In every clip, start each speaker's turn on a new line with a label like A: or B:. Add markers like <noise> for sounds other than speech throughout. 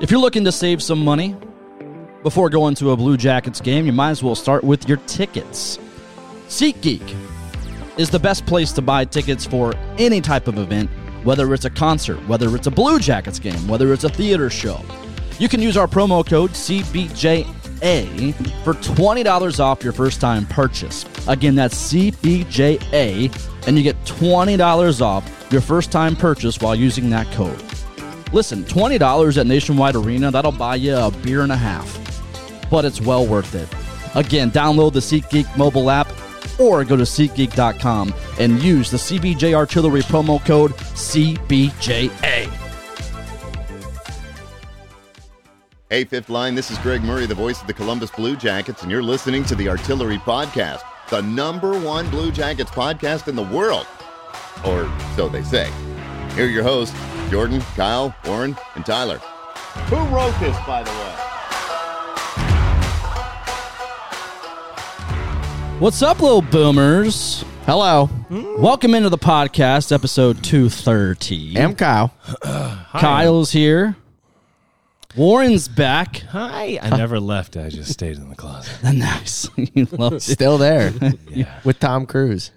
A: If you're looking to save some money before going to a Blue Jackets game, you might as well start with your tickets. SeatGeek is the best place to buy tickets for any type of event, whether it's a concert, whether it's a Blue Jackets game, whether it's a theater show. You can use our promo code CBJA for $20 off your first time purchase. Again, that's CBJA, and you get $20 off your first time purchase while using that code. Listen, $20 at Nationwide Arena, that'll buy you a beer and a half. But it's well worth it. Again, download the SeatGeek mobile app or go to SeatGeek.com and use the CBJ Artillery promo code CBJA.
B: Hey, Fifth Line, this is Greg Murray, the voice of the Columbus Blue Jackets, and you're listening to the Artillery Podcast, the number one Blue Jackets podcast in the world. Or so they say. Here are your hosts, Jordan, Kyle, Warren, and Tyler.
C: Who wrote this, by the way?
A: What's up, little boomers?
D: Hello,
A: Welcome into the podcast, episode 230.
D: I'm Kyle.
A: <clears throat> Kyle's here. Warren's back.
E: Hi.
A: <laughs>
E: I never left. I just stayed in the closet.
A: nice. You loved it.
D: Still there
E: Yeah.
D: with Tom Cruise.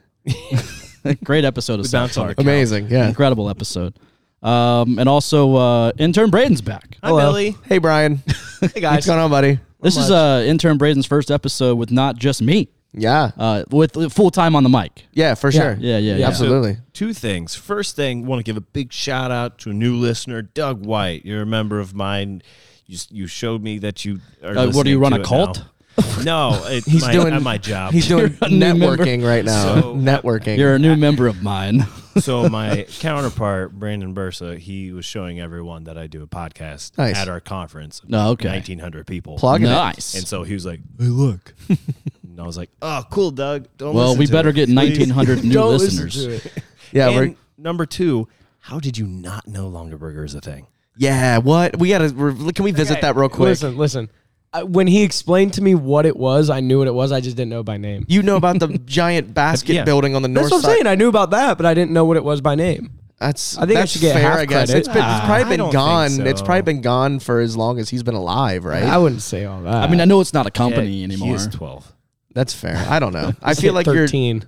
A: Great episode of South
E: Bounce on
A: Park.
E: the couch.
D: Amazing. Yeah.
A: Incredible episode. Um, and also, uh, intern Braden's back.
C: Hi, Billy.
D: Hey, Brian.
C: Hey,
D: What's
C: guys.
D: going on, buddy?
A: This is uh, intern Braden's first episode with not just me,
D: Yeah.
A: uh, with full time on the mic.
D: Yeah, for sure.
A: Yeah, yeah, yeah.
D: Absolutely.
E: Two things. First thing, want to give a big shout out to a new listener, Doug White. You're a member of mine. You, you showed me that you are.
A: Uh, what, do you
E: listening
A: run
E: to
A: a
E: it
A: cult?
E: now.
A: <laughs>
E: No, it's
D: He's
E: my,
D: doing-
E: at my job.
D: He's doing
A: a new member.
D: networking right now.
E: So-
D: networking.
A: You're a new member of <laughs> mine.
E: <laughs> so my counterpart, Brandon Bursa, he was showing everyone that I do a podcast
D: Nice.
E: at our conference. of
A: Oh, okay.
E: 1,900 people.
D: plugging
A: nice.
E: And so he was like, "Hey, look," <laughs> and I was like, "Oh, cool, Doug. Don't
A: well,
E: listen
A: we
E: to
A: better
E: it,
A: get
E: please." <laughs>
A: <laughs> 1,900 new
D: Don't listen
A: listeners.
D: it. Yeah,
E: And
D: we're,
E: number two, how did you not know Longaberger is a thing?
D: yeah. What we gotta? We're, can we visit that real quick?
F: Listen, listen. I, when he explained to me what it was, I knew what it was. I just didn't know by name.
D: You know about the giant basket
E: Yeah.
D: building on the
F: That's
D: north
F: what I'm
D: side.
F: saying. I knew about that, but I didn't know what it was by name.
D: That's
F: I think I
D: that's
F: should get
D: fair.
F: half
D: I guess
F: credit.
D: it's, been, it's probably
E: I
D: been
E: don't think
D: gone.
E: so.
D: It's probably been gone for as long as he's been alive, right?
F: I wouldn't say all that.
A: I mean, I know it's not a company
E: Yeah, He
A: anymore.
E: is 12.
D: that's fair. I don't know. I feel like you're
F: 13.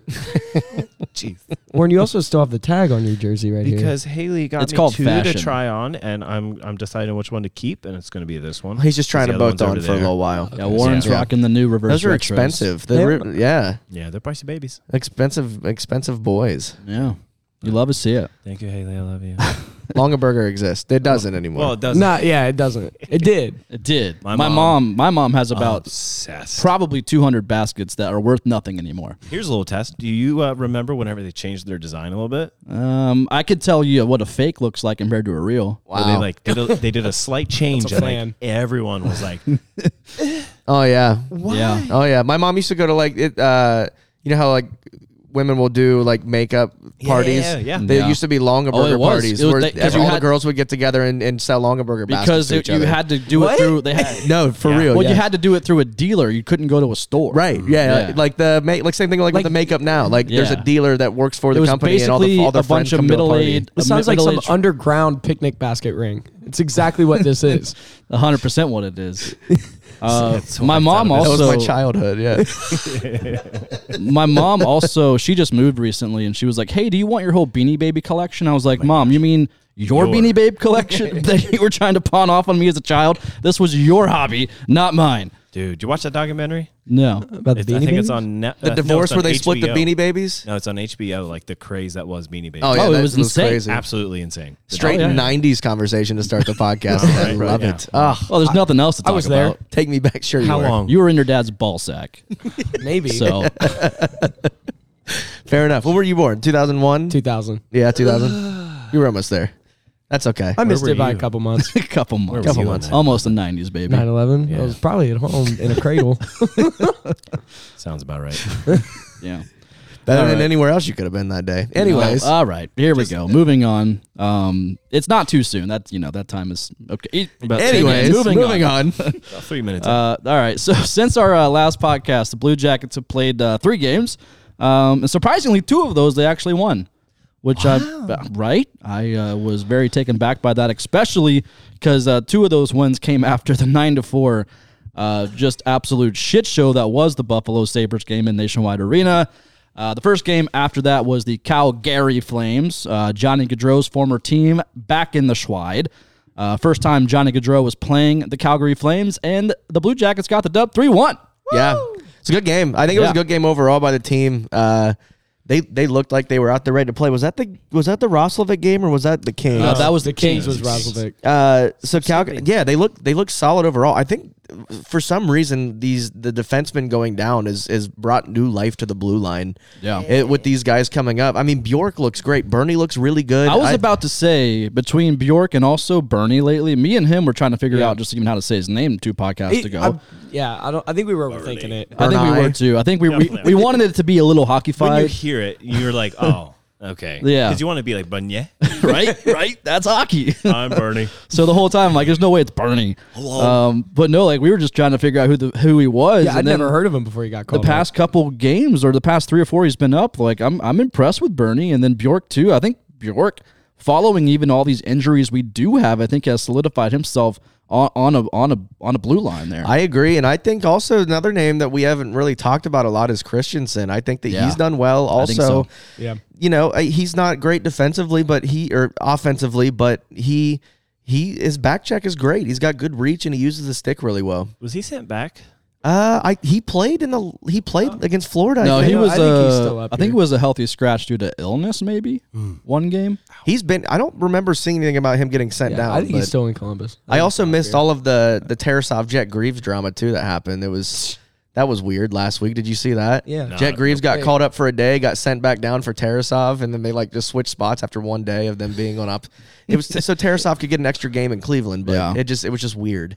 E: Jeez.
F: Warren, you also still have the tag on your jersey right here.
E: Because Haley got
A: It's
E: me
A: called
E: two
A: fashion.
E: to try on, and I'm I'm deciding which one to keep, and it's going to be this one.
D: He's just trying to
E: The other
D: both on
E: one's
D: for a
E: over
D: little while.
A: Yeah, Warren's
D: Yeah.
A: rocking the new reverse.
D: Those are
A: retros.
D: expensive. They were, yeah,
E: there. Yeah, they're pricey babies.
D: expensive,
A: <laughs>
D: expensive boys.
A: Yeah. You love to see it.
E: Thank you, Haley. I love
D: <laughs>
E: you.
D: Longaberger exists. It doesn't anymore.
E: well, it doesn't.
F: Nah, yeah, it doesn't. It did.
A: It did. My,
E: My
A: mom.
E: mom- Uh,
A: my mom has about
E: Obsessed.
A: probably 200 baskets that are worth nothing anymore.
E: Here's a little test. Do you uh, remember whenever they changed their design a little bit?
A: Um, I could tell you what a fake looks like compared to a real.
E: Where They like did a, they did a slight change,
F: That's a
E: and like
F: fan.
E: everyone was
D: <laughs>
E: like,
D: oh yeah,
A: Yeah.
D: oh yeah. My mom used to go to like it. Uh, you know how like women will do like makeup
E: yeah,
D: parties.
E: yeah, yeah.
D: They
A: Yeah.
D: used to be Longaberger
A: Oh, it was.
D: parties
A: It was-
D: where
A: they- 'cause
D: all
A: you
D: the
A: had-
D: girls would get together and, and sell Longaberger baskets
A: because
D: to
A: it,
D: each
A: you
D: other.
A: had to do it through they had
D: <laughs> no for real.
A: well you
D: yeah.
A: had to do it through a dealer you couldn't go to a store
D: Right, yeah,
A: Yeah.
D: like the ma- like same thing like, with the makeup now. Like there's
A: Yeah.
D: a dealer that works for
A: it
D: the
A: was
D: company, and all
A: basically
D: the all their
A: a bunch
D: friends
A: of
D: come to a party.
A: middle-aged
F: It sounds like some underground picnic basket ring. It's exactly what this is.
A: hundred percent what it is Uh,
E: That's
A: my
E: what
A: mom
E: it's out
D: That
E: of
D: was
A: also
D: my childhood.
A: <laughs>
D: Yeah,
A: my mom also she just moved recently and she was like hey do you want your whole beanie baby collection i was like mom you mean your,
E: Your.
A: beanie babe collection that you were trying to pawn off on me as a child this was your hobby not mine
E: "Dude, did you watch that documentary?
A: no
F: About the
E: It's- I
F: Beanie
E: think it's
F: Babies?
E: on net,
D: the
E: uh, no,
D: divorce
E: it's on
D: where they split the
E: HBO.
D: Beanie Babies.
E: No, it's on HBO. Like the craze that was Beanie Babies.
D: Oh, yeah,
A: Oh, it
D: that
A: was insane.
D: crazy.
A: <laughs>
E: absolutely insane. The
D: Straight
A: Oh, yeah.
D: 90s conversation to
A: <laughs>
D: start the podcast. I
E: Right,
D: love
E: yeah.
D: it. Ah,
A: well there's nothing else to talk
F: I was there.
A: about
D: take me back. Sure, you
E: How
D: were.
E: long?
A: you were in your dad's ball sack
F: Maybe. <laughs>
A: so <laughs>
D: Fair enough. When were you born? 2001.
F: 2000.
A: <sighs>
D: yeah, 2000. you were almost there. That's okay.
F: I missed
E: were
F: it by
E: you?
F: a couple months.
A: a couple months
E: was Couple you on months. that?
A: almost the 90s baby
F: 9 11.
E: Yeah.
F: I was probably at home in a cradle.
E: Sounds about right.
A: <laughs> yeah
D: Better
A: All
D: than
A: right. Uh,
D: anywhere else you could have been that day. Anyways,
A: Well, all right, here we go. Moving on. Um, it's not too soon. That you know that time is okay. It-
E: About
A: anyway,
D: anyways,
A: moving, on. <laughs>
E: About three minutes.
A: Uh, all right. So <laughs> since our uh, last podcast, the Blue Jackets have played uh, three games. Um, and surprisingly, two of those they actually won. which I right. I uh, was very taken back by that, especially because uh, two of those wins came after the <laughs> nine to four, uh, just absolute shit show that was the Buffalo Sabres game in Nationwide Arena. Uh, the first game after that was the Calgary Flames. Uh, Johnny Gaudreau's former team back in the Schwide. Uh, first time Johnny Gaudreau was playing the Calgary Flames, and the Blue Jackets got the dub 3 1.
D: <laughs> Yeah, it's a good game. I think it was
A: Yeah.
D: a good game overall by the team. Uh, they they looked like they were out there ready to play. Was that the was that the Roslovic game or was that the Kings?
A: Uh, that was
F: The
A: the
F: Kings
A: Kings.
F: was Roslovic.
D: Uh, so Calgary, yeah, they look they look solid overall. I think for some reason these the defensemen going down is is brought new life to the blue line.
A: Yeah.
D: It- with these guys coming up. I mean, Bjork looks great. Bernie looks really good.
A: I was about to say between Bjork and also Bernie lately, me and him were trying to figure out just even how to say his name two podcasts
F: It-
A: ago.
F: I'm- yeah, I don't. I think we were overthinking it.
A: I think we
D: Bernie.
A: were too. I think we we, we wanted it to be a little hockey
E: When you
A: fied,
E: hear it, you're like, oh, okay.
A: Yeah.
E: Because you want to be like, Bunye,
A: <laughs> right? Right? That's <laughs> hockey.
E: <laughs>
A: <laughs>
E: I'm Bernie.
A: so the whole time, like, there's no way it's Bernie. Um, but no, like, we were just trying to figure out who the who he was.
F: Yeah, I'd
A: and then
F: never heard of him before he got
A: The
F: called. up.
A: past couple games or the past three or four he's been up, like I'm I'm impressed with Bernie and then Bjork too. I think Bjork, following even all these injuries we do have, I think has solidified himself on, on a on a on a blue line there.
D: I agree, and I think also another name that we haven't really talked about a lot is Christensen. I think that
A: Yeah.
D: he's done well. Also,
A: think so.
F: Yeah.
D: you know, uh, he's not great defensively, but he or offensively, but he he his back check is great. He's got good reach and he uses the stick really well.
E: Was he sent back?
D: Uh, I he played in the he played against Florida.
A: no,
D: I
A: he
D: think.
A: was.
F: I think he's
A: uh,
F: still up
A: I think
F: here.
A: it was a healthy scratch due to illness, maybe
D: Hmm.
A: one game.
D: he's been. I don't remember seeing anything about him getting sent
F: Yeah,
D: down.
F: I think
D: but
F: he's still in Columbus.
D: I also missed all of the the Tarasov Jet Greaves drama too that happened. It was. That was weird last week. Did you see that?
F: Yeah. No,
D: Jet Greaves got called up for a day, got sent back down for Tarasov, and then they like just switched spots after one day of them being on up. It was so Tarasov could get an extra game in Cleveland, but
A: Yeah.
D: it just it was just weird.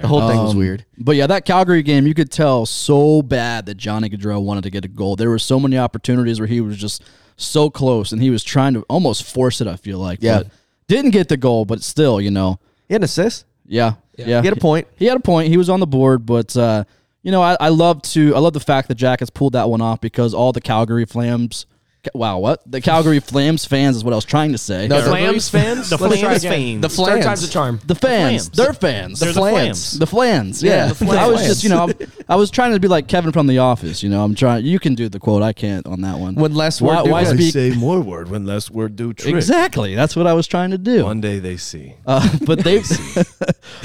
D: The whole thing was
A: Um,
D: weird.
A: But yeah, that Calgary game, you could tell so bad that Johnny Gaudreau wanted to get a goal. There were so many opportunities where he was just so close, and he was trying to almost force it. I feel like,
D: Yeah.
A: but didn't get the goal, but still, you know,
D: He had an assist.
A: yeah, yeah,
D: He had a point.
A: He had a point. He was on the board, but uh, you know, I, I love to I love the fact that Jackets pulled that one off because all the Calgary Flames. Wow, what the Calgary Flames fans is what I was trying to say.
D: No, they're-
E: Flams fans? The
F: Let's try
E: Flams
F: again.
E: fans.
D: The
F: Third
D: Flans.
F: time's a charm.
A: the fans,
E: Flams.
A: they're fans.
E: They're the Flams.
A: The flans, yeah.
D: the
A: <laughs>
D: flans.
A: I was just, you know, I'm, I was trying to be like Kevin from The Office. You know, I'm trying. You can do the quote. I can't on that one.
D: When less
A: why,
D: word do
A: why
D: good.
A: speak?
E: say more word when less word do trick.
A: Exactly. That's what I was trying to do.
E: One day they see.
A: Uh, <laughs> but
D: <laughs>
A: they,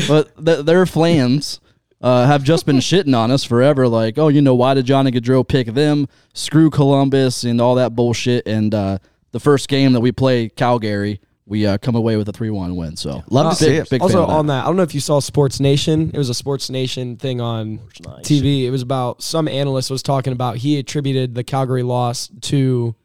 A: but th- their flans uh, have just been shitting on us forever. Like, oh, you know, why did Johnny Gaudreau pick them? Screw Columbus and all that bullshit. And uh, the first game that we play Calgary, we uh, come away with a three-one win. So
D: Love to see it.
A: big fan
F: Uh, also
A: of that.
F: on that, I don't know if you saw Sports Nation. It was a Sports Nation thing on TV. It was about some analyst was talking about he attributed the Calgary loss to,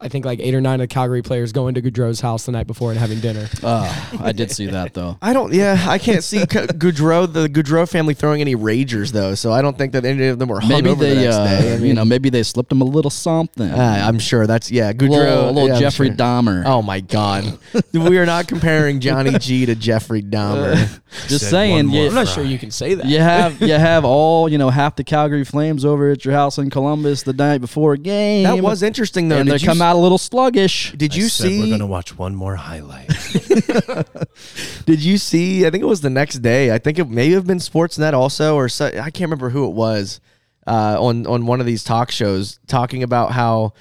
F: I think like eight or nine of the Calgary players going to Goudreau's house the night before and having
A: <laughs>
F: dinner.
A: Uh, I did see that though.
D: I don't. Yeah, I can't see
A: <laughs>
D: C- Goudreau, the Goudreau family throwing any ragers though. So I don't think that any of them were <laughs> hung
A: Maybe
D: over the
A: they,
D: next
A: uh,
D: day. I
A: you
D: mean,
A: know, maybe they slipped him a little something.
D: uh, I'm sure that's yeah.
A: a
D: Goudreau,
A: little, a little
D: yeah, I'm
A: Jeffrey
D: sure.
A: Dahmer.
D: Oh my God, we are not comparing Johnny G to
A: <laughs>
D: Jeffrey Dahmer.
A: Just
E: Said
A: saying,
E: one
A: you,
E: word.
F: I'm not sure you can say that.
A: you have you have all you know half the Calgary Flames over at your house in Columbus the night before a game.
D: That was interesting though.
A: and they
D: Did you,
A: come out a little sluggish.
D: Did
E: I
D: you
E: said we're
D: see?
E: gonna watch one
A: <laughs>
E: more highlight.
D: Did you see? I think it was the next day. I think it may have been Sportsnet also, or so, I can't remember who it was uh, on on one of these talk shows talking about how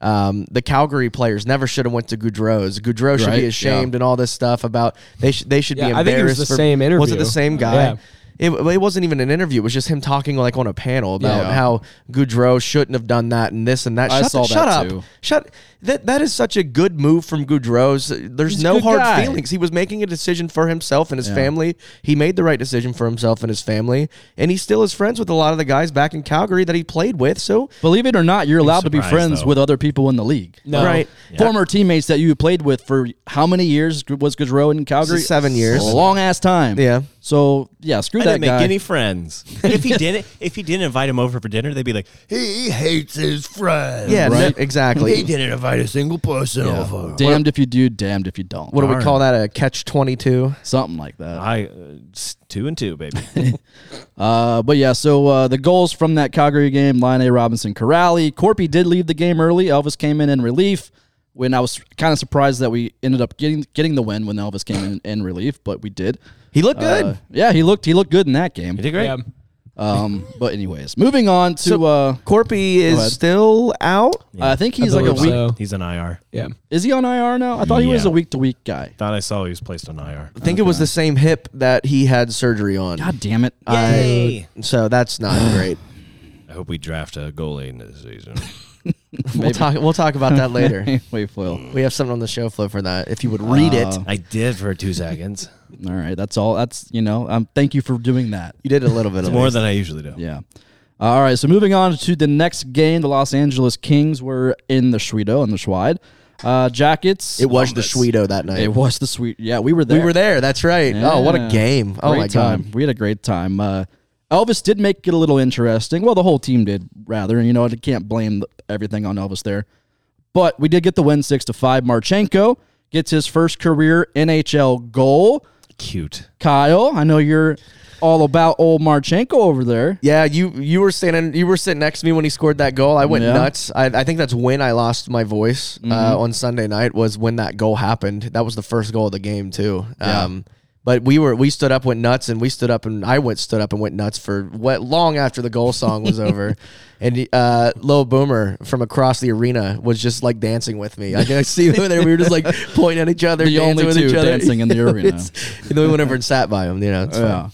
D: um, the Calgary players never should have went to Goudreau's. Goudreau should
A: Right,
D: be ashamed and all this stuff about they sh- they should be
F: Yeah, I
D: embarrassed.
F: think it was the same
D: Was it
F: interview.
D: the same guy?
F: Yeah.
D: It, it wasn't even an interview. It was just him talking like on a panel about
A: Yeah.
D: how Goudreau shouldn't have done that and this and that.
A: I
D: shut
A: saw that
D: shut up.
A: too.
D: Shut. That that is such a good move from Goudreau's. There's
A: He's a
D: no
A: good
D: hard
A: guy.
D: feelings. He was making a decision for himself and his family. He made the right decision for himself and his family, and he still is friends with a lot of the guys back in Calgary that he played with. So
A: Believe it or not, you're allowed to be
E: surprised,
A: friends
E: though.
A: with other people in the league.
F: No.
D: Right.
A: Former teammates that you played with for how many years was Gaudreau in Calgary?
D: Seven years.
A: A long ass time.
D: Yeah.
A: So yeah, screw
E: I
A: that
E: didn't make
A: guy.
E: any friends. if he didn't, if he didn't invite him over for dinner, they'd be like, he hates his friends.
D: yeah,
A: Right. <laughs>
D: no- exactly.
E: didn't invite a single person
D: <laughs>
A: damned if you do, damned if you don't.
D: What do we
E: Darn.
D: call that? A catch twenty two.
A: Something like that.
E: I uh, s- two and two, baby.
A: Uh, but yeah, so uh, the goals from that Calgary game: Line A Robinson, Corrali, Corpy did leave the game early. Elvis came in in relief. When I was kind of surprised that we ended up getting getting the win when Elvis came in in relief, but we did.
D: He looked good.
A: Uh, yeah, he looked he looked good in that game.
E: You did great.
F: <laughs> Yeah.
A: Um, but anyways, moving on to uh,
D: Corpy
A: ahead.
D: is still out.
A: I think he's
F: I
A: like a
F: believe
A: week.
F: so.
E: He's an IR.
F: Yeah.
A: Is he on IR now? I thought he was
E: Yeah.
A: a week to week guy.
E: Thought I saw he was placed on IR.
D: I think it was the same hip that he had surgery on.
A: God damn it!
D: I- so that's <sighs> not great.
E: I hope we draft a goalie in this season.
D: We'll talk. We'll talk about that
A: <laughs>
D: later.
A: <laughs> Wait, Will.
D: we have something on the show flow for that. If you would read it,
E: I did for two seconds.
A: All right, that's all. That's you know. Um, thank you for doing that.
D: you did a little bit
E: <laughs>
D: of
E: More than I usually do.
A: Yeah. Uh, All right. So moving on to the next game, the Los Angeles Kings were in the Schwedo and the Schwide. Uh, Jackets.
D: It was the Schwedo that night.
A: It was the sweet. Yeah, we were there.
D: we were there. That's right. Oh, what a
A: Yeah.
D: game! Oh
A: Great
D: my
A: time.
D: god.
A: we had a great time. Uh, Elvis did make it a little interesting. Well, the whole team did, rather, and you know I can't blame th- everything on Elvis there. But we did get the win six to five. Marchenko gets his first career NHL goal.
E: Cute.
A: Kyle, I know you're all about old Marchenko over there.
D: Yeah, you you were standing, you were sitting next to me when he scored that goal. I went
A: Yeah. Mm-hmm.
D: nuts. I, I think that's when I lost my voice uh, on Sunday night. Was when that goal happened. That was the first goal of the game too. Um, but we were we stood up, went nuts, and we stood up, and I went stood up and went nuts for what long after the goal song
A: <laughs>
D: was over, and uh, Lil Boomer from across the arena was just like dancing with me. I could see them there. We were just like pointing at each other,
A: The
D: dancing
A: only
D: with
A: two
D: each other.
A: dancing
D: <laughs>
A: in the arena.
D: It's- and then we went over and sat by him. You know, it's fine.
A: Yeah.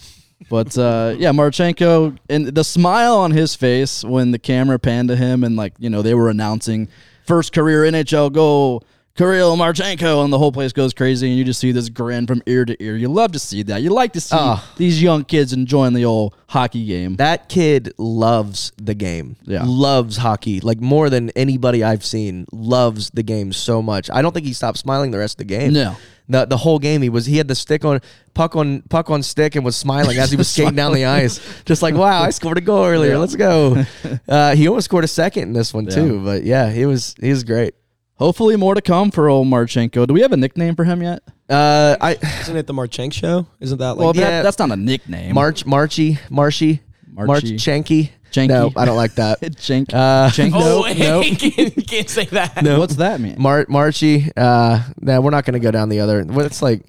A: But uh, yeah, Marchenko and the smile on his face when the camera panned to him and like you know they were announcing first career NHL goal, Kirill Marchenko, and the whole place goes crazy and you just see this grin from ear to ear. You love to see that. You like to see
D: Ah.
A: these young kids enjoying the old hockey game.
D: That kid loves the game.
A: Yeah.
D: Loves hockey. Like more than anybody I've seen loves the game so much. I don't think he stopped smiling the rest of the game.
A: No.
D: The, the whole game he was he had the stick on puck on puck on stick and was smiling as he
A: <laughs>
D: was skating down the ice. Just like, wow, I scored a goal earlier.
A: <laughs>
D: Let's go. Uh, he almost scored a second in this one too. But yeah, he was he was great.
A: Hopefully more to come for old Marchenko. Do we have a nickname for him yet?
D: Uh, I
F: Isn't it the Marchenk show? Isn't that like
A: Well,
D: Yeah.
A: that, that's not a nickname.
D: March Marchy Marshy March
A: Marchy.
D: Chanky.
A: Chanky.
D: No, I don't like
A: <laughs> <laughs>
D: that.
A: Jenk.
D: Uh,
A: Jenk-
D: <laughs> no, no.
F: can't, can't say that.
D: no.
A: What's that mean?
D: Mar- Marchie. Uh, nah, we're not going to go down the other. well, It's like,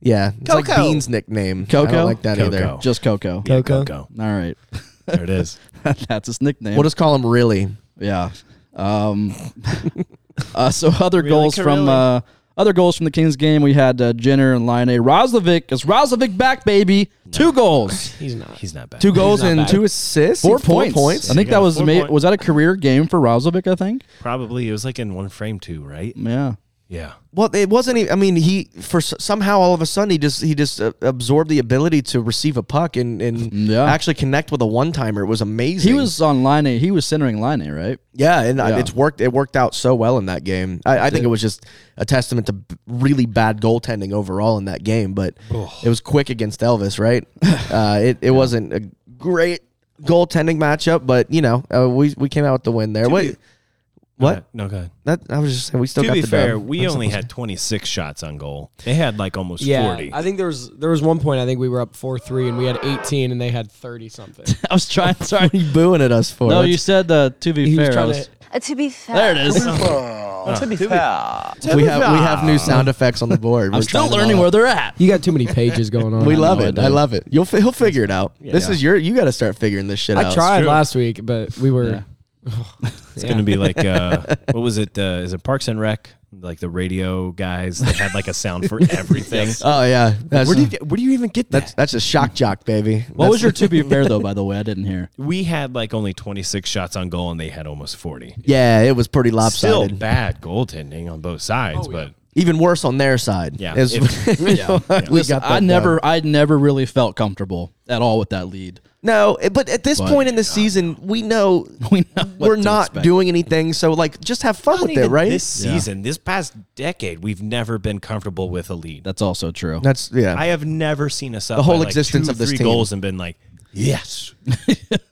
D: yeah, it's like
F: Coco.
D: Bean's nickname. I
A: Coco?
D: don't like that either.
E: Coco.
A: Just Coco.
E: Yeah,
F: Coco.
E: Coco.
A: All
D: <laughs>
A: right,
E: There it is.
A: that's his nickname.
D: We'll just call him really.
A: Yeah. Um, <laughs> uh, so other goals from
E: Carelli?
A: uh, other goals from the Kings game. We had uh, Jenner and Line A. Roslovic is Roslovic back, baby. Two goals,
F: He's not.
E: <laughs> He's not bad.
D: Two goals
F: not
D: and
F: bad.
D: two assists.
A: four,
D: Four Uh,
A: points. I think
E: Yeah,
A: that was
E: four
A: ma-
E: points.
A: was that a career game for Roslovic? I think.
E: Probably it was like in one frame too, right?
A: Yeah.
E: Yeah.
D: Well, it wasn't. Even, I mean, he for s- somehow all of a sudden he just he just uh, absorbed the ability to receive a puck and and
A: Yeah.
D: actually connect with a one timer. It was amazing.
A: He was on Line A. He was centering Line A, right? <laughs>
D: yeah, and I
A: Yeah.
D: it's worked. It worked out so well in that game. I, I think it was just a testament to b- really bad goaltending overall in that game. But it was quick against
E: <laughs>
D: Elvis, right? uh, it it wasn't a great goaltending matchup, but you know uh, we we came out with the win there. Wait,
E: Go
D: What?
E: ahead. No, go ahead.
D: that I was just saying we still
E: to
D: got
E: be
D: the
E: fair,
D: dub.
E: we
D: That's
E: only
D: awesome.
E: had 26 shots on goal. They had like almost
F: Yeah,
E: 40.
F: I think there was there was one point I think we were up four three and we had eighteen and they had thirty something.
A: I was trying. Sorry.
D: What are you booing at us for.
A: no,
D: Let's-
A: you said uh, to be
F: He was
A: fair. I
F: trying
A: was-
F: to.
G: Uh, to be
A: <laughs>
G: fair,
A: there it is.
D: we have we have
E: Ah.
D: new sound effects on the board. We're
A: I'm still
D: trying them
A: learning
D: all
A: where
D: out.
A: they're at.
F: <laughs> You got too many pages going on.
D: we
F: I
D: love
F: know
D: it.
F: do.
D: I love it. You'll fi- he'll figure it out. This is your you got to start figuring this shit out.
F: I tried last week, but we were. <sighs>
E: It's going to be like, uh, <laughs> what was it? Uh, is it Parks and Rec? Like the radio guys that had like a sound for <laughs> everything.
D: Oh yeah, that's
E: Where do you get- where do you even get that?
D: that's that's a shock jock, baby.
A: <laughs> What was your to
D: That's-
A: be fair though? By the way, I didn't hear.
E: we had like only 26 shots on goal and they had almost 40.
D: Yeah, it was pretty
E: Still
D: lopsided.
E: bad goaltending on both sides, but
D: Even worse on their side.
E: Yeah,
D: <laughs> It's-
E: if-
D: we
A: Listen,
D: got that
A: I
D: done.
A: never, I never really felt comfortable at all with that lead.
D: No, it- but at this point in the season, we know
A: <laughs> We know what
D: we're
A: to
D: not
A: expect.
D: doing anything. So like, just have fun with it,
E: even
D: right?
E: This season, this past decade, we've never been comfortable with a lead.
A: That's also true.
D: that's yeah.
E: I have never seen us up
D: The whole
E: by, like,
D: existence
E: two,
D: of this
E: three
D: team.
E: goals and been like, yes,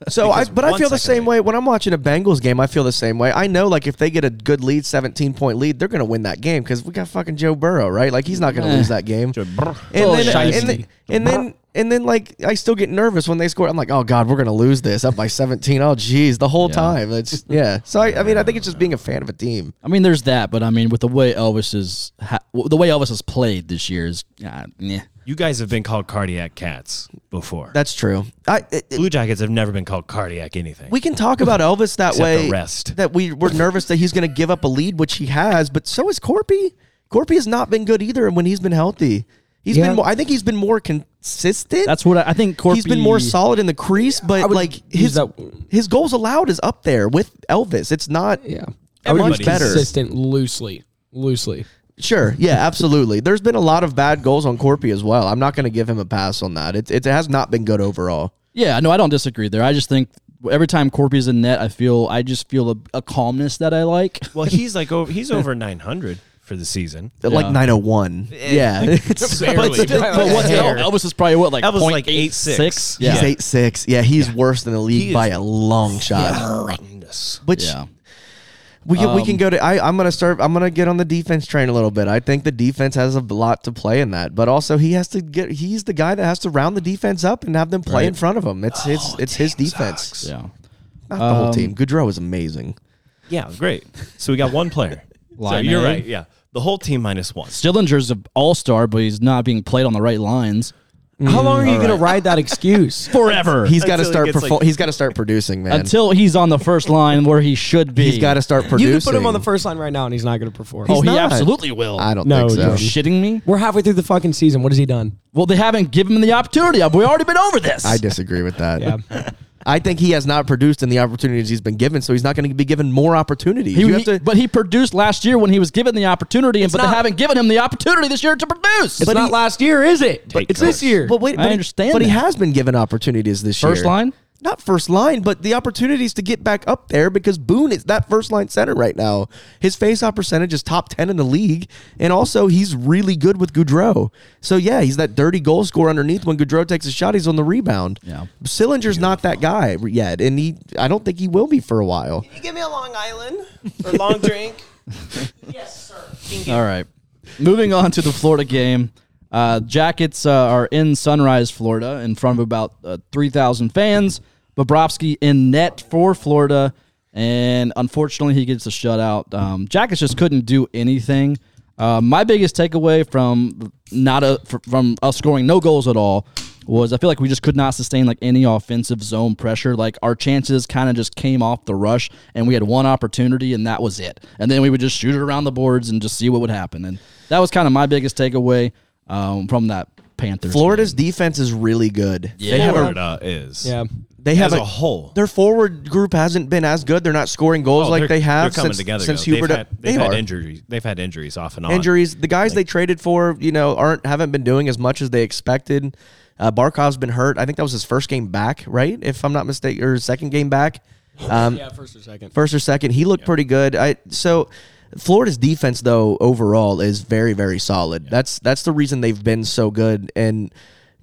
D: So I,
E: Because
D: but I
E: one
D: feel the
E: second
D: same way when I'm watching a Bengals game. I feel the same way. I know, like, if they get a good lead, 17 point lead, they're gonna win that game because we got fucking Joe Burrow, right? Like, he's not gonna lose that game. And
A: Little
D: then,
A: shiesty.
D: and then, and then And then like I still get nervous when they score. I'm like, oh god, we're gonna lose this up by 17. Oh geez, the whole time. It's yeah. So I, I mean, I think it's just being a fan of a team.
A: I mean, there's that, but I mean, with the way Elvis is, ha- the way Elvis has played this year is, uh, meh.
E: You guys have been called cardiac cats before.
D: That's true. I it, it-
E: Blue Jackets have never been called cardiac anything.
D: we can talk about Elvis that
E: Except
D: way.
E: the rest.
D: That we were nervous that he's going to give up a lead, which he has. But so is Corpy. Corpy has not been good either when he's been healthy. he's
F: Yeah.
D: been more. I think he's been more consistent.
A: that's what I, I think. Corpy,
D: he's been more solid in the crease, but
F: would
D: like
F: use
D: his
F: that-
D: his goals allowed is up there with Elvis. It's not
F: Yeah.
D: Much
F: Everybody's
D: better.
F: consistent loosely. Loosely.
D: Sure. Yeah, absolutely. There's been a lot of bad goals on Corpy as well. I'm not going to give him a pass on that. It, it has not been good overall.
A: Yeah, no, I don't disagree there. I just think every time Corpy's in net, I feel, I just feel a, a calmness that I like.
E: well, he's like over, he's over <laughs> 900 for the season.
D: Like
F: <laughs>
D: 901. <laughs> yeah. <laughs> It's,
E: Barely.
A: <laughs> But,
E: Like,
A: but what's El- Elvis is probably what like
E: Elvis is like
A: 0.86?
E: 86.
A: Yeah.
D: He's eight six. Yeah, he's worse than the league by a long shot.
E: horrendous.
D: Which
A: yeah. Um,
D: we can, we can go to. I, I'm gonna start. I'm gonna get on the defense train a little bit. I think the defense has a lot to play in that, but also he has to get. He's the guy that has to round the defense up and have them play in front of him. It's
F: Oh,
D: his. It's his defense.
A: Yeah. Um,
D: Not the whole team. Goudreau is amazing.
E: Yeah, great. So we got one
D: <laughs>
E: player. so
A: Line
E: you're
A: A.
E: right. Yeah, the whole team minus one.
A: Stillinger's an all star, but he's not being played on the right lines.
F: How long are you going to ride that
A: <laughs>
F: excuse?
A: Forever.
D: He's got
E: Until
D: to
E: he
D: start.
E: gets,
D: Perfor-
E: like-
D: he's got to start producing, man.
A: Until he's on the first line where he should be.
D: he's got to start producing.
F: you can put him on the first line right now and he's not going to perform.
A: Oh, he
D: not.
A: absolutely will.
D: I don't
F: No,
D: think so.
A: Are you shitting me?
F: We're halfway through the fucking season. What has he done?
A: Well, they haven't given him the opportunity. We've already been over this.
D: I disagree with that.
F: Yeah.
D: I think he has not produced in the opportunities he's been given, so he's not going to be given more opportunities.
A: He-
D: you
A: he-
D: have to,
A: but he produced last year when he was given the opportunity, and but they
F: not-
A: haven't given him the opportunity this year to produce.
F: It's not last year, is it? it's this year.
D: But wait,
A: I
D: but he-
A: understand
D: But he
A: that.
D: has been given opportunities this year.
A: First line?
D: not first line, but the opportunities to get back up there because Boone is that first line center right now. His faceoff percentage is top ten in the league, and also he's really good with Goudreau. So yeah, he's that dirty goal scorer underneath. When Goudreau takes a shot, he's on the rebound.
A: Yeah.
D: Sillinger's not that guy yet, and he I don't think he will be for a while.
G: You give me a Long Island or long drink.
A: All right. Moving on to the Florida game. Uh, Jackets uh, are in Sunrise, Florida, in front of about uh, 3,000 fans. Bobrovsky in net for Florida, and unfortunately, he gets a shutout. Um, Jackets just couldn't do anything. Uh, my biggest takeaway from not a, fr- from us scoring no goals at all was I feel like we just could not sustain like any offensive zone pressure. Like our chances kind of just came off the rush, and we had one opportunity, and that was it. And then we would just shoot it around the boards and just see what would happen. And that was kind of my biggest takeaway um, from that Panthers.
D: Florida's defense is really good. They have a
E: Florida is.
F: yeah.
D: they have
E: As a whole.
D: Their forward group hasn't been as good. They're not scoring goals
E: Oh,
D: like
E: they're-
D: they have
E: they're coming
D: since
E: together,
D: since
E: though.
D: Hubert.
E: They've had, they've
D: they
E: had
D: are
E: injuries. They've had injuries off
F: Oh,
E: and on.
D: injuries. The guys they traded for, you know, aren't haven't been doing as much as they expected. Uh, Barkov's been hurt. I think that was his first game back, right? If I'm not mistaken, or his second game back. Um,
F: <laughs> Yeah, first or second.
D: first or second. He looked pretty good. I so Florida's defense though overall is very very solid. That's that's the reason they've been so good and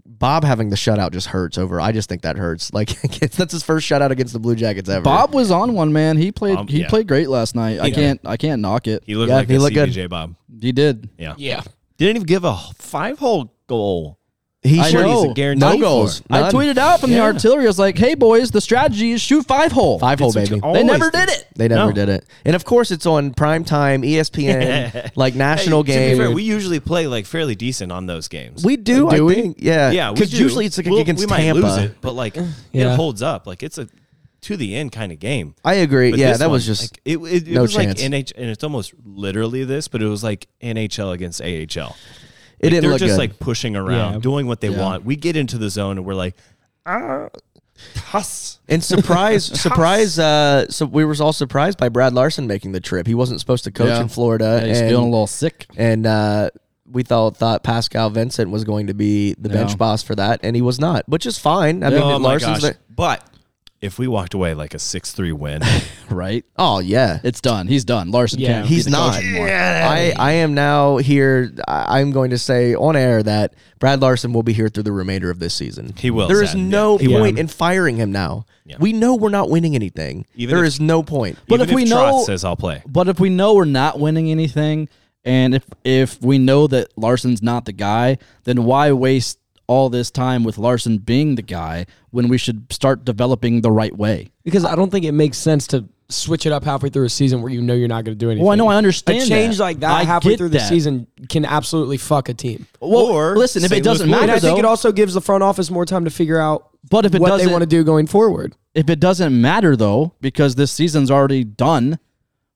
D: Bob having the shutout just hurts over. I just think that hurts. <laughs> Like that's his first shutout against the Blue Jackets ever.
A: Bob was on one man. He played.
E: Um,
A: he
E: yeah.
A: played great last night. I can't. I can't knock it.
E: He looked
D: Yeah,
E: like
D: he
E: a
D: looked good.
E: CBJ Bob.
A: He did.
E: Yeah.
F: Yeah.
E: Didn't even give a five hole goal.
D: he
A: I
D: sure
A: know.
E: He's a guarantee
D: no
E: for.
D: goals.
A: I
D: None.
A: tweeted out from the artillery. I was like, "Hey boys, the strategy is shoot five hole.
D: five hole
E: what you
D: baby.
E: always
A: They never
E: do.
A: did it.
D: They never
E: No.
D: did it. And of course it's on E prime
E: <laughs>
D: time ESPN like national
E: To be
D: game.
E: fair, we usually play like fairly decent on those games.
D: we do, I think. Yeah.
E: yeah, we
D: Because
E: do.
D: usually it's like
E: We'll-
D: against
E: we might
D: Tampa.
E: lose it, but like
F: Yeah.
E: it holds up. Like it's a to the end kind of game.
D: I agree.
E: But
D: yeah,
E: this
D: that
E: one,
D: was just
E: like, it. It, it
D: no
E: was
D: chance.
E: like NH, and it's almost literally this, but it was like NHL against AHL.
D: it didn't
E: They're
D: look
E: just
D: good.
E: like pushing around,
F: Yeah.
E: doing what they want. We get into the zone and we're like, ah, toss. <laughs>
D: And surprise, surprise! Uh, so we were all surprised by Brad Larson making the trip. He wasn't supposed to coach
A: Yeah.
D: in Florida,
A: Yeah, he's
D: and,
A: feeling a little sick.
D: and uh, we thought thought Pascal Vincent was going to be the bench boss for that, and he was not, which is fine. I mean,
E: Oh my
D: Larson's
E: gosh!
D: the-
E: But if we walked away like a six three
D: <laughs>
E: win,
A: Right?
D: oh yeah,
A: It's done. He's done. Larson
F: Yeah.
A: can't. be
D: he's
A: the coach
D: not.
A: anymore.
D: I I am now here. I- I'm going to say on air that Brad Larson will be here through the remainder of this season.
E: He will,
D: There is
E: Zach.
D: no
E: Yeah. He
D: point in firing him now. We know we're not winning anything.
E: Even
D: there
E: if-
D: is no point.
A: But
E: Even
A: if we
E: Trotz
A: know-
E: says I'll play,
A: But if we know we're not winning anything, and if if we know that Larson's not the guy, then why waste all this time with Larson being the guy when we should start developing the right way?
F: because I don't think it makes sense to switch it up halfway through a season where you know you're not going to do anything.
A: Well, I know I understand
F: A change
A: that.
F: like that
A: I
F: halfway
A: get
F: through the
A: that.
F: season can absolutely fuck a team.
A: Well,
E: Or
A: listen, if
E: St.
A: it doesn't
E: Louis Blues.
A: matter,
F: And I think
A: though,
F: it also gives the front office more time to figure out
A: But if it
F: what
A: doesn't-
F: they want to do going forward.
A: if it doesn't matter though, because this season's already done,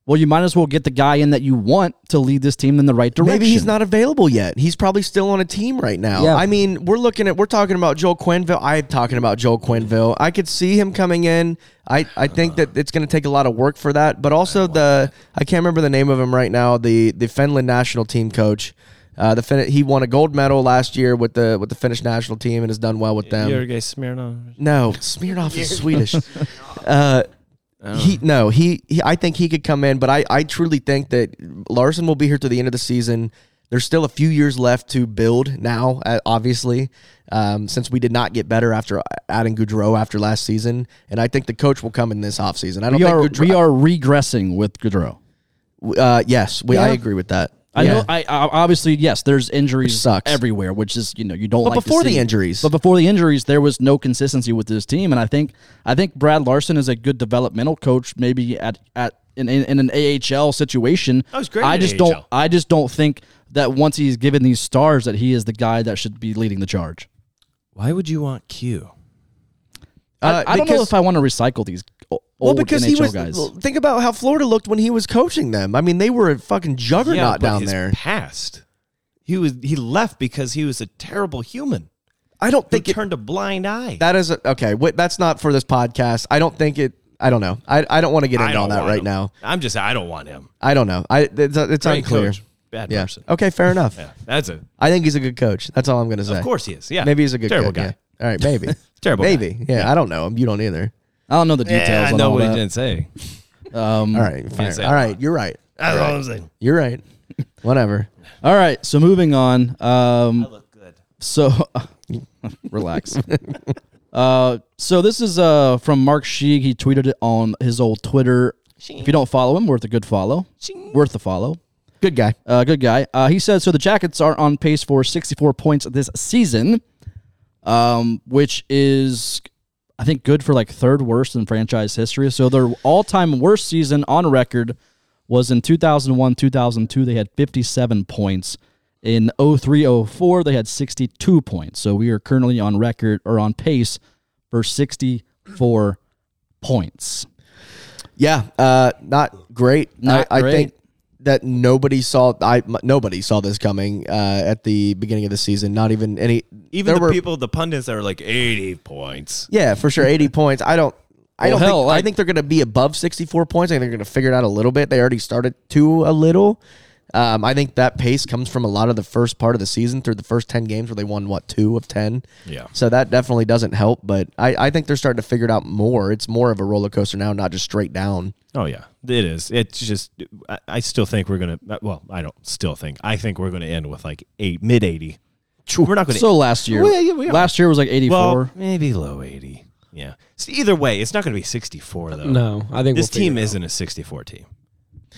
A: well, you might as well get the guy in that you want to lead this team in the right direction.
D: Maybe he's not available yet. He's probably still on a team right now.
F: Yeah.
D: I mean, we're looking at we're talking about Joel Quenville. I'm talking about Joel Quenville. I could see him coming in. I, I think that it's going to take a lot of work for that. But also the I can't remember the name of him right now. The the Finland national team coach. Uh, the fin- he won a gold medal last year with the with the Finnish national team and has done well with them.
E: Jurgen Smirnov.
D: No, Smirnoff is Swedish. Uh, he no he, he I think he could come in, but I I truly think that Larson will be here to the end of the season. There's still a few years left to build now, uh, obviously, um, since we did not get better after uh, adding Goudreau after last season, and I think the coach will come in this offseason. I don't
A: We
D: think
A: are
D: Goudreau.
A: we are regressing with Gaudreau.
D: uh, yes, we, I
F: Yeah.
D: agree with that.
A: I
D: Yeah.
A: know. I, I obviously yes. There's injuries
D: Which sucks.
A: everywhere, which is you know you don't.
D: But
A: like to
D: before the
A: see.
D: injuries.
A: but before the injuries, there was no consistency with this team, and I think I think Brad Larson is a good developmental coach, maybe at at in, in, in an AHL situation.
D: Oh,
E: I was great
A: I
E: at
A: just
E: AHL.
A: don't. I just don't think that once he's given these stars, that he is the guy that should be leading the charge.
E: Why would you want Q?
A: I,
D: Uh,
A: I don't know
D: because-
A: if I want to recycle these o-
D: Well,
A: old
D: because
A: NHL
D: he was.
A: guys.
D: Think about how Florida looked when he was coaching them. I mean, they were a fucking juggernaut down there.
E: Past. He was he left because he was a terrible human.
D: I don't
E: They
D: think it,
E: turned a blind eye.
D: That is a, okay. Wait, that's not for this podcast. I don't think it. I don't know. I, I don't want to get
E: I
D: into
E: don't
D: all that
E: want
D: right
E: him.
D: now.
E: I'm just I don't want him.
D: I don't know. I it's, it's
E: Great
D: unclear.
E: coach, bad
D: Yeah.
E: person.
D: Okay. Fair enough.
E: Yeah, that's it.
D: I think he's a good coach. That's all I'm gonna say.
E: Of course he is. Yeah,
D: Maybe he's a good
E: terrible
D: coach,
E: guy.
D: yeah. All right. Maybe.
E: <laughs> Terrible guy.
D: Maybe. Yeah, I don't know him. You don't either.
A: I don't know the details.
E: Yeah, I
A: on
E: know
A: all
E: what he
A: that.
E: didn't say.
D: all right. Fine.
E: Mm, say
D: All right. You're right.
E: That's all I'm saying. <laughs>
D: You're right. Whatever.
A: All right, so moving on. Um,
G: Look good.
A: So, <laughs> relax. uh, so this is uh from Mark Sheeg. He tweeted it on his old Twitter. If you don't follow him, worth a good follow. Worth a follow.
D: Good guy.
A: Uh, good guy. Uh, he said so. The Jackets are on pace for 64 points this season, um, which is, I think, good for like third worst in franchise history. So their all-time worst season on record was in 2001 2002. They had 57 points. In 03 04, they had 62 points. So we are currently on record or on pace for 64 points.
D: Yeah, uh, not great.
A: Not
D: I, I
A: great.
D: think that nobody saw. I m- nobody saw this coming uh, at the beginning of the season. Not even any.
E: Even
D: there
E: the
D: were-
E: people, the pundits that are like 80 points.
D: Yeah, for
A: <laughs>
D: sure. 80 points. I don't. I
A: Well,
D: don't
A: hell,
D: think, I
A: like-
D: think they're going to be above 64 points. I think they're going to figure it out a little bit. They already started to a little. Um, I think that pace comes from a lot of the first part of the season through the first 10 games where they won, what, two of 10?
E: Yeah.
D: So that definitely doesn't help, but I, I think they're starting to figure it out more. It's more of a roller coaster now, not just straight down.
E: Oh yeah, it is. It's just I, I still think we're gonna. Well, I don't still think. I think we're gonna end with like eight mid 80. We're not gonna.
A: So last year,
E: Well, yeah, yeah, we are.
A: last year was like 84.
E: well, maybe low 80. Yeah. So either way, it's not gonna be 64 though.
F: No, I think
E: this
F: we'll figure
E: team
F: it out.
E: isn't a 64 team.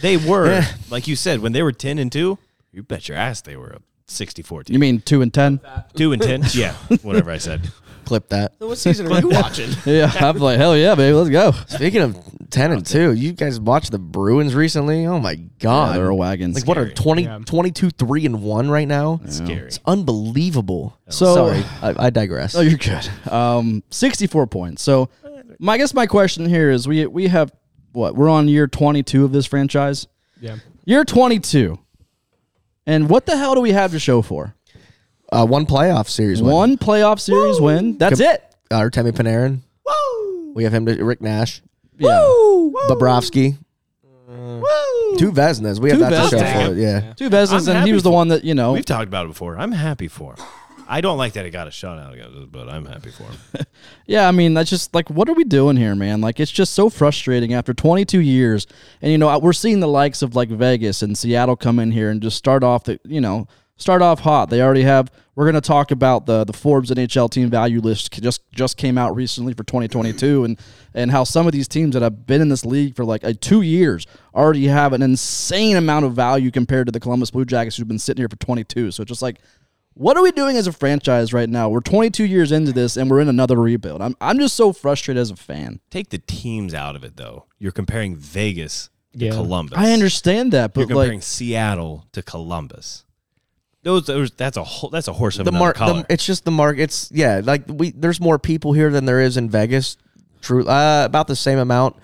E: They were
A: Eh.
E: like you said when they were 10 and two. You bet your ass they were a 64 team.
A: you mean 2 and 10?
E: two
A: <laughs>
E: and 10? yeah, whatever I said.
D: Clip that.
G: So what season are you watching?
A: Yeah, I'm like, hell yeah, baby, let's go.
D: Speaking of 10 and 2, you guys watched the Bruins recently? Oh my God.
A: they're a wagon.
D: Like, what are 20, 22, 3 and 1 right now?
E: Scary.
D: It's unbelievable.
A: So- <laughs>
D: sorry, I, I digress.
A: Oh, you're good. Um, 64 points. So, my I guess my question here is we we have what we're on year 22 of this franchise.
F: Yeah.
A: Year 22, and what the hell do we have to show for?
D: uh, one playoff series. win.
A: One playoff series win. That's
D: Com-
A: it.
D: Uh, Artemi Panarin. Whoa. We have him. To, Rick Nash.
A: Yeah.
D: Bobrovsky. Two Vesnas. We have
A: Two
D: that to show
A: Vesnas.
D: for it. Yeah.
A: Two Vesnas,
E: I'm
A: and
E: happy
A: he was the
E: for-
A: one that you know.
E: We've talked about it before. I'm happy for him. I don't like that he got a shutout, against us, but I'm happy for him.
A: Yeah, I mean, that's just like, what are we doing here, man? Like, it's just so frustrating after 22 years. And, you know, I- we're seeing the likes of like Vegas and Seattle come in here and just start off the, you know, start off hot. They already have, we're going to talk about the, the Forbes NHL team value list c- just, just came out recently for 2022 and, and how some of these teams that have been in this league for like uh, two years already have an insane amount of value compared to the Columbus Blue Jackets who've been sitting here for 22. So just like, What are we doing as a franchise right now? We're 22 years into this and we're in another rebuild. I'm, I'm just so frustrated as a fan.
E: Take the teams out of it though. You're comparing Vegas to
F: Yeah.
E: Columbus.
A: I understand that,
E: You're
A: but
E: comparing
A: like
E: Seattle to Columbus. Those, those that's a whole that's a horse of
D: the
E: another
D: mark
E: color.
D: the, it's just the mark it's yeah like we there's more people here than there is in vegas true uh, about the same amount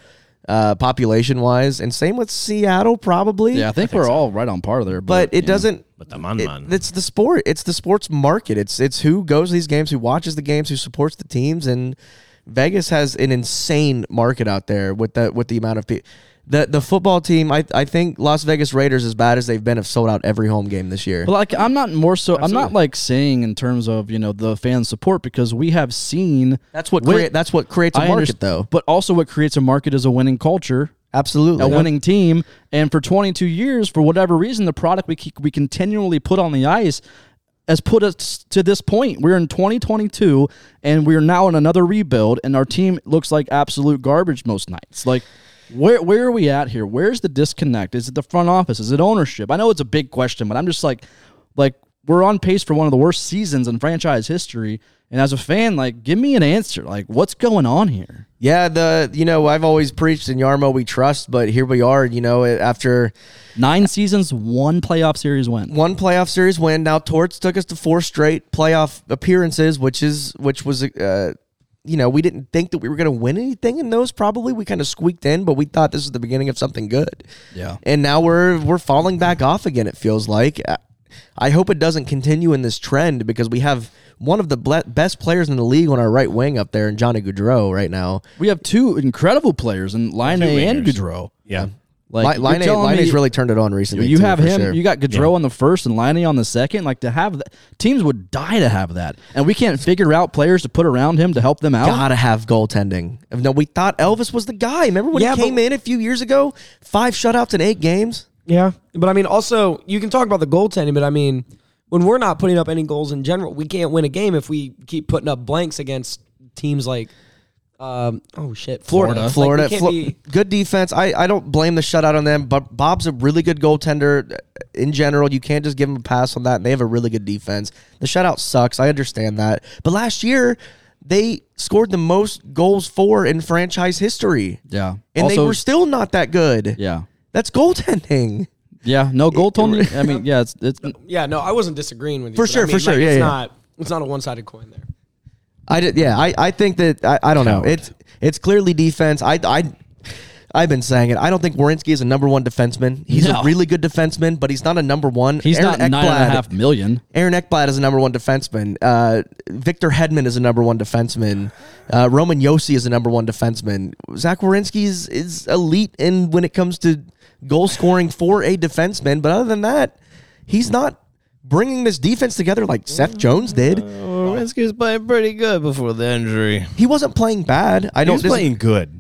D: uh, population wise and same with seattle probably
A: yeah, I think, we're all right on par there.
D: but
A: But,
D: it
A: yeah.
D: doesn't
E: but the man
D: it-
E: man.
D: it's the sport it's the sports market it's it's who goes to these games who watches the games who supports the teams and vegas has an insane market out there with the with the amount of people the, the football team, I, I think Las Vegas Raiders, as bad as they've been, have sold out every home game this year.
A: But like I'm not more so I'm not like saying in terms of, you know, the fan support because we have seen
D: That's what
A: Wait,
D: crea- that's what creates a
A: I
D: market,
A: underst-
D: though.
A: But also what creates a market is a winning culture,
D: Absolutely,
A: a winning team, and for 22 years for whatever reason the product we keep, we continually put on the ice has put us to this point. We're in 2022 and we're now in another rebuild and our team looks like absolute garbage most nights. Like where where are we at here? Where's the disconnect? Is it the front office? Is it ownership? I know it's a big question, but I'm just like like we're on pace for one of the worst seasons in franchise history. And as a fan, like give me an answer. Like what's going on here?
D: Yeah, the you know I've always preached in Yarmo we trust, but here we are. You know after
A: Nine seasons, one playoff series win.
D: one playoff series win, now Torts took us to four straight playoff appearances, which is which was uh, you know we didn't think that we were going to win anything in those. Probably we kind of squeaked in, but we thought this was the beginning of something good.
A: Yeah.
D: and now we're we're falling back off again. It feels like. I- I hope it doesn't continue in this trend because we have one of the ble- best players in the league on our right wing up there in Johnny Gaudreau right now.
A: We have two incredible players in Line and
E: wingers.
A: Goudreau.
E: yeah.
A: Like
D: Line,
A: you're telling
D: Line's
A: me-
D: really turned it on recently.
A: You
D: too,
A: have
D: for
A: him.
D: sure.
A: You got Gaudreau on the first and Liney on the second. Like to have that, teams would die to have that, and we can't figure out players to put around him to help them out.
D: gotta have goaltending. No, we thought Elvis was the guy. Remember when
F: Yeah,
D: he came
F: but-
D: in a few years ago? Five shutouts in eight games.
F: Yeah. But I mean, also, you can talk about the goaltending, but I mean, when we're not putting up any goals in general, we can't win a game if we keep putting up blanks against teams like, um, oh shit, Florida. Like,
D: Florida,
F: we can't
D: Flo-
F: be-
D: good defense. I, I don't blame the shutout on them, but Bob's a really good goaltender in general. You can't just give him a pass on that. And they have a really good defense. The shutout sucks. I understand that. But last year, they scored the most goals for in franchise history.
A: Yeah.
D: And they
A: Also-
D: were still not that good.
A: yeah,
D: That's goaltending.
A: yeah. No goaltending. I mean, yeah, it's, it's
F: yeah, no, I wasn't disagreeing with you.
D: For
F: but I
D: sure,
F: mean,
D: for sure.
F: like,
D: Yeah,
F: it's
D: yeah.
F: Not, it's not a one sided coin there.
D: I did, yeah, I, I think that I, I don't know. It's it's clearly defense. I I I've been saying it. I don't think Warinsky is a number one defenseman. He's
A: No.
D: a really good defenseman, but he's not a number one.
A: he's not nine and a half million.
D: Aaron Ekblad is a number one defenseman. Uh, Victor Hedman is a number one defenseman. Uh, Roman Yossi is a number one defenseman. Zach Wierenski is, is elite in when it comes to goal scoring for a defenseman. But other than that, he's not bringing this defense together like Seth Jones did.
E: Wierenski was playing pretty good before the injury.
D: He wasn't playing bad. I
E: He
D: don't.
E: was
D: dis-
E: playing good.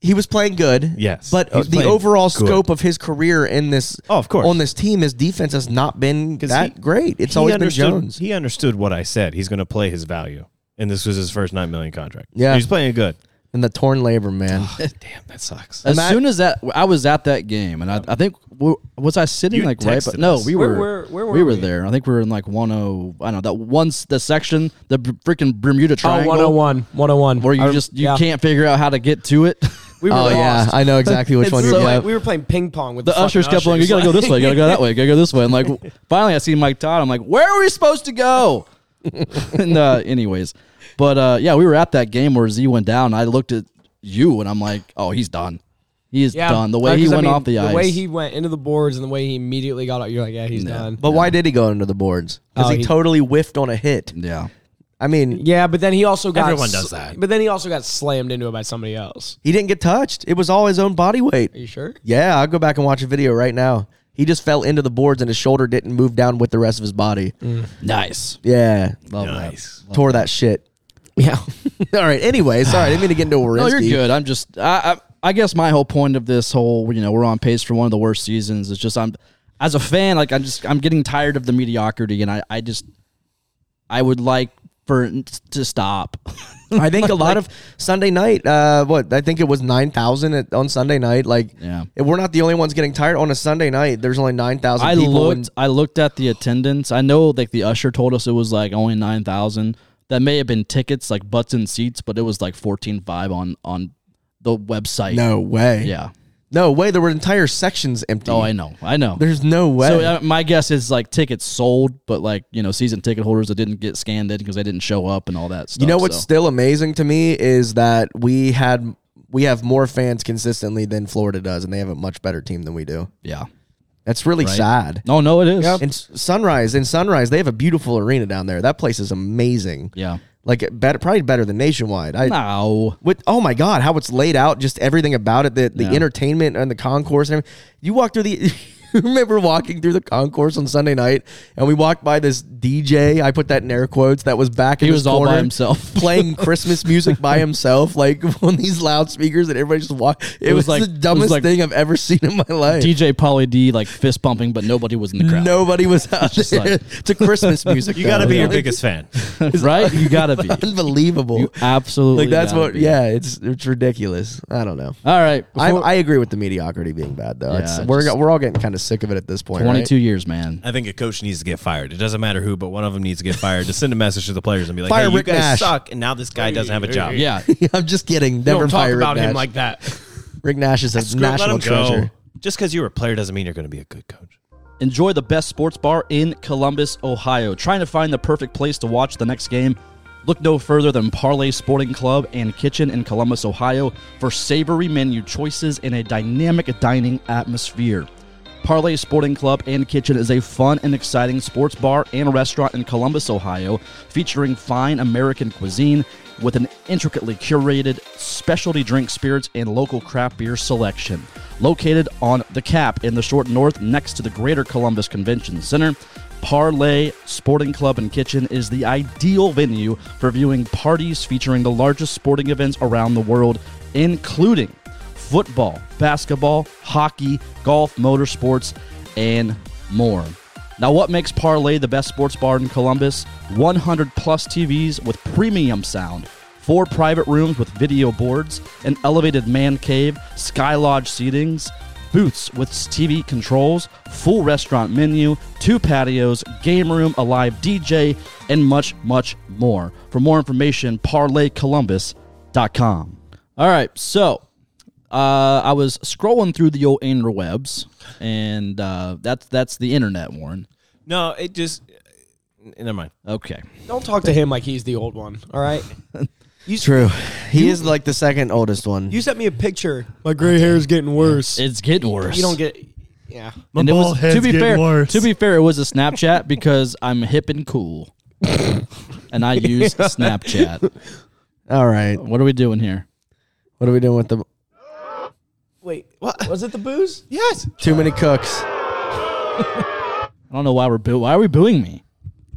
D: He was playing good.
E: Yes.
D: but
E: He's
D: the
E: playing
D: overall
E: good.
D: scope of his career in this,
E: Oh, of course.
D: on this team, his defense has not been
E: 'Cause
D: that
E: he-
D: great. It's
E: he
D: always been
E: understood-
D: Jones.
E: He understood what I said. He's going to play his value, and this was his first nine million contract.
D: Yeah.
E: he's playing good.
D: and the torn labor, man.
E: <laughs> Damn, that sucks.
A: As
D: Matt-
A: soon as that, I was at that game, and I, I think w- was I sitting
E: You
A: like right? But
E: texted
A: no,
E: us.
A: we
F: Where
A: were
F: were- where were
A: we were
F: we?
A: there. I think we were in like one oh. I don't know that once the section the b- freaking Bermuda
F: Oh,
A: Triangle
F: 101. 101.
A: where you
F: I-
A: just you
F: yeah.
A: can't figure out how to get to it. <laughs>
F: We were
D: oh
F: lost.
D: yeah, I know exactly which
F: It's
D: one
F: so
D: you're
F: like-
D: talking
F: we were playing ping pong with the,
A: the ushers
F: fucking
A: kept going, you gotta go
F: ushers."
A: this way, you gotta go that way, you gotta go this way.
F: <laughs>
A: And like finally I see Mike Todd. I'm like, where are we supposed to go? <laughs> and uh, anyways. But uh, yeah, we were at that game where Z went down. I looked at you and I'm like, oh, he's done. He is done. The way
F: Uh,
A: he
F: 'cause, I
A: went
F: mean,
A: off the, ice.
F: The way he went into the boards and the way he immediately got out, you're like, yeah, he's done.
D: But why did he go under the boards? Because
F: Oh,
D: he,
F: he-
D: totally whiffed on a hit.
A: yeah.
D: I mean,
F: yeah, but then he also got
E: Everyone
F: sl-
E: does that.
F: But then he also got slammed into it by somebody else.
D: he didn't get touched. It was all his own body weight.
F: Are you sure?
D: Yeah, I'll go back and watch a video right now. He just fell into the boards and his shoulder didn't move down with the rest of his body.
E: Mm.
A: Nice.
D: Yeah,
A: Love
E: nice.
D: tore that shit.
F: Yeah.
D: <laughs> all right. Anyway, sorry, I didn't mean to get
E: <laughs>
D: into a
A: that. No,
D: Warinsky.
A: you're good. I'm just I, I I guess my whole point of this whole, you know, we're on pace for one of the worst seasons is just I'm as a fan, like I'm just I'm getting tired of the mediocrity and I, I just I would like for to stop. <laughs>
D: I think a lot of Sunday night, uh, what I think it was nine thousand on Sunday night. Like,
A: Yeah.
D: if we're not the only ones getting tired on a Sunday night. There's only nine thousand.
A: I
D: people
A: looked.
D: and-
A: I looked at the attendance. I know like the usher told us it was like only nine thousand. That may have been tickets, like butts and seats, but it was like fourteen five on on the website.
D: no way.
A: Yeah.
D: No way. There were entire sections empty.
A: Oh, I know. I know.
D: There's no way.
A: So uh, my guess is like tickets sold, but like you know season ticket holders that didn't get scanned in because they didn't show up and all that stuff.
D: you know what's
A: so.
D: still amazing to me is that we had we have more fans consistently than Florida does, and they have a much better team than we do.
A: Yeah.
D: That's really sad.
A: No, no, it is.
D: And S- Sunrise, in Sunrise, they have a beautiful arena down there. That place is amazing.
A: Yeah.
D: Like better, probably better than nationwide. I
A: No.
D: with oh my god, how it's laid out, just everything about it, the, the entertainment and the concourse and everything. You walk through the <laughs> you remember walking through the concourse on Sunday night and we walked by this DJ, I put that in air quotes, that was back in
A: He
D: this
A: was all by
D: corner
A: himself.
D: <laughs> playing Christmas music
A: <laughs>
D: by himself, like <laughs> on these loudspeakers that everybody just walked. It, was,
A: was like-
D: the
A: it was
D: dumbest
A: like-
D: thing I've ever seen in my life.
A: DJ Polly D like fist pumping, but nobody was in the crowd.
D: Nobody was out
A: just
D: there to Christmas music.
E: You got to
D: though.
E: be your
D: Like,
E: biggest fan.
A: <laughs> right? You gotta
D: <laughs>
A: be.
D: unbelievable.
A: You absolutely.
D: like that's
A: gotta
D: what
A: be.
D: yeah, it's it's ridiculous. I don't know.
A: All right.
D: I,
A: before-
D: I agree with the mediocrity being bad though. It's-
A: Yeah,
D: we're
A: just-
D: we're all getting kind of sick of it at this point. right? <laughs>
A: 22 years, man.
E: I think a coach needs to get fired. It doesn't matter who, but one of them needs to get fired to send a message to the players and be like,
D: Fire
E: "Hey, you
D: Rick
E: guys
D: Nash."
E: suck," and now this guy doesn't have a job.
A: Yeah.
D: I'm just kidding. Never
E: don't talk
D: fire
E: about
D: Rick
E: him
D: Nash.
E: like that.
D: Rick Nash is a
E: <laughs> Screw- let
D: national
E: him go.
D: treasure.
E: Just because you're a player doesn't mean you're going to be a good coach.
A: Enjoy the best sports bar in Columbus, Ohio. Trying to find the perfect place to watch the next game? Look no further than Parlay Sporting Club and Kitchen in Columbus, Ohio for savory menu choices and a dynamic dining atmosphere. Parlay Sporting Club and Kitchen is a fun and exciting sports bar and restaurant in Columbus, Ohio, featuring fine American cuisine with an intricately curated specialty drink spirits and local craft beer selection. Located on the Cap in the Short North next to the Greater Columbus Convention Center, Parlay Sporting Club and Kitchen is the ideal venue for viewing parties featuring the largest sporting events around the world, including football, basketball, hockey, golf, motorsports, and more. Now, what makes Parlay the best sports bar in Columbus? 100 plus TVs with premium sound, four private rooms with video boards, an elevated man cave, sky lodge seatings, booths with TV controls, full restaurant menu, two patios, game room, a live DJ, and much, much more. For more information, parlaycolumbus.com. All right, so uh, I was scrolling through the old interwebs, and uh, that's that's the internet, Warren.
E: No, it just. uh, Never mind.
A: Okay,
F: Don't talk to him like he's the old one. All right.
D: True. He is like the second oldest one.
F: You sent me a picture. My gray hair is getting worse.
A: it's getting worse.
F: You don't get. Yeah.
A: and it was, to be fair. To be fair, it was a Snapchat <laughs> because I'm hip and cool, and
F: <laughs>
A: I use Snapchat.
D: All right.
A: What are we doing here?
D: What are we doing with the
F: Wait. What was it? The booze?
E: Yes,
D: too many cooks?
A: I don't know why we're boo. Why are we booing me?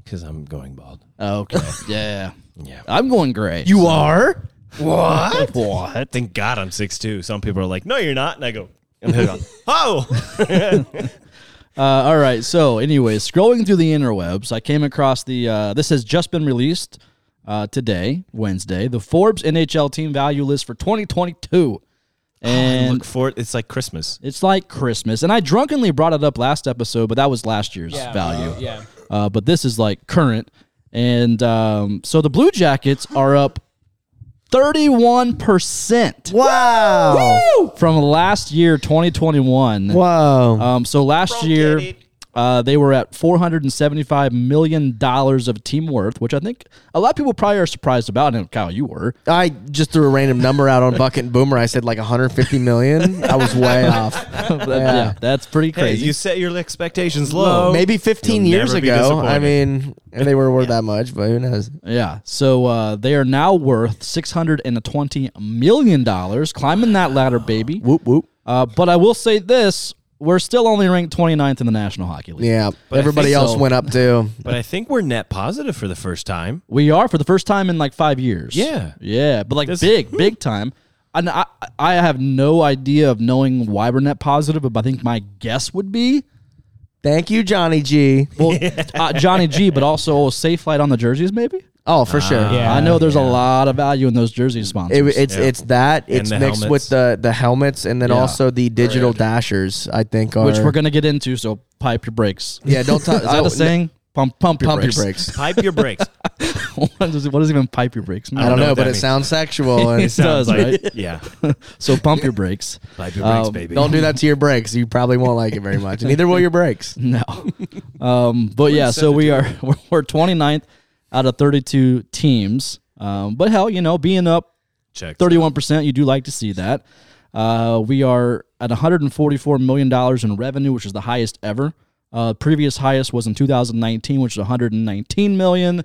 E: because I'm going bald.
A: Oh,
F: <laughs>
A: okay, yeah,
E: Yeah.
A: I'm going gray.
D: You are?
E: What? what? Thank God I'm 6'2". Some people are like, "No, you're not," and I go, "I'm hooked on." <laughs> Oh,
A: Uh, all right. So, anyways, scrolling through the interwebs, I came across the. Uh, this has just been released uh, today, Wednesday. The Forbes NHL team value list for 2022, and
E: look for it. It's like Christmas.
A: it's like Christmas. And I drunkenly brought it up last episode, but that was last year's
F: Yeah.
A: value.
F: Yeah.
A: Uh, but this is like current, and um, so the Blue Jackets are up 31 percent
D: Wow.
A: from last year, 2021.
D: Wow.
A: Um, so last year, uh, they were at four hundred and seventy-five million dollars of team worth, which I think a lot of people probably are surprised about. And Kyle, you were.
D: I just threw a random number out on Bucket and Boomer. I said like 150 million. I was
E: <laughs>
D: way off.
A: Yeah,
D: Yeah.
A: that's pretty
E: Hey,
A: crazy.
E: you set your expectations low.
D: Maybe 15
E: You'll
D: years
E: never be
D: ago. I
E: disappointed.
D: mean, if they were worth that much, but who knows?
A: yeah, so uh, they are now worth six hundred and twenty million dollars, climbing that ladder, baby.
D: Whoop whoop.
A: Uh, but I will say this: we're still only ranked 29th in the National Hockey League.
D: Yeah.
E: I
D: Everybody
E: think
D: else
E: so.
D: went up too.
E: But I think we're net positive for the first time.
A: We are for the first time in like five years.
E: Yeah.
A: yeah, but like
E: This-
A: big, big time. And I, I have no idea of knowing why we're net positive, but I think my guess would be
D: Thank you, Johnny G.
E: <laughs>
A: Well, uh, Johnny G, but also Safe Flight on the jerseys, maybe.
D: Oh,
E: Ah.
D: for sure.
F: Yeah.
A: I know there's a lot of value in those jersey sponsors.
D: It, it's
E: Yeah.
D: it's that
E: And
D: it's
E: the
D: mixed
E: helmets.
D: with the the helmets and then
A: Yeah.
D: also the digital dashers. I think are
A: which we're gonna get into. So pipe your brakes.
D: <laughs> yeah.
A: <laughs>
D: Don't talk.
A: Is that
D: oh,
A: a saying? Pump, pump your
D: Pump your
A: brakes.
D: brakes.
E: Pipe your
D: <laughs>
E: brakes.
A: <laughs> what, does, what does even pipe your brakes mean?
D: I don't know,
E: what
D: but
E: that
D: it
E: means. <laughs>
D: sounds sexual.
A: It
D: And
A: does, right?
E: yeah.
A: <laughs> So pump your brakes.
E: Pipe your brakes,
A: Um,
E: baby.
D: <laughs> don't do that to your brakes. You probably won't like it very much. Neither will your
A: <laughs>
D: brakes.
A: No. Um, but yeah, so we are we're, <laughs> we're 29th out of 32 teams. Um, but hell, you know, being up
E: Check.
A: 31%, you do like to see that. Uh, we are at 144 million dollars in revenue, which is the highest ever. Uh, previous highest was in 2019, which is 119 million.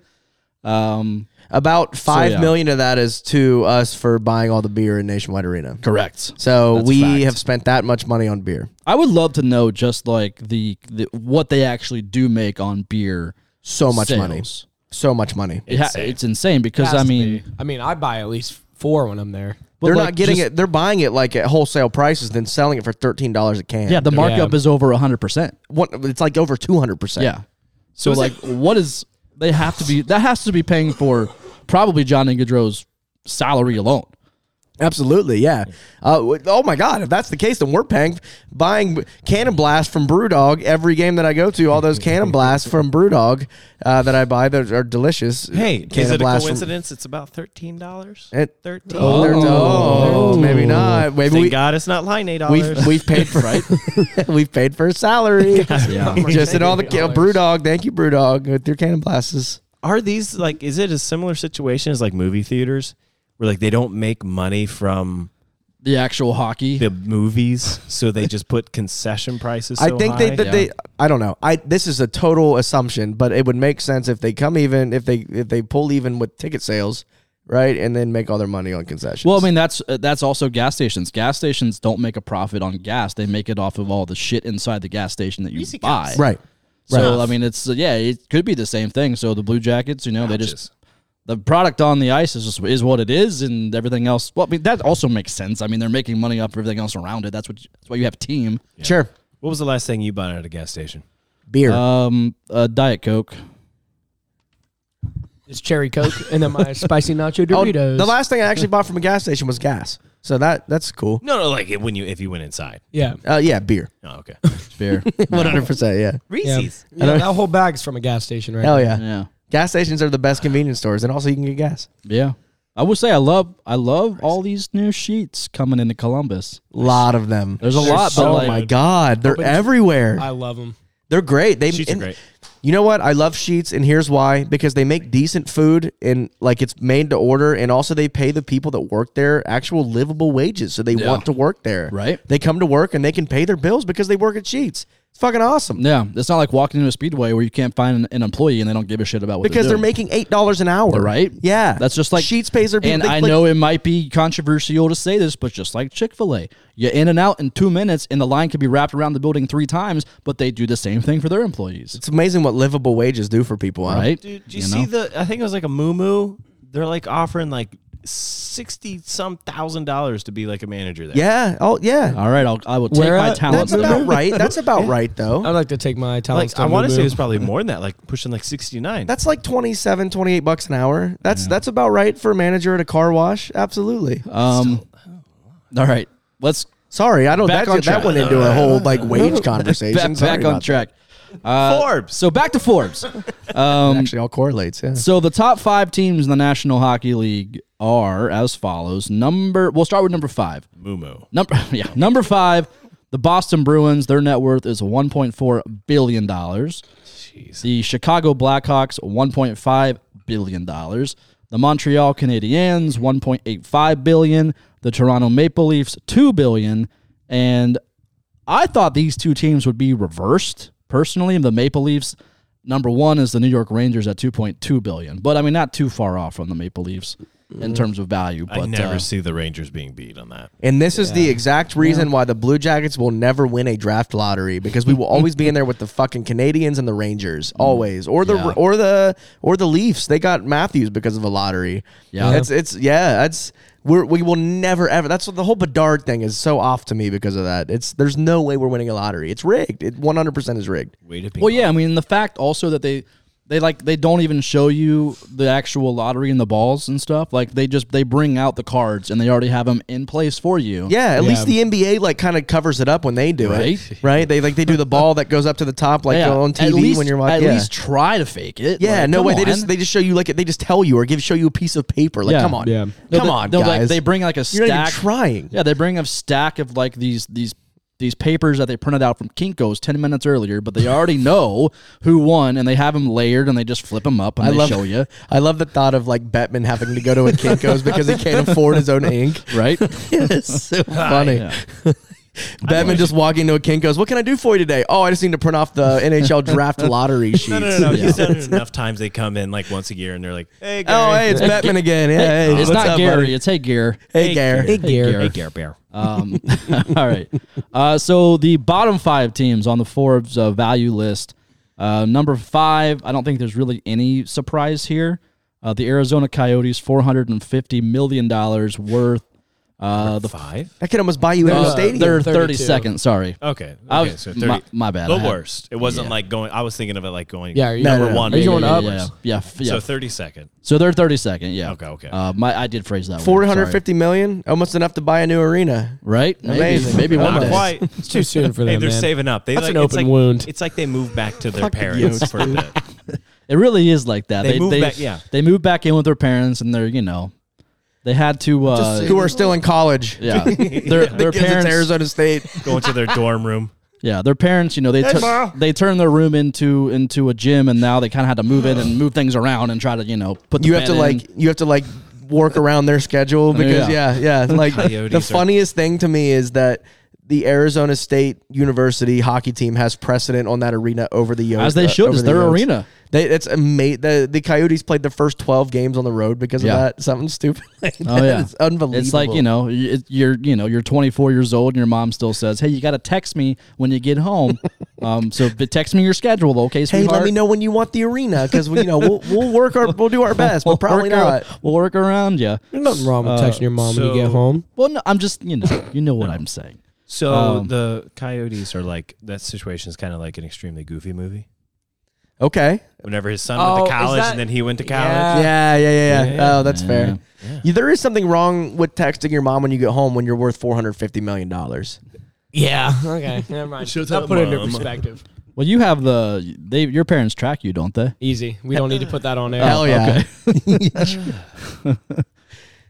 A: Um,
D: About five million
A: yeah.
D: of that is to us for buying all the beer in Nationwide Arena.
A: correct.
D: So
A: That's a
D: we
A: fact.
D: have spent that much money on beer.
A: I would love to know just like the, the what they actually do make on beer.
D: So much money.
A: sales.
D: So much money.
A: It ha- It's insane, because I
F: Has to
A: mean,
F: be. I mean, I buy at least four when I'm there.
A: but,
D: they're
A: like,
D: not getting
A: just-
D: it. They're buying it like at wholesale prices, then selling it for thirteen dollars a can.
A: Yeah, the markup
F: Yeah.
A: is over 100%.
D: One- it's like over two hundred percent.
A: Yeah. So like what is they have to be that has to be paying for probably John and Gaudreau's salary alone.
D: Absolutely, yeah. Uh, w- oh my God, if that's the case, then we're paying buying Cannon Blast from BrewDog every game that I go to. All those Cannon Blasts from BrewDog uh, that I buy that are delicious.
E: Hey, is
D: Cannon
E: it a
D: Blast from-
E: coincidence? It's about thirteen dollars.
D: It-
E: Thirteen.
D: oh, they're- oh, maybe not. Maybe
E: Thank
D: we,
E: God it's not line eight dollars.
D: we've we've paid for <laughs> we've paid for a salary. <laughs> Just in all the ca- BrewDog. Thank you, BrewDog, with your Cannon Blasts.
E: Are these like? Is it a similar situation as like movie theaters, where like they don't make money from
A: The actual hockey.
E: the movies, so they just put concession prices?
D: I
E: so
D: think
E: high?
D: they, that they I don't know. I this is a total assumption, but it would make sense if they come even if they if they pull even with ticket sales, right? And then make all their money on concessions.
A: well, I mean that's uh, that's also gas stations. Gas stations don't make a profit on gas. They make it off of all the shit inside the gas station that you buy.
D: right.
A: So I mean it's uh, yeah, it could be the same thing. So the Blue Jackets, you know, they just the product on the ice is just, is what it is, and everything else. Well, I mean that also makes sense. I mean they're making money off everything else around it. That's what you- that's why you have team.
D: Sure.
E: What was the last thing you bought at a gas station?
D: Beer.
A: Um, uh, Diet Coke.
F: It's cherry coke and then
A: <laughs>
F: my spicy nacho
D: Oh,
F: Doritos.
D: the last thing I actually bought from a gas station was gas. So that that's cool.
E: No, no, like when you if you went inside.
F: yeah.
D: Uh, yeah, beer. <laughs>
E: Oh, okay.
A: Beer.
D: 100%, yeah.
F: Yeah. Yeah, that whole bag's from a gas station, right?
D: Hell yeah.
A: yeah.
D: Gas stations are the best convenience stores and also you can get gas.
A: Yeah. I would say I love I love all these new sheets coming into Columbus.
D: A lot of them.
A: There's a lot, but
D: oh
A: like
D: my god, they're everywhere.
F: I love them.
D: They're great. They
E: Sheets are
D: and-
E: great.
D: You know what? I love sheets, and here's why: because they make decent food, and like it's made to order, and also they pay the people that work there actual livable wages, so they want to work there.
A: Right.
D: They come to work and they can pay their bills because they work at Sheets. It's fucking awesome
A: yeah, it's not like walking into a speedway where you can't find an, an employee and they don't give a shit about what
D: because they're
A: doing.
D: making eight dollars an hour.
A: right.
D: Yeah.
A: that's just like
D: Sheets pays their people.
A: And
D: They-
A: I
D: like-
A: know it might be controversial to say this, but just like Chick Fil A, you're in and out in two minutes, and the line could be wrapped around the building three times, but they do the same thing for their employees,
D: It's amazing what livable wages do for people. huh?
A: right?
E: Dude, do you, see the? I think it was like a moo moo. They're like offering like sixty some thousand dollars to be like a manager there.
D: Yeah. Oh yeah.
A: All right, I'll, I will take
F: Where
A: my
F: at?
A: talents.
D: That's
A: <laughs>
D: about right. That's about right though.
A: Uh,
F: I'd like to take my talents.
E: Like I want to say it was probably more than that,
D: <laughs>
E: like pushing like sixty nine.
D: That's like 27, 28 bucks an hour. That's that's about right for a manager at a car wash. Absolutely.
A: Um, all right, let's
D: Sorry, I don't.
A: Back
D: That,
A: on track.
D: that went into a whole like <laughs> wage
A: back,
D: conversation. Sorry
A: back
D: about
A: on
D: that.
A: track. Uh,
E: Forbes.
A: So back to Forbes.
D: It actually all correlates. Yeah.
A: So the top five teams in the National Hockey League are as follows. Number we'll start with number five.
E: Moo moo.
A: Number <laughs> yeah, number five, the Boston Bruins. Their net worth is one point four billion dollars. The Chicago Blackhawks one point five billion dollars. The Montreal Canadiens one point eight five billion. The Toronto Maple Leafs two billion. And I thought these two teams would be reversed personally. The Maple Leafs number one is the New York Rangers at two point two billion. But I mean, not too far off from the Maple Leafs in terms of value. But
E: Mm-hmm. I never
A: uh,
E: see the Rangers being beat on that.
D: And this is the exact reason why the Blue Jackets will never win a draft lottery because we will always be in there with the fucking Canadians and the Rangers always, or the or the or the Leafs. They got Matthews because of a lottery.
A: Yeah.
D: it's it's yeah, that's we're, we will never ever. That's what the whole Bedard thing is so off to me because of that. It's there's no way we're winning a lottery. It's rigged. It 100 percent is rigged.
E: Way to be.
A: Well, yeah, I mean the fact also that they They like they don't even show you the actual lottery and the balls and stuff. Like they just they bring out the cards and they already have them in place for you.
D: Yeah, at
F: Yeah.
D: least the NBA like kind of covers it up when they do
A: Right.
D: it, right? They like they do the ball that goes up to the top like
A: Yeah,
D: on TV
A: at least,
D: when you're watching.
A: At
D: yeah.
A: least try to fake it.
D: yeah,
A: Like,
D: no
A: come
D: way. They
A: on.
D: just they just show you like they just tell you or give show you a piece of paper. Like,
A: Yeah.
D: come on,
F: Yeah.
A: No,
D: come
A: they-
D: on,
A: no, like,
D: guys.
A: they bring like a
D: you're
A: stack.
D: not even trying.
A: Yeah, they bring a stack of like these these these papers that they printed out from Kinkos ten minutes earlier, but they
D: <laughs>
A: already know who won, and they have them layered, and they just flip them up, and
D: I
A: they
D: love
A: show you
D: I love the thought of like Bettman having to go to a Kinko's because he
A: <laughs>
D: can't afford his own ink.
A: right.
D: it's so <laughs> funny.
A: yeah.
D: <laughs> Batman just walking into a Kinko's. What can I do for you today? Oh, I just need to print off the NHL
A: <laughs>
D: draft lottery sheets.
E: No, no, no. He's done it enough times. They come in like once a year, and they're like, "Hey, Gary.
D: Oh, hey, it's Batman again. Yeah, <laughs> hey,
A: it's
D: what's
A: not
D: up,
A: Gary.
D: buddy?
A: It's hey Gary.
D: Hey, Gary.
F: Hey, Gary. Uh,
A: Hey, Gary Bear. Um, <laughs> all right. Uh, so the bottom five teams on the Forbes uh, value list. Uh, number five, I don't think there's really any surprise here. Uh, the Arizona Coyotes, four hundred and fifty million dollars worth. Uh, the
E: five.
D: I could almost buy you in
A: uh,
D: a stadium.
A: they're
F: 32.
A: second. Sorry,
E: Okay. Okay.
A: I was-
E: so
A: my,
E: 30,
A: my bad. I
E: the
A: had-
E: worst. It wasn't like going. I was thinking of it like going.
F: Yeah, are you-
E: number
F: No, no, no.
E: one.
F: Are you going
A: Yeah,
F: up?
A: Yeah, yeah, f- yeah. So,
E: So thirty second.
A: they're thirty second. Yeah.
E: Okay, okay.
A: Uh, my I did phrase that. weird,
D: Four hundred
A: sorry.
D: fifty million, almost enough to buy a new arena.
A: Right? Maybe,
D: Amazing.
A: Maybe one
E: Not
A: day.
E: quite.
F: It's too soon for them.
E: Hey, they're
F: man.
E: saving up. They
F: That's
E: like,
F: an
E: it's
F: open
E: like-
F: wound.
E: It's like they move back to their parents for a
F: <laughs>
E: bit.
A: It really is like that.
E: They move back- yeah.
A: They move back in with their parents, and they're you know, they had to. Uh,
D: Who are still in college? <laughs>
A: yeah, their their
D: because it's
A: parents. <laughs>
D: Arizona State.
E: Going to their dorm room.
A: Yeah, their parents. You know, they tur- they turned their room into into a gym, and now they kind of had to move it and move things around and try to you know put. The
D: You have
A: bed
D: to
A: in.
D: like you have to like work around their schedule because
A: Yeah.
D: yeah,
A: <laughs>
D: yeah. Like
E: Coyotes
D: the
E: are-
D: funniest thing to me is that the Arizona State University hockey team has precedent on that arena over the Yo-
A: As they should,
D: over
A: it's
D: the
A: their
D: Yotes.
A: arena.
D: They, it's amazing. The, the Coyotes played the first twelve games on the road because
A: Yeah.
D: of that. <laughs> Something stupid. Like
A: Oh
D: that.
A: yeah,
D: it's unbelievable.
A: It's like you know, y- it, you're you know, you're 24 years old, and your mom still says, "Hey, you got to text me when you get
D: <laughs>
A: home." um, so but text me your schedule, okay?
D: Hey,
A: sweetheart?
D: let me know when you want the arena because you know we'll, we'll work our we'll do our best, but probably
A: work ar-
D: not.
A: we'll work around you.
F: There's nothing wrong with texting your mom when you get
E: so-
F: home.
A: Well, no, I'm just you know, you know what I'm saying.
E: So
A: Um,
E: the coyotes are like that situation is kind of like an extremely goofy movie.
D: Okay.
E: Whenever his son
F: Oh,
E: went
F: is
E: to college
F: that-
E: and then he went to
F: Yeah.
E: college.
D: yeah, yeah, yeah, yeah.
E: Yeah.
D: Oh, that's fair. You- there is something wrong with texting your mom when you get home when you're worth four hundred fifty million dollars.
F: Yeah. <laughs> Okay. Never mind.
E: Shut
F: I'll
E: up,
F: put it into
E: Mom.
F: perspective.
A: Well, you have the they your parents track you, don't they? Oh,
F: Easy. We don't need to put that <laughs> on air.
D: Hell yeah. <laughs>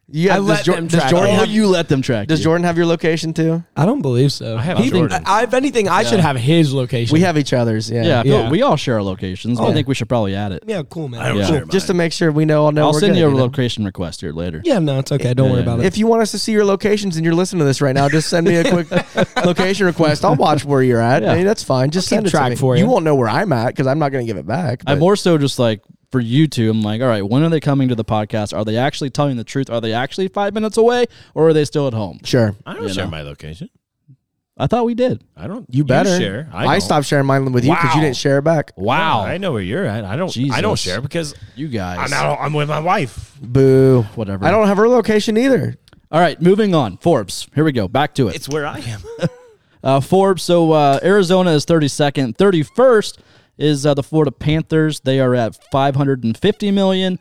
D: you have,
F: I
D: does
F: let
D: Jor-
F: them
D: does
F: track
D: Jordan
F: me.
D: have-
A: Oh, you let them track.
D: does
A: you.
D: Jordan have your location too?
F: I don't believe so.
E: I have
F: He-
E: Jordan.
F: I, if anything, I should have his location.
D: We have each other's. Yeah. Oh,
A: Yeah, I feel-
F: Yeah.
A: we all share our locations. but I
F: Yeah.
A: think we should probably add it.
F: Yeah. Cool, man.
E: I don't
A: Yeah.
E: share
D: Just to
E: mine.
D: make sure we know. I'll know.
A: I'll
D: we're
A: send
D: good,
A: you a
D: know?
A: location request here later.
F: Yeah. No, it's okay. Don't worry about it.
D: If you want us to see your locations and you're listening to this right now, just send me a quick location request. I'll watch where you're at.
A: Yeah.
D: Hey, that's fine. Just
F: I'll
D: send
F: keep
D: it
F: track
D: to me.
F: for you.
D: won't know where I'm at because I'm not going to give it back.
A: I
D: but-
A: more so just like for you two, I'm like, all right, when are they coming to the podcast? Are they actually telling the truth? Are they actually five minutes away or are they still at home?
D: sure.
E: I don't
A: you
E: share
A: know.
E: my location.
A: I thought we did.
E: I don't.
D: You better.
E: share. I,
D: I,
E: don't.
D: stopped sharing mine with you because you
E: Wow.
D: didn't share it back.
A: Wow.
E: I know where you're at. I don't. I don't
A: Jesus.
E: share because
A: You guys.
E: I'm out. I'm with my wife.
D: Boo.
A: Whatever.
D: I don't have her location either.
A: All right, moving on. Forbes. Here we go. Back to it.
E: It's where I am.
A: Uh, Forbes. So uh, Arizona is 32nd. 31st is uh, the Florida Panthers. They are at 550 million.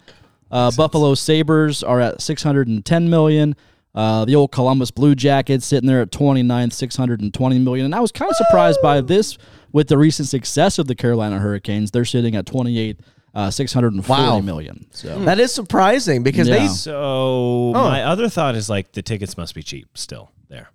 A: Uh, Buffalo Sabres are at 610 million. Uh, the old Columbus Blue Jackets sitting there at 29, 620 million. And I was kind of surprised by this with the recent success of the Carolina Hurricanes. They're sitting at 28, uh, 640
D: Wow.
A: million. So
D: That is surprising because
A: Yeah.
D: they
E: So my other thought is like the tickets must be cheap still there.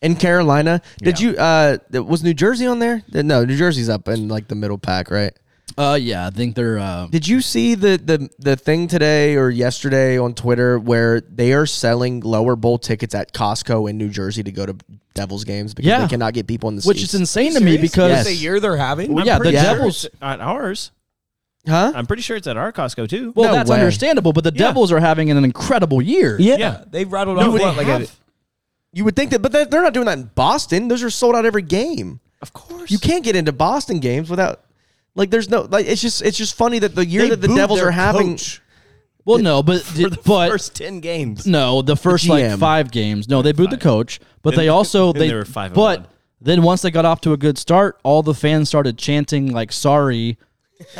D: in Carolina. Did
E: Yeah.
D: you? Uh, th- was New Jersey on there? Th- No, New Jersey's up in like the middle pack, right?
A: uh, yeah, I think they're uh,
D: Did you see the the the thing today or yesterday on Twitter where they are selling lower bowl tickets at Costco in New Jersey to go to Devils games because
A: Yeah.
D: they cannot get people in the
A: which is
D: seats.
A: insane to me because
D: Yes.
F: the year they're having.
A: yeah, the
E: pretty sure
A: Devils
E: it's at ours.
D: huh?
E: I'm pretty sure it's at our Costco too.
A: Well,
D: No
A: that's
D: way.
A: understandable, but the
E: Yeah.
A: Devils are having an incredible year.
F: Yeah,
E: Yeah.
F: they rattled
E: No,
F: off
E: they
F: what, like a,
E: have-
D: You would think that, but they're they're not doing that in Boston. Those are sold out every game.
E: of course.
D: You can't get into Boston games without like there's no like it's just it's just funny that the year
E: They
D: that the
E: booed
D: Devils
E: their
D: are having
E: coach
A: Well, no, but
E: for the
A: <laughs> but
E: first ten games.
A: no, the first like
D: GM.
A: five games. No, they booed the coach, but
E: Then-
A: they also
E: then
A: they,
E: they were five and
A: But
E: one.
A: then once they got off to a good start, all the fans started chanting like "Sorry."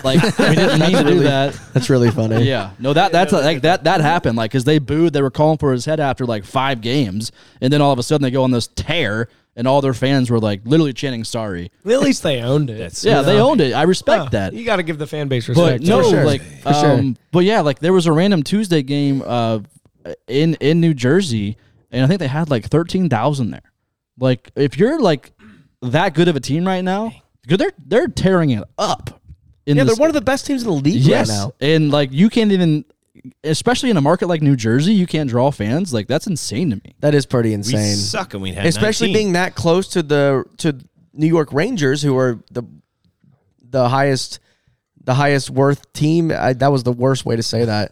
A: Like we didn't mean to do that.
D: That's really funny.
A: Yeah, no, that that's like that that happened. Like, cause they booed, they were calling for his head after like five games, and then all of a sudden they go on this tear, and all their fans were like literally chanting "sorry."
F: At least they owned it.
E: That's-
A: Yeah,
F: you
A: they
F: know?
A: owned it. I respect
F: Huh.
A: that.
F: You got to give the fan base
A: But
F: respect.
A: no,
F: For sure.
A: like,
D: For sure.
A: um, but yeah, like there was a random Tuesday game uh, in in New Jersey, and I think they had like thirteen thousand there. Like, if you're like that good of a team right now, because they're they're tearing it up. In
D: Yeah, they're
A: this-
D: one of the best teams in the league
A: yes,
D: right now.
A: and like you can't even, especially in a market like New Jersey, you can't draw fans. Like that's insane to me.
D: That is pretty
E: We
D: insane.
E: suck and we had
D: Especially
E: 19.
D: being that close to the to New York Rangers, who are the the highest the highest worth team. I, that was the worst way to say that.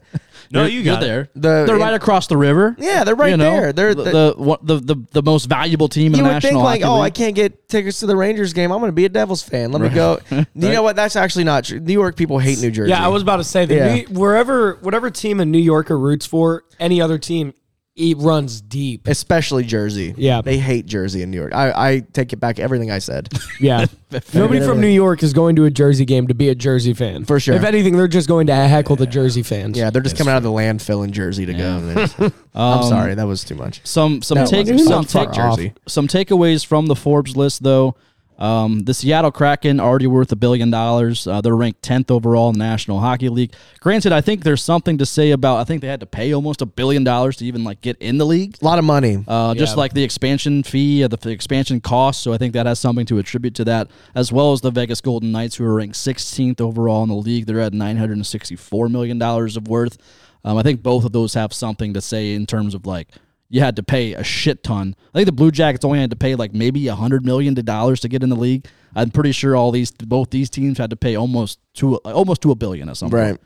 E: no,
A: You're-
E: you
A: you're
E: got there.
A: there.
D: The-
A: they're right across the river.
D: Yeah, they're right
A: You know?
D: there. They're
A: the
D: the-
A: the, what- the, the the most valuable team in
D: you
A: the
D: would think
A: National
D: like,
A: Hockey
D: oh, I
A: League.
D: can't get tickets to the Rangers game. I'm going to be a Devils fan. Let me go. You know what? That's actually not true. New York people hate New Jersey.
F: yeah, I was about to say that
D: Yeah.
F: New- wherever whatever team a New Yorker roots for, any other team, it
D: <laughs>
F: runs deep.
D: especially Jersey.
F: Yeah.
D: they hate Jersey in New York. I, I take it back. Everything
A: <laughs>
D: I said.
F: Yeah. Nobody from New York is going to a Jersey game to be a Jersey fan.
D: For sure.
F: If anything, they're just going to heckle the Jersey fans.
D: Yeah, they're just coming out of the landfill in Jersey to go. And
A: <laughs>
D: they just- I'm
A: Um,
D: sorry, that was too much.
A: Some some
D: No, it
A: take,
D: wasn't.
A: some,
D: Fuck
A: take
D: Jersey.
A: some takeaways from the Forbes list though. Um, the Seattle Kraken already worth a billion dollars. Uh, they're ranked tenth overall in the National Hockey League. Granted, I think there's something to say about. I think they had to pay almost a billion dollars to even like get in the league.
D: A lot of money.
A: Uh, Just like the expansion fee, uh, the, the expansion cost. So I think that has something to attribute to that, as well as the Vegas Golden Knights, who are ranked 16th overall in the league. They're at $964 million of worth. Um, I think both of those have something to say in terms of like, you had to pay a shit ton. I think the Blue Jackets only had to pay like maybe a hundred million dollars to get in the league. I'm pretty sure all these, both these teams had to pay almost to almost to a billion at some
D: right.
A: point.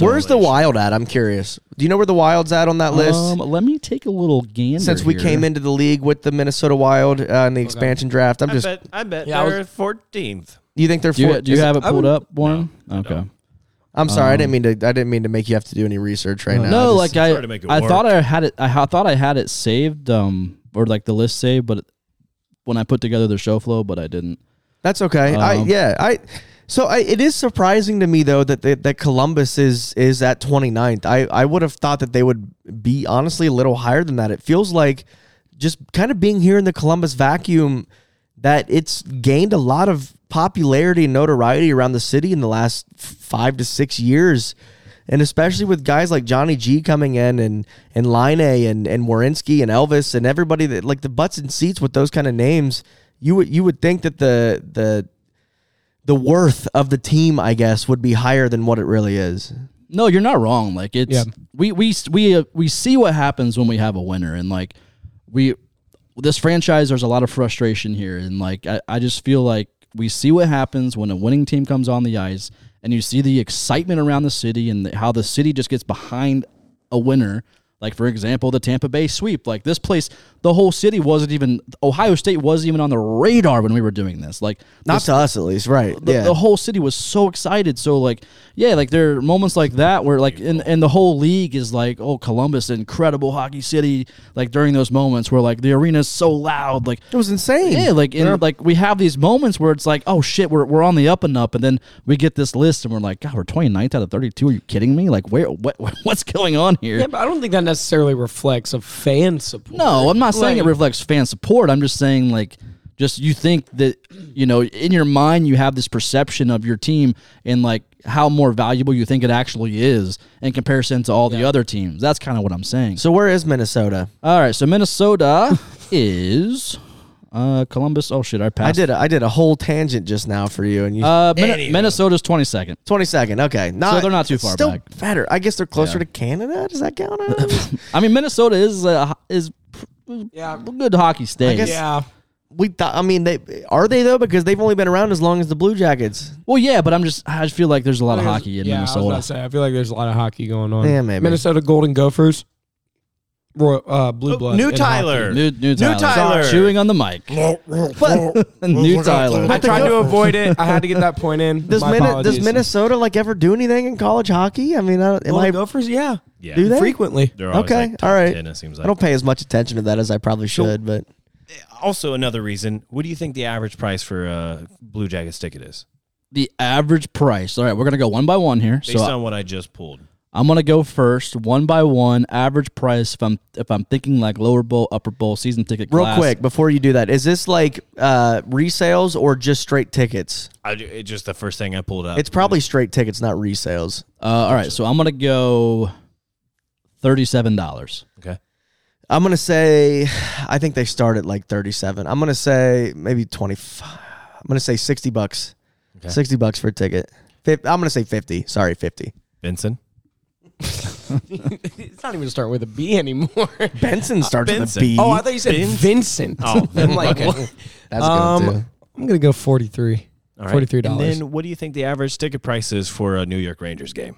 D: Where's the Wild at? I'm curious. Do you know where the Wild's at on that list?
A: Um, let me take a little gander
D: Since we
A: here.
D: came into the league with the Minnesota Wild uh, in the expansion draft, I'm
E: I
D: just.
E: bet, I bet
F: Yeah, I was-
E: they're 14th.
D: You think they're?
A: Do you,
D: four-
A: do you
D: is it-
A: have it pulled up, Warren? okay.
D: I'm sorry, I didn't mean to. I didn't mean to make you have to do any research right now.
A: No,
D: Just-
A: like I,
E: Sorry to make it
A: I
E: work.
A: thought I had it. I ha- thought I had it saved, um, or like the list saved, but when I put together the show flow, but I didn't.
D: That's okay. I
A: Um,
D: yeah. I so I, it is surprising to me though that that that Columbus is is at 29th. I I would have thought that they would be honestly a little higher than that. It feels like just kind of being here in the Columbus vacuum that it's gained a lot of popularity and notoriety around the city in the last f- 5 to 6 years. And especially with guys like Johnny G coming in and and Line and and Warinsky and Elvis and everybody that like the butts and seats with those kind of names, you would you would think that the the the worth of the team, I guess, would be higher than what it really is.
A: No, you're not wrong. Like it's
F: Yeah.
A: we we we uh, we see what happens when we have a winner, and like we this franchise, there's a lot of frustration here, and like I, I just feel like we see what happens when a winning team comes on the ice, and you see the excitement around the city and the, how the city just gets behind a winner. Like for example, the Tampa Bay sweep. Like this place, the whole city wasn't even Ohio State wasn't even on the radar when we were doing this. Like
D: Not to us, at least, right?
A: the,
D: yeah,
A: the whole city was so excited. So like, yeah, like there are moments like that where like, and, and the whole league is like, oh, Columbus, incredible hockey city. Like during those moments where like the arena's so loud, like
D: it was insane.
A: yeah, like and like we have these moments where it's like, oh shit, we're, we're on the up and up, and then we get this list and we're like, God, we're 29th out of 32. Are you kidding me? Like where what <laughs> what's going on here?
F: Yeah, but I don't think that necessarily reflects a fan support.
A: No, I'm not saying it
F: Like-
A: reflects fan support. I'm just saying like just you think that you know in your mind you have this perception of your team and like how more valuable you think it actually is in comparison to all the other teams. That's kind of what I'm saying. So
D: So where is Minnesota?
A: all right, so
F: <laughs>
A: Minnesota is uh Columbus. Oh shit, I passed.
D: I did a, I did a whole tangent just now for you, and you
A: Uh, Min- Minnesota's 22nd.
D: 22nd. Okay, not,
A: they're not too far
D: Still
A: back.
D: better. I guess they're closer to Canada. Does that
A: <laughs>
D: count?
A: I mean, Minnesota is uh, is yeah
F: Yeah.
A: good hockey state.
D: guess-
F: Yeah.
D: we thought. I mean, they are they though because they've only been around as long as the Blue Jackets.
A: Well, yeah, but I'm just I just feel like there's a lot of hockey in
F: yeah, I, was about
A: Minnesota.
F: to say, I feel like there's a lot of hockey going on.
D: Yeah, maybe.
F: Minnesota Golden Gophers, Roy, uh, Blue Blood.
E: New
F: in
E: Tyler.
A: New, new Tyler.
E: Tyler.
A: chewing on the
D: <laughs>
A: mic. <laughs> new Tyler.
F: hockey. I tried to avoid it. I had to get that point in.
D: Does,
F: My
D: Min- does
F: apologies.
D: Minnesota like ever do anything in college hockey? I mean, I, am
F: Golden
D: I,
F: Gophers? Yeah.
E: Yeah.
D: do they?
F: Frequently.
E: They're always
D: Okay,
E: like top
D: all right.
E: 10, it seems
D: I
E: like.
D: don't pay as much attention to that as I probably should, but
E: Also, another reason. What do you think the average price for a Blue Jackets ticket is?
A: the average price. All right, we're gonna go one by one here.
E: based
A: so
E: on what I just pulled.
A: I'm gonna go first, one by one, average price. If I'm if I'm thinking like lower bowl, upper bowl, season ticket.
D: Real
A: class.
D: quick before you do that, is this like uh, resales or just straight tickets?
E: I ju- it's just the first thing I pulled
F: Uh,
E: up.
D: It's probably straight tickets, not resales.
A: Uh, all right, so I'm gonna go thirty-seven dollars.
E: okay.
D: I'm gonna say, <sighs> I think they start at like 37. I'm gonna say maybe 25. I'm gonna say 60 bucks. 60 bucks for a ticket. Fif- I'm gonna say 50. Sorry, 50.
E: Benson.
F: It's not even starting with a
A: <laughs>
F: B anymore.
D: Benson starts with a
E: Benson.
D: B.
F: Oh, I thought you said Vincent.
E: Oh,
F: <laughs> I'm like,
E: okay.
F: what?
D: That's
F: um,
D: good too.
F: I'm gonna go 43.
E: All right.
F: $43.
E: And then what do you think the average ticket price is for a New York Rangers game?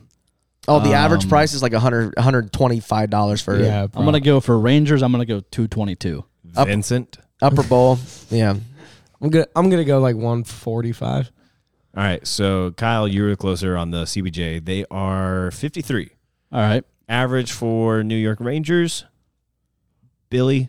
D: Oh, the average price is like 100, 125 dollars for
F: Yeah,
A: I'm gonna go for Rangers. I'm gonna go two twenty-two.
D: Up-
E: Vincent.
D: upper bowl. Yeah,
F: I'm gonna I'm gonna go like 145.
E: All right. So Kyle, you were closer on the CBJ. They are 53.
A: All right,
E: Average for New York Rangers. Billy,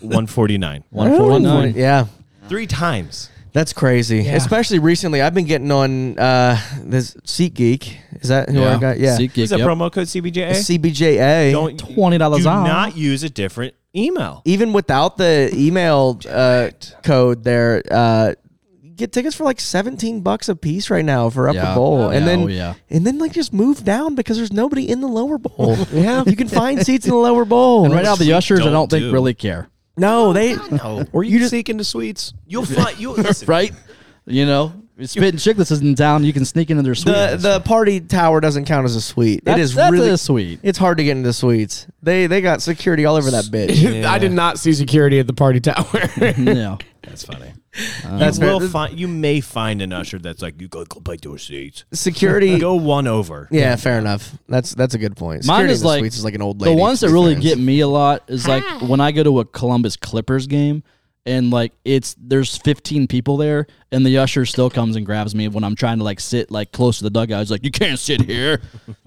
E: 149.
A: one four one nine.
D: yeah.
E: Three times.
D: That's crazy. Especially recently, I've been getting on uh, this SeatGeek. Is that who I got? Yeah,
A: SeatGeek,
E: Is that
A: yep.
E: promo code CBJA?
D: CBJA.
E: Don't
A: $20
E: Do
A: off.
E: not use a different email.
D: even without the email uh, code there, uh, you get tickets for like seventeen bucks a piece right now for upper
A: Yeah.
D: bowl, and
A: Yeah,
D: then
A: oh, yeah.
D: and then like just move down because there's nobody in the lower bowl. yeah, you can find seats in the lower bowl.
A: And right now, the ushers I
E: don't
A: don't think
E: do.
A: really care.
D: no, they
E: No.
F: Were you, just sneaking to suites?
E: Oh. You'll find you listen.
A: <laughs> right? You know, spitting chicklets isn't down. You can sneak into their suite.
D: the
A: <laughs>
D: the party tower doesn't count as a suite.
A: That's-
D: it is
A: that's
D: really
A: a suite.
D: It's hard to get into the suites. They they got security all over that bitch. <laughs>
F: <laughs> I did not see security at the
A: <laughs>
F: party tower.
A: no.
E: That's funny.
D: That's
E: you will
D: fair.
E: find you may find an usher that's like you go, go back to your seats.
D: Security.
E: Go one over.
D: Yeah, fair enough. That's that's a good point.
A: Mine
D: Security
A: is
D: in the
A: like,
D: suites is like an old lady.
A: the ones that
D: She's
A: really
D: fans.
A: get me a lot is like when I go to a Columbus Clippers game and like it's there's 15 people there and the usher still comes and grabs me when I'm trying to like sit like close to the dugout. He's like, "You can't sit <laughs> here."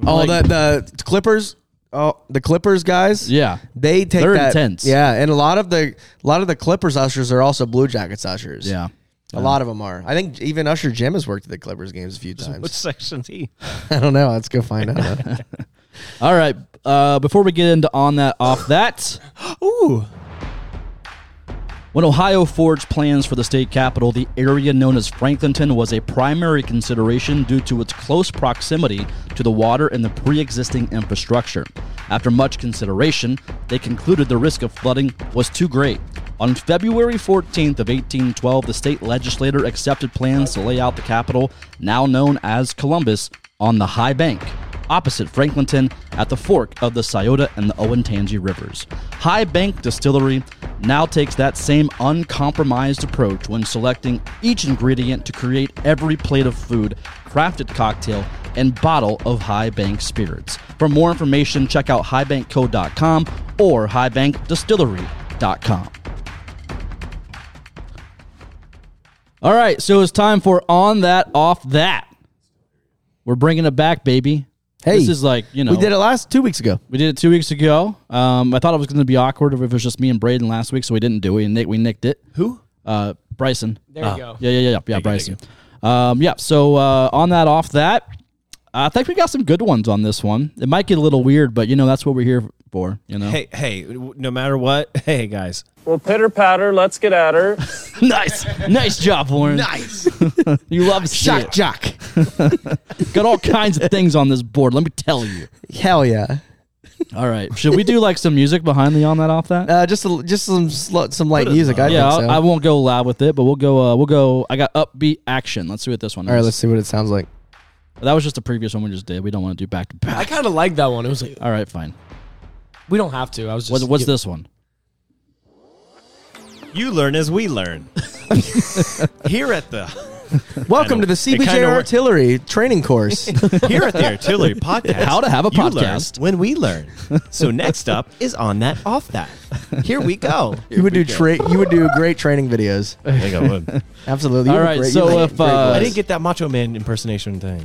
D: Oh,
A: Like-
D: the the Clippers. Oh, the Clippers guys.
A: Yeah.
D: they take
A: They're
D: that.
A: intense.
D: Yeah, and a lot of the a lot of the Clippers ushers are also Blue Jackets ushers.
A: Yeah.
D: a lot of them are. I think even Usher Jim has worked at the Clippers games a few
E: What
D: times. <laughs>
E: section's he?
D: I don't know. Let's go
A: <laughs>
D: find out.
A: All right. Uh, before we get into on that off that,
E: Ooh.
A: When Ohio forged plans for the state capital, the area known as Franklinton was a primary consideration due to its close proximity to the water and the pre existing infrastructure. After much consideration, they concluded the risk of flooding was too great. On February 14th of 1812, the state legislator accepted plans to lay out the capital, now known as Columbus, on the High Bank opposite Franklinton at the fork of the Scioto and the Olentangy Rivers. High Bank Distillery now takes that same uncompromised approach when selecting each ingredient to create every plate of food, crafted cocktail, and bottle of High Bank spirits. For more information, check out highbankco.com or highbankdistillery.com. All right, so it's time for on that, off that. We're bringing it back, baby.
D: Hey,
A: this is like you know
D: we did it last two weeks ago.
A: we did it two weeks ago. Um, I thought it was going to be awkward if it was just me and Braden last week, so we didn't do it. And Nick, we nicked it. Who? Uh, Bryson.
F: There you Oh. go.
A: Yeah, yeah, yeah, yeah, yeah
E: you, thank
A: Bryson. Um, yeah. So uh, on that, off that, I think we got some good ones on this one. It might get a little weird, but you know that's what we're here for. You know.
E: Hey, hey, w- no matter what, <laughs> hey guys.
G: Well, pitter patter, let's get at her.
A: <laughs> nice, nice job, Lauren. Nice. <laughs> you love to see
D: Shock
A: it.
D: jock.
A: Got all kinds of things on this board. Let me tell you.
D: Hell yeah.
A: All right. Should we do like some music behind the on that, off that?
D: Uh, just a, just some sl- some light music. I
A: yeah,
D: think so.
A: I'll- I won't go loud with it, but we'll go. Uh, we'll go. I got upbeat action. Let's see what this one.
D: All right,
A: is.
D: let's see what it sounds like.
A: That was just the previous one we just did. We don't want to do back to
F: I
A: back.
F: kind of like that one. It was like
A: All right, fine.
F: we don't have to. I was just
A: What, what's this one?
E: You learn as we learn. here at the
D: Welcome to the
E: It
D: CBJ
E: kinda wor-
D: Artillery
E: <laughs>
D: Training Course.
E: here at the artillery podcast.
A: How to have a
E: you learn
A: podcast.
E: when we learn. So next up is on that off that. Here we go.
D: you would do tra- You would do great training videos.
E: I think I would.
D: Absolutely. You
A: All
D: have a
A: right,
D: great- you
A: so
D: have a
A: if,
D: great
A: uh,
E: I
D: voice.
E: didn't get that Macho Man impersonation thing.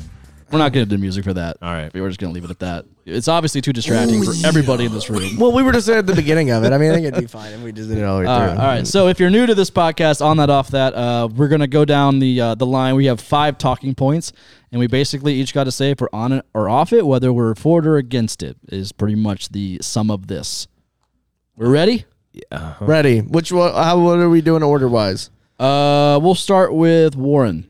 A: We're not going to do music for that.
E: All right.
A: We're just going to leave it at that. It's obviously too distracting for
D: Oh,
A: everybody in this
D: <laughs>
A: room.
D: Well, we were just at the beginning of it. I mean, I think it'd be fine if we just did it all the way
A: All
D: through.
A: right, all right. So if you're new to this podcast, on that, off that, uh, we're gonna go down the uh, the line. We have five talking points, and we basically each got to say if we're on it or off it, whether we're for it or against it, is pretty much the sum of this. We're ready.
D: Ready? Which one? How? What are we doing order wise?
A: Uh, we'll start with
D: <gasps>
A: Warren.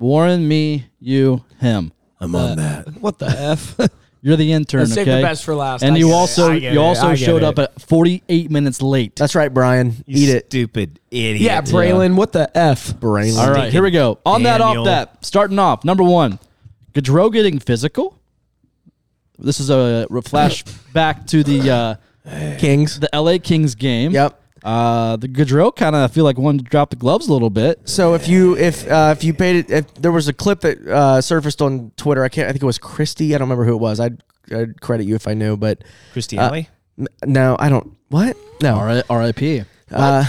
A: Warren, me, you, him.
E: I'm on that.
F: What <laughs> the f?
A: You're the intern.
F: Let's
A: okay?
F: save the best for last.
A: And
F: I
A: you
F: get it.
A: also
F: I get
A: you
F: it.
A: also
F: I get
A: showed
F: it.
A: up at 48 minutes late.
D: That's right, Brian. Eat it,
E: Stupid idiot.
F: Yeah, Braylon. What the f?
D: Brain.
A: All right, here we go. On that,
E: Daniel.
A: off that. Starting off, number one, Gaudreau getting physical. This is a re- flashback to the uh,
D: Kings.
A: the LA Kings game.
D: Yep.
A: Uh, the Gaudreau kind of feel like wanted to drop the gloves a little bit.
D: So if you if uh, if you paid it, if there was a clip that uh, surfaced on Twitter, I can't. I think it was Christy. I don't remember who it was. I'd, I'd credit you if I knew, but
E: Christiane.
D: uh, n- no, I don't. What? No.
A: All right, R.I.P.
D: Uh,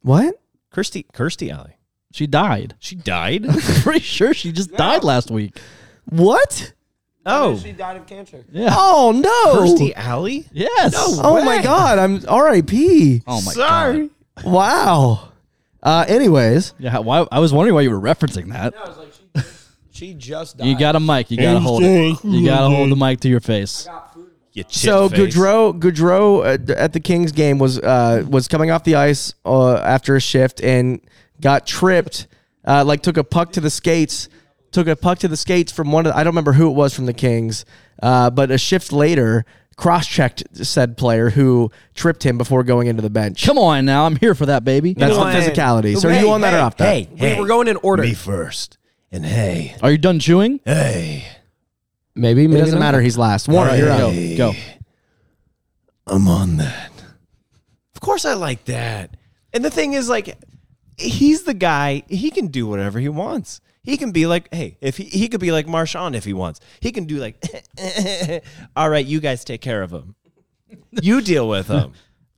D: what?
E: Kirstie Kirstie Alley.
A: She died. <laughs>
E: She died.
A: Pretty sure she just died last week.
D: What?
E: oh,
F: died of cancer.
A: Yeah.
D: Oh no!
E: Kirstie Alley.
A: Yes.
D: Oh my God! I'm R.I.P.
A: Oh my god.
D: Wow. Uh, anyways,
A: Yeah. Why? I was wondering why you were referencing that.
F: She just died.
A: You got a mic. You gotta hold it. You gotta hold the mic to your face.
E: You
D: so
E: chit face.
D: Goudreau, Goudreau at, at the Kings game was uh, was coming off the ice uh, after a shift and got tripped. Uh, like took a puck to the skates, took a puck to the skates from one. of I don't remember who it was from the Kings, uh, but a shift later cross checked said player who tripped him before going into the bench.
A: Come on now. I'm here for that baby.
D: That's
E: know
D: on
E: what?
D: physicality. So are
E: Hey,
D: you on that
E: hey,
D: or off that?
E: Hey, hey,
F: We're going in order.
E: me first. And hey,
A: Are you done chewing?
E: hey,
F: Maybe, maybe
D: it doesn't
F: not.
D: matter. He's last. Warren,
A: All right,
D: you're
A: go,
D: up.
A: go.
E: I'm on that. Of course, I like that. And the thing is, like, he's the guy. He can do whatever he wants. He can be like, hey, if he, he could be like Marshawn if he wants. He can do like, <laughs> all right, you guys take care of him. You deal with him.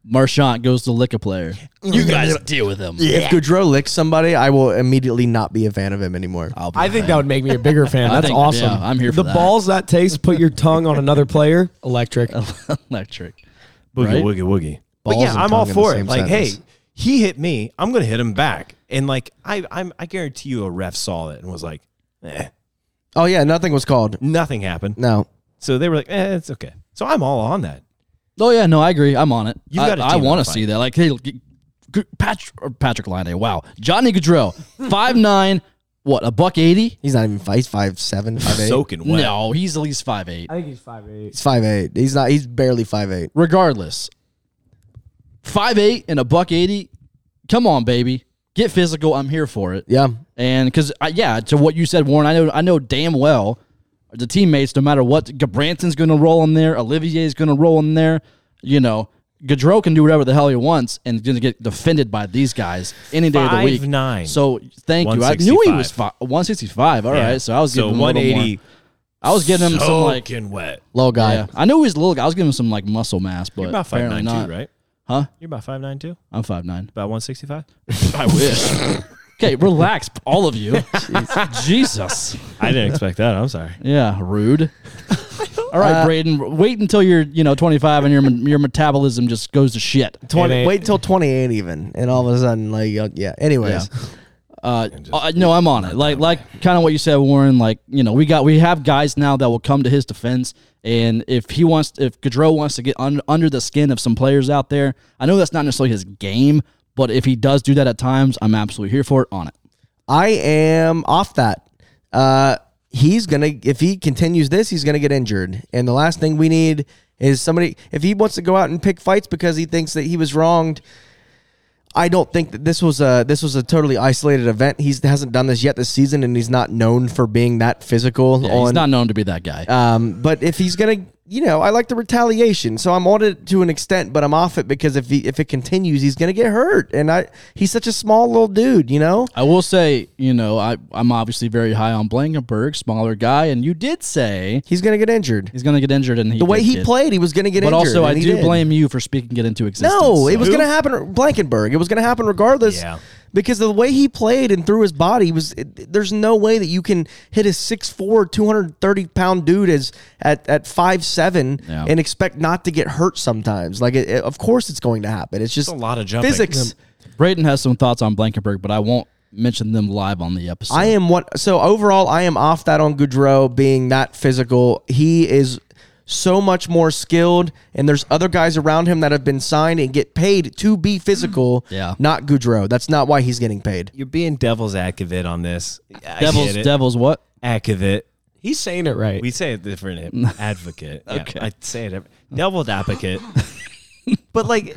A: Marchant goes to lick a player. You guys deal with him.
D: If Goudreau licks somebody, I will immediately not be a fan of him anymore.
A: I'll be
F: I think that would make me a bigger fan.
A: I
F: That's
A: think-
F: awesome.
A: yeah, I'm here for
F: the
A: that.
F: balls that takes put your tongue on another player. Electric.
A: <laughs> electric.
E: Boogie,
A: Right?
E: woogie, woogie. But
D: Balls
E: yeah,
D: and
E: I'm all
D: tongue in the
E: for it.
D: same
E: Like, hey,
D: sentence.
E: he hit me. I'm gonna hit him back. And like, I, I'm, I guarantee you, a ref saw it and was like, eh,
D: Oh yeah, nothing was called.
E: nothing happened.
D: No.
E: So they were like, eh, it's okay. So I'm all on that.
A: Oh yeah, no, I agree. I'm on it.
E: You've
A: I,
E: got a
A: I
E: team
A: want
E: up
A: to
E: fight.
A: see that. Like, hey, g- g- Patr- or Patrick Line. eh, Wow, Johnny
F: <laughs>
A: Gaudreau, five nine. What a buck eighty.
D: He's not even five. He's five seven, five eight.
E: Soaking wet.
A: No, he's at least five eight.
F: think he's five eight.
D: He's five eight. He's not. He's barely five eight.
A: Regardless, five eight and a buck eighty. Come on, baby, get physical. I'm here for it.
D: Yeah.
A: And because yeah, to what you said, Warren, I know I know damn well the teammates. No matter what, Gabranton's going to roll in there. Olivier's going to roll in there. You know, Gaudreau can do whatever the hell he wants and going to get defended by these guys any day of the week.
E: 5'9".
A: So thank you. I knew he was
E: 165.
A: fi- one sixty five. All right,
E: Yeah.
A: so I was
E: so
A: giving him a little
E: 180.
A: more. I was getting him some like
E: soaking wet.
D: Low guy.
A: yeah. I knew he was little. guy. I was giving him some like muscle mass, but
E: You're about five
A: apparently
E: nine
A: not.
E: two, right?
A: Huh?
E: You're about five nine two.
A: I'm five nine.
E: About one sixty <laughs> five.
A: I wish. <laughs> okay, relax, all of <laughs> you. Jesus.
E: I didn't expect that. I'm sorry.
A: Yeah, rude. <laughs> Uh, All right, Braden, wait until you're you know 25 and your your metabolism just goes to shit.
D: Twenty.
F: eight.
D: Wait till twenty eight even, and all of a sudden, like, uh, yeah. Anyways,
A: Uh, uh, no, I'm on it. Like like kind of what you said, Warren. Like you know we got we have guys now that will come to his defense, and if he wants, if Gaudreau wants to get un, under the skin of some players out there, I know that's not necessarily his game, but if he does do that at times, I'm absolutely here for it. On it.
D: I am off that. Uh, he's gonna. If he continues this, he's gonna get injured. And the last thing we need is somebody. If he wants to go out and pick fights because he thinks that he was wronged, I don't think that this was a this was a totally isolated event. He hasn't done this yet this season, and he's not known for being that physical.
A: Yeah,
D: on
A: he's not known to be that guy.
D: Um, but if he's gonna, you know, I like the retaliation, so I'm on it to an extent, but I'm off it because if he, if it continues, he's gonna get hurt, and I he's such a small little dude, you know.
A: I will say, you know, I, I'm obviously very high on Blankenberg, smaller guy, and you did say
D: He's gonna get injured.
A: he's going to get injured, and he
D: The way
A: did
D: he
A: get-
D: played, he was gonna get
A: But
D: injured.
A: also, I
D: and he
A: do
D: did.
A: blame you for speaking it into existence.
D: No, it was
A: so-
D: gonna happen. Blankenberg. It was gonna happen regardless.
E: Yeah.
D: because the way he played and threw his body was it- there's no way that you can hit a 6'4", 230 pound dude as at at five seven
A: Yeah.
D: and expect not to get hurt sometimes. Like it, it- of course it's going to happen. It's just
E: a lot of jumping.
D: physics.
A: Braden has some thoughts on Blankenberg, but I won't mention them live on the episode.
D: I am what so overall I am off that on Goudreau being that physical. He is so much more skilled and there's other guys around him that have been signed and get paid to be physical.
A: <clears throat> Yeah.
D: Not Goudreau. That's not why he's getting paid.
E: You're being devil's advocate on this. I
A: Devils,
E: get it.
A: Devils, what?
E: advocate.
F: He's saying it right.
E: We say it different. <laughs> Advocate.
A: Okay.
E: Yeah, I say it. every- Devil's advocate. <laughs> but like,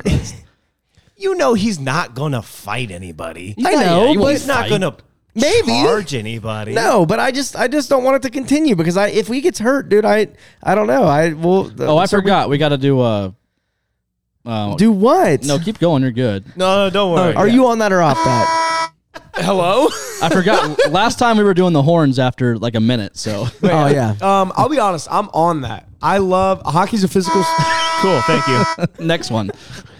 E: you know, he's not gonna fight anybody.
A: I know,
E: He's
A: but-
E: not gonna
D: Maybe.
E: charge anybody.
D: No, but I just I just don't want it to continue because I if he gets hurt, dude, I I don't know. I will
A: Oh, I forgot. We, got to do a. Uh,
D: do what?
A: no, keep going. You're good.
E: no, no, don't worry.
D: Are you on that or off that?
F: Hello.
A: I forgot. last time we were doing the horns after like a minute, so
D: Oh
A: <laughs>
D: yeah.
F: Um, I'll be honest. I'm on that. I love hockey's a physical.
E: cool? Thank you.
A: next one.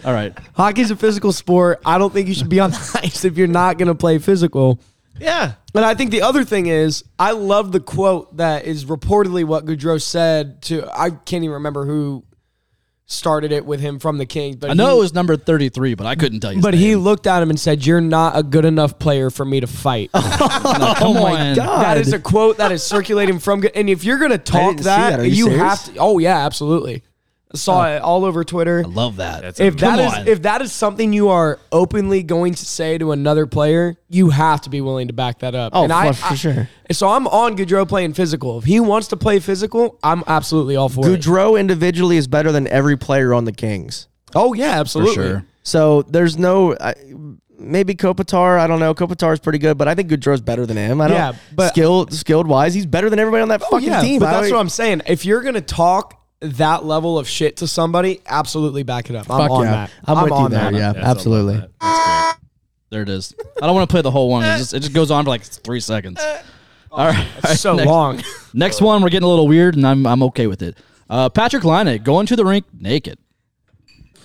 A: All right.
F: hockey's a physical sport. I don't think you should be on the <laughs> ice if you're not going to play physical.
E: <laughs> yeah.
F: And I think the other thing is, I love the quote that is reportedly what Goudreau said to. I can't even remember who started it with him from the Kings, but
A: I know
F: he-
A: it was number 33, but I couldn't tell you.
F: But he looked at him and said, "You're not a good enough player for me to fight."
A: oh my
D: God.
F: That is a quote that is circulating from. And if you're gonna talk
D: didn't see
F: that,
D: that. Are
F: you,
D: you serious?
F: have to. Oh yeah, absolutely. I saw it all over Twitter.
A: I love that.
F: If
A: Come
F: that is
A: on.
F: if that is something you are openly going to say to another player, you have to be willing to back that up.
D: Oh,
F: And I-
D: for- for
F: I-
D: sure.
F: So I'm on Goudreau playing physical. If he wants to play physical, I'm absolutely all for it.
D: Goudreau individually is better than every player on the Kings.
F: Oh yeah, absolutely.
A: sure.
D: So there's no I, maybe Kopitar. I don't know. Kopitar is pretty good, but I think Goudreau's better than him. I don't,
F: Yeah, but- Oh,
D: skilled skilled wise, he's better than everybody on that fucking
F: yeah,
D: team.
F: But
D: I-
F: that's what I'm saying. If you're gonna talk that level of shit to somebody, absolutely back it up. I'm
D: Fuck
F: on
D: yeah.
F: that.
D: I'm, with you
F: on
D: there.
F: that.
D: Yeah, absolutely.
A: There it is. I don't want to play the whole one. It just, it just goes on for like three seconds. All right.
F: <laughs> So
A: Next-
D: <laughs>
F: long.
A: Next one, we're getting a little weird, and I'm, I'm okay with it. Uh, Patrick Line going to the rink naked.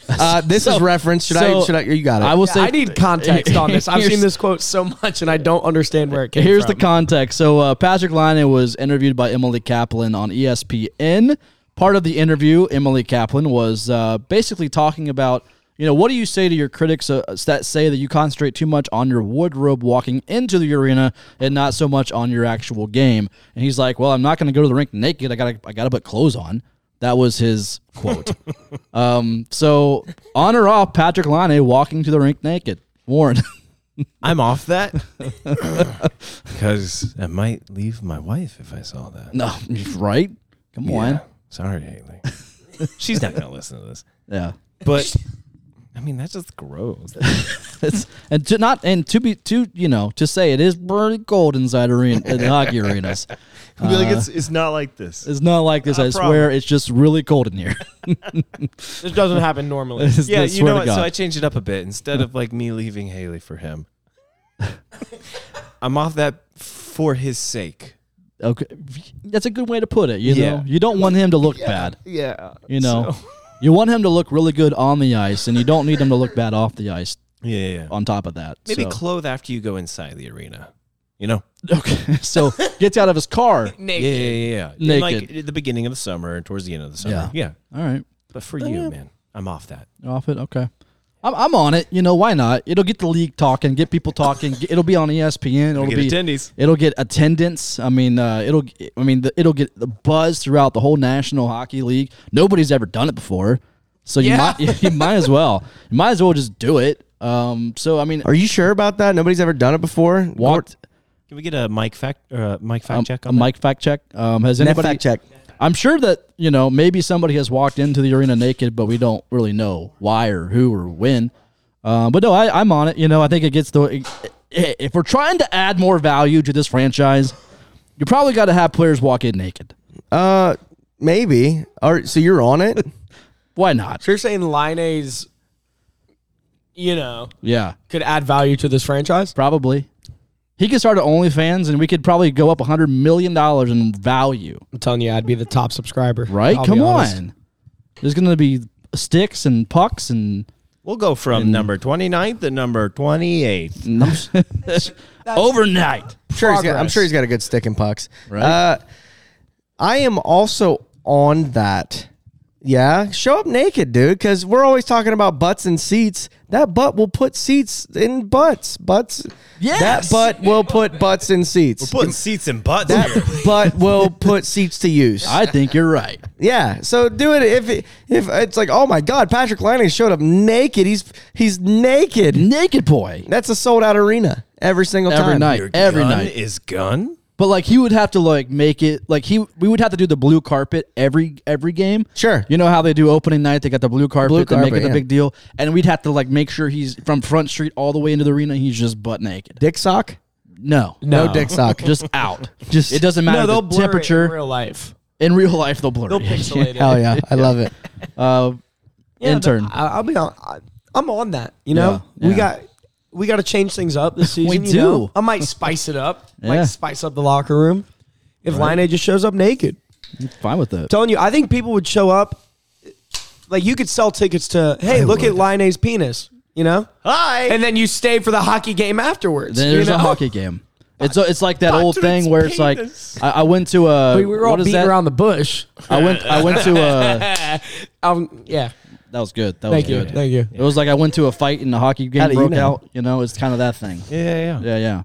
D: Uh, this is reference. Should I?
A: so-
D: Should I? You got it.
A: I will say
F: I need context on this. I've seen
A: Here's-
D: <laughs>
F: this quote so much, and I don't understand where it came
A: Here's
F: from.
A: the context. So uh, Patrick Line was interviewed by Emily Kaplan on E ESPN. Part of the interview, Emily Kaplan was uh, basically talking about, you know, what do you say to your critics uh, that say that you concentrate too much on your wardrobe walking into the arena and not so much on your actual game? And he's like, well, I'm not going to go to the rink naked. I got to I got to put clothes on. That was his quote. um, so on or off, Patrick Line walking to the rink naked. Warren. <laughs>
E: I'm off <laughs> that because I might leave my wife if I saw that.
A: no, right? Come on.
E: Sorry, Haley. She's not gonna listen to this.
A: Yeah.
E: <laughs> But I mean, that's just gross.
A: It's, and to not and to be to you know to say it is pretty cold inside arena in hockey arenas.
E: like it's it's not like this.
A: It's not like this. I swear, it's just really cold in here. <laughs>
F: This doesn't happen normally.
A: It's-
E: Yeah,
A: I
E: you
A: swear
E: know
A: to
E: what? So
A: God.
E: I changed it up a bit. Instead
A: <laughs>
E: of like me leaving Haley for him, I'm off that for his sake.
A: okay, that's a good way to put it. You
E: Yeah.
A: know, you don't want him to look bad.
E: Yeah.
A: You know, <laughs> you want him to look really good on the ice, and you don't need him to look bad off the ice.
E: Yeah, yeah, yeah.
A: On top of that,
E: Maybe
A: so.
E: clothe after you go inside the arena. You know.
A: <laughs> okay. So gets out of his
E: <laughs>
A: car.
E: Yeah, yeah, yeah. yeah. In, Like
A: Naked.
E: at the beginning of the summer, towards the end of the summer.
A: Yeah.
E: Yeah.
A: All right,
E: But for you, man, I'm off that.
A: off it. Okay. I'm, I'm on it. You know why not? It'll get the league talking, get people talking. get- It'll be on E ESPN. It'll
E: Get
A: be
E: attendees.
A: It'll get attendance. I mean, uh, it'll. I mean, the, it'll get the buzz throughout the whole National Hockey League. Nobody's ever done it before, so you might <laughs> you might as well. You might as well just do it. Um, so I mean,
D: Are you sure about that? Nobody's ever done it before.
A: walked
E: Can we get a mic fact or a mic fact
A: um,
E: check
A: a
E: on that?
A: mic fact check. Um, has
D: Net
A: anybody
D: fact check.
A: I'm sure that you know maybe somebody has walked into the arena naked, but we don't really know why or who or when. Uh, but no, I, I'm on it. You know, I think it gets the. If we're trying to add more value to this franchise, you probably got to have players walk in naked.
D: Uh, maybe. All right. So you're on
F: <laughs>
D: it.
A: Why not?
F: So you're saying Line's, you know,
A: Yeah,
F: could add value to this franchise?
A: probably. He could start at OnlyFans, and we could probably go up hundred million dollars in value.
F: I'm telling you, I'd be the top subscriber.
A: Right?
F: I'll be
A: Come
F: honest.
A: on. There's going to be sticks and pucks and
E: We'll go from number 29th to number 28th.
A: Overnight.
D: sure he's got, I'm
F: Progress.
D: sure he's got a good stick and pucks. Right. Uh, I am also on that. Yeah, show up naked, dude, because we're always talking about butts and seats. That butt will put seats in butts. Butts.
A: Yes.
D: That butt will put butts in seats.
E: Putting seats in butts here.
D: that butt will put seats to use.
A: I think you're right.
D: Yeah, so do it if it, if it's like, oh my God, Patrick Lanning showed up naked. He's he's naked.
A: Naked boy.
D: That's a sold out arena every single time.
A: Every night. every
E: gun
A: night.
E: is gun.
A: But like he would have to like make it like he we would have to do the blue carpet every every game.
D: Sure.
A: You know how they do opening night, they got the blue carpet,
D: Blue
A: they make
D: carpet,
A: it the
D: yeah.
A: big deal. And we'd have to like make sure he's from front street all the way into the arena, he's just butt naked.
D: Dick sock?
A: No.
D: No, dick sock.
A: <laughs> Just out.
D: Just
A: It doesn't matter
F: no, they'll
A: the
F: blur it
A: temperature.
F: in real life.
A: In real life, they'll blur.
F: <laughs> They'll
A: it.
F: pixelate it.
D: Hell Oh, yeah, I love it.
A: Uh,
F: Yeah,
A: intern.
F: but I, I'll be on. I, I'm on that. You know,
A: Yeah, yeah.
F: we got we got to change things
A: <laughs>
F: up this season. you
A: do.
F: know? I might spice
A: <laughs>
F: it up.
A: Yeah.
F: Might spice up the locker room. If right. just shows up naked,
A: fine with it.
F: telling you, I think people would show up. Like you could sell tickets to, hey, look at Line A's penis. You know,
E: Hi.
F: and then you stay for the hockey game afterwards.
A: Then
F: you
A: there's
F: know?
A: a
F: <laughs>
A: hockey game. It's uh, it's like that old
E: Patrick's
A: thing where it's like
E: penis.
A: I, I went to a
F: We were all
A: what is
F: beating
A: that?
F: around the bush.
A: I went I went to
F: <laughs>
A: a
F: Um, yeah.
A: that was good. That
F: Thank
A: was
F: you.
A: good.
F: Thank you.
A: It was like I went to a fight and the hockey game
D: How do you
A: broke
D: know?
A: out. You know, it's kind of that thing.
E: yeah, yeah.
A: Yeah, yeah.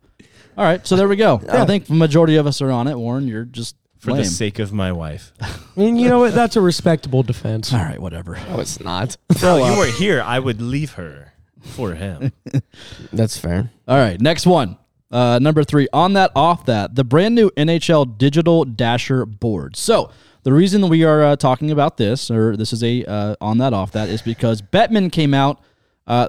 A: All right, so there we go.
D: Oh.
A: I think the majority of us are on it. Warren, you're just
E: For
A: lame.
E: the sake of my wife.
F: And you know what? That's a respectable defense.
A: All right, whatever.
D: No, it's not.
E: Bro, you were here. I would leave her for him.
D: <laughs> That's fair.
A: All right, next one. Uh, number three, on that, off that, the brand new NHL Digital Dasher board. So, the reason we are uh, talking about this, or this is a uh, on that, off that, is because Bettman came out. Uh,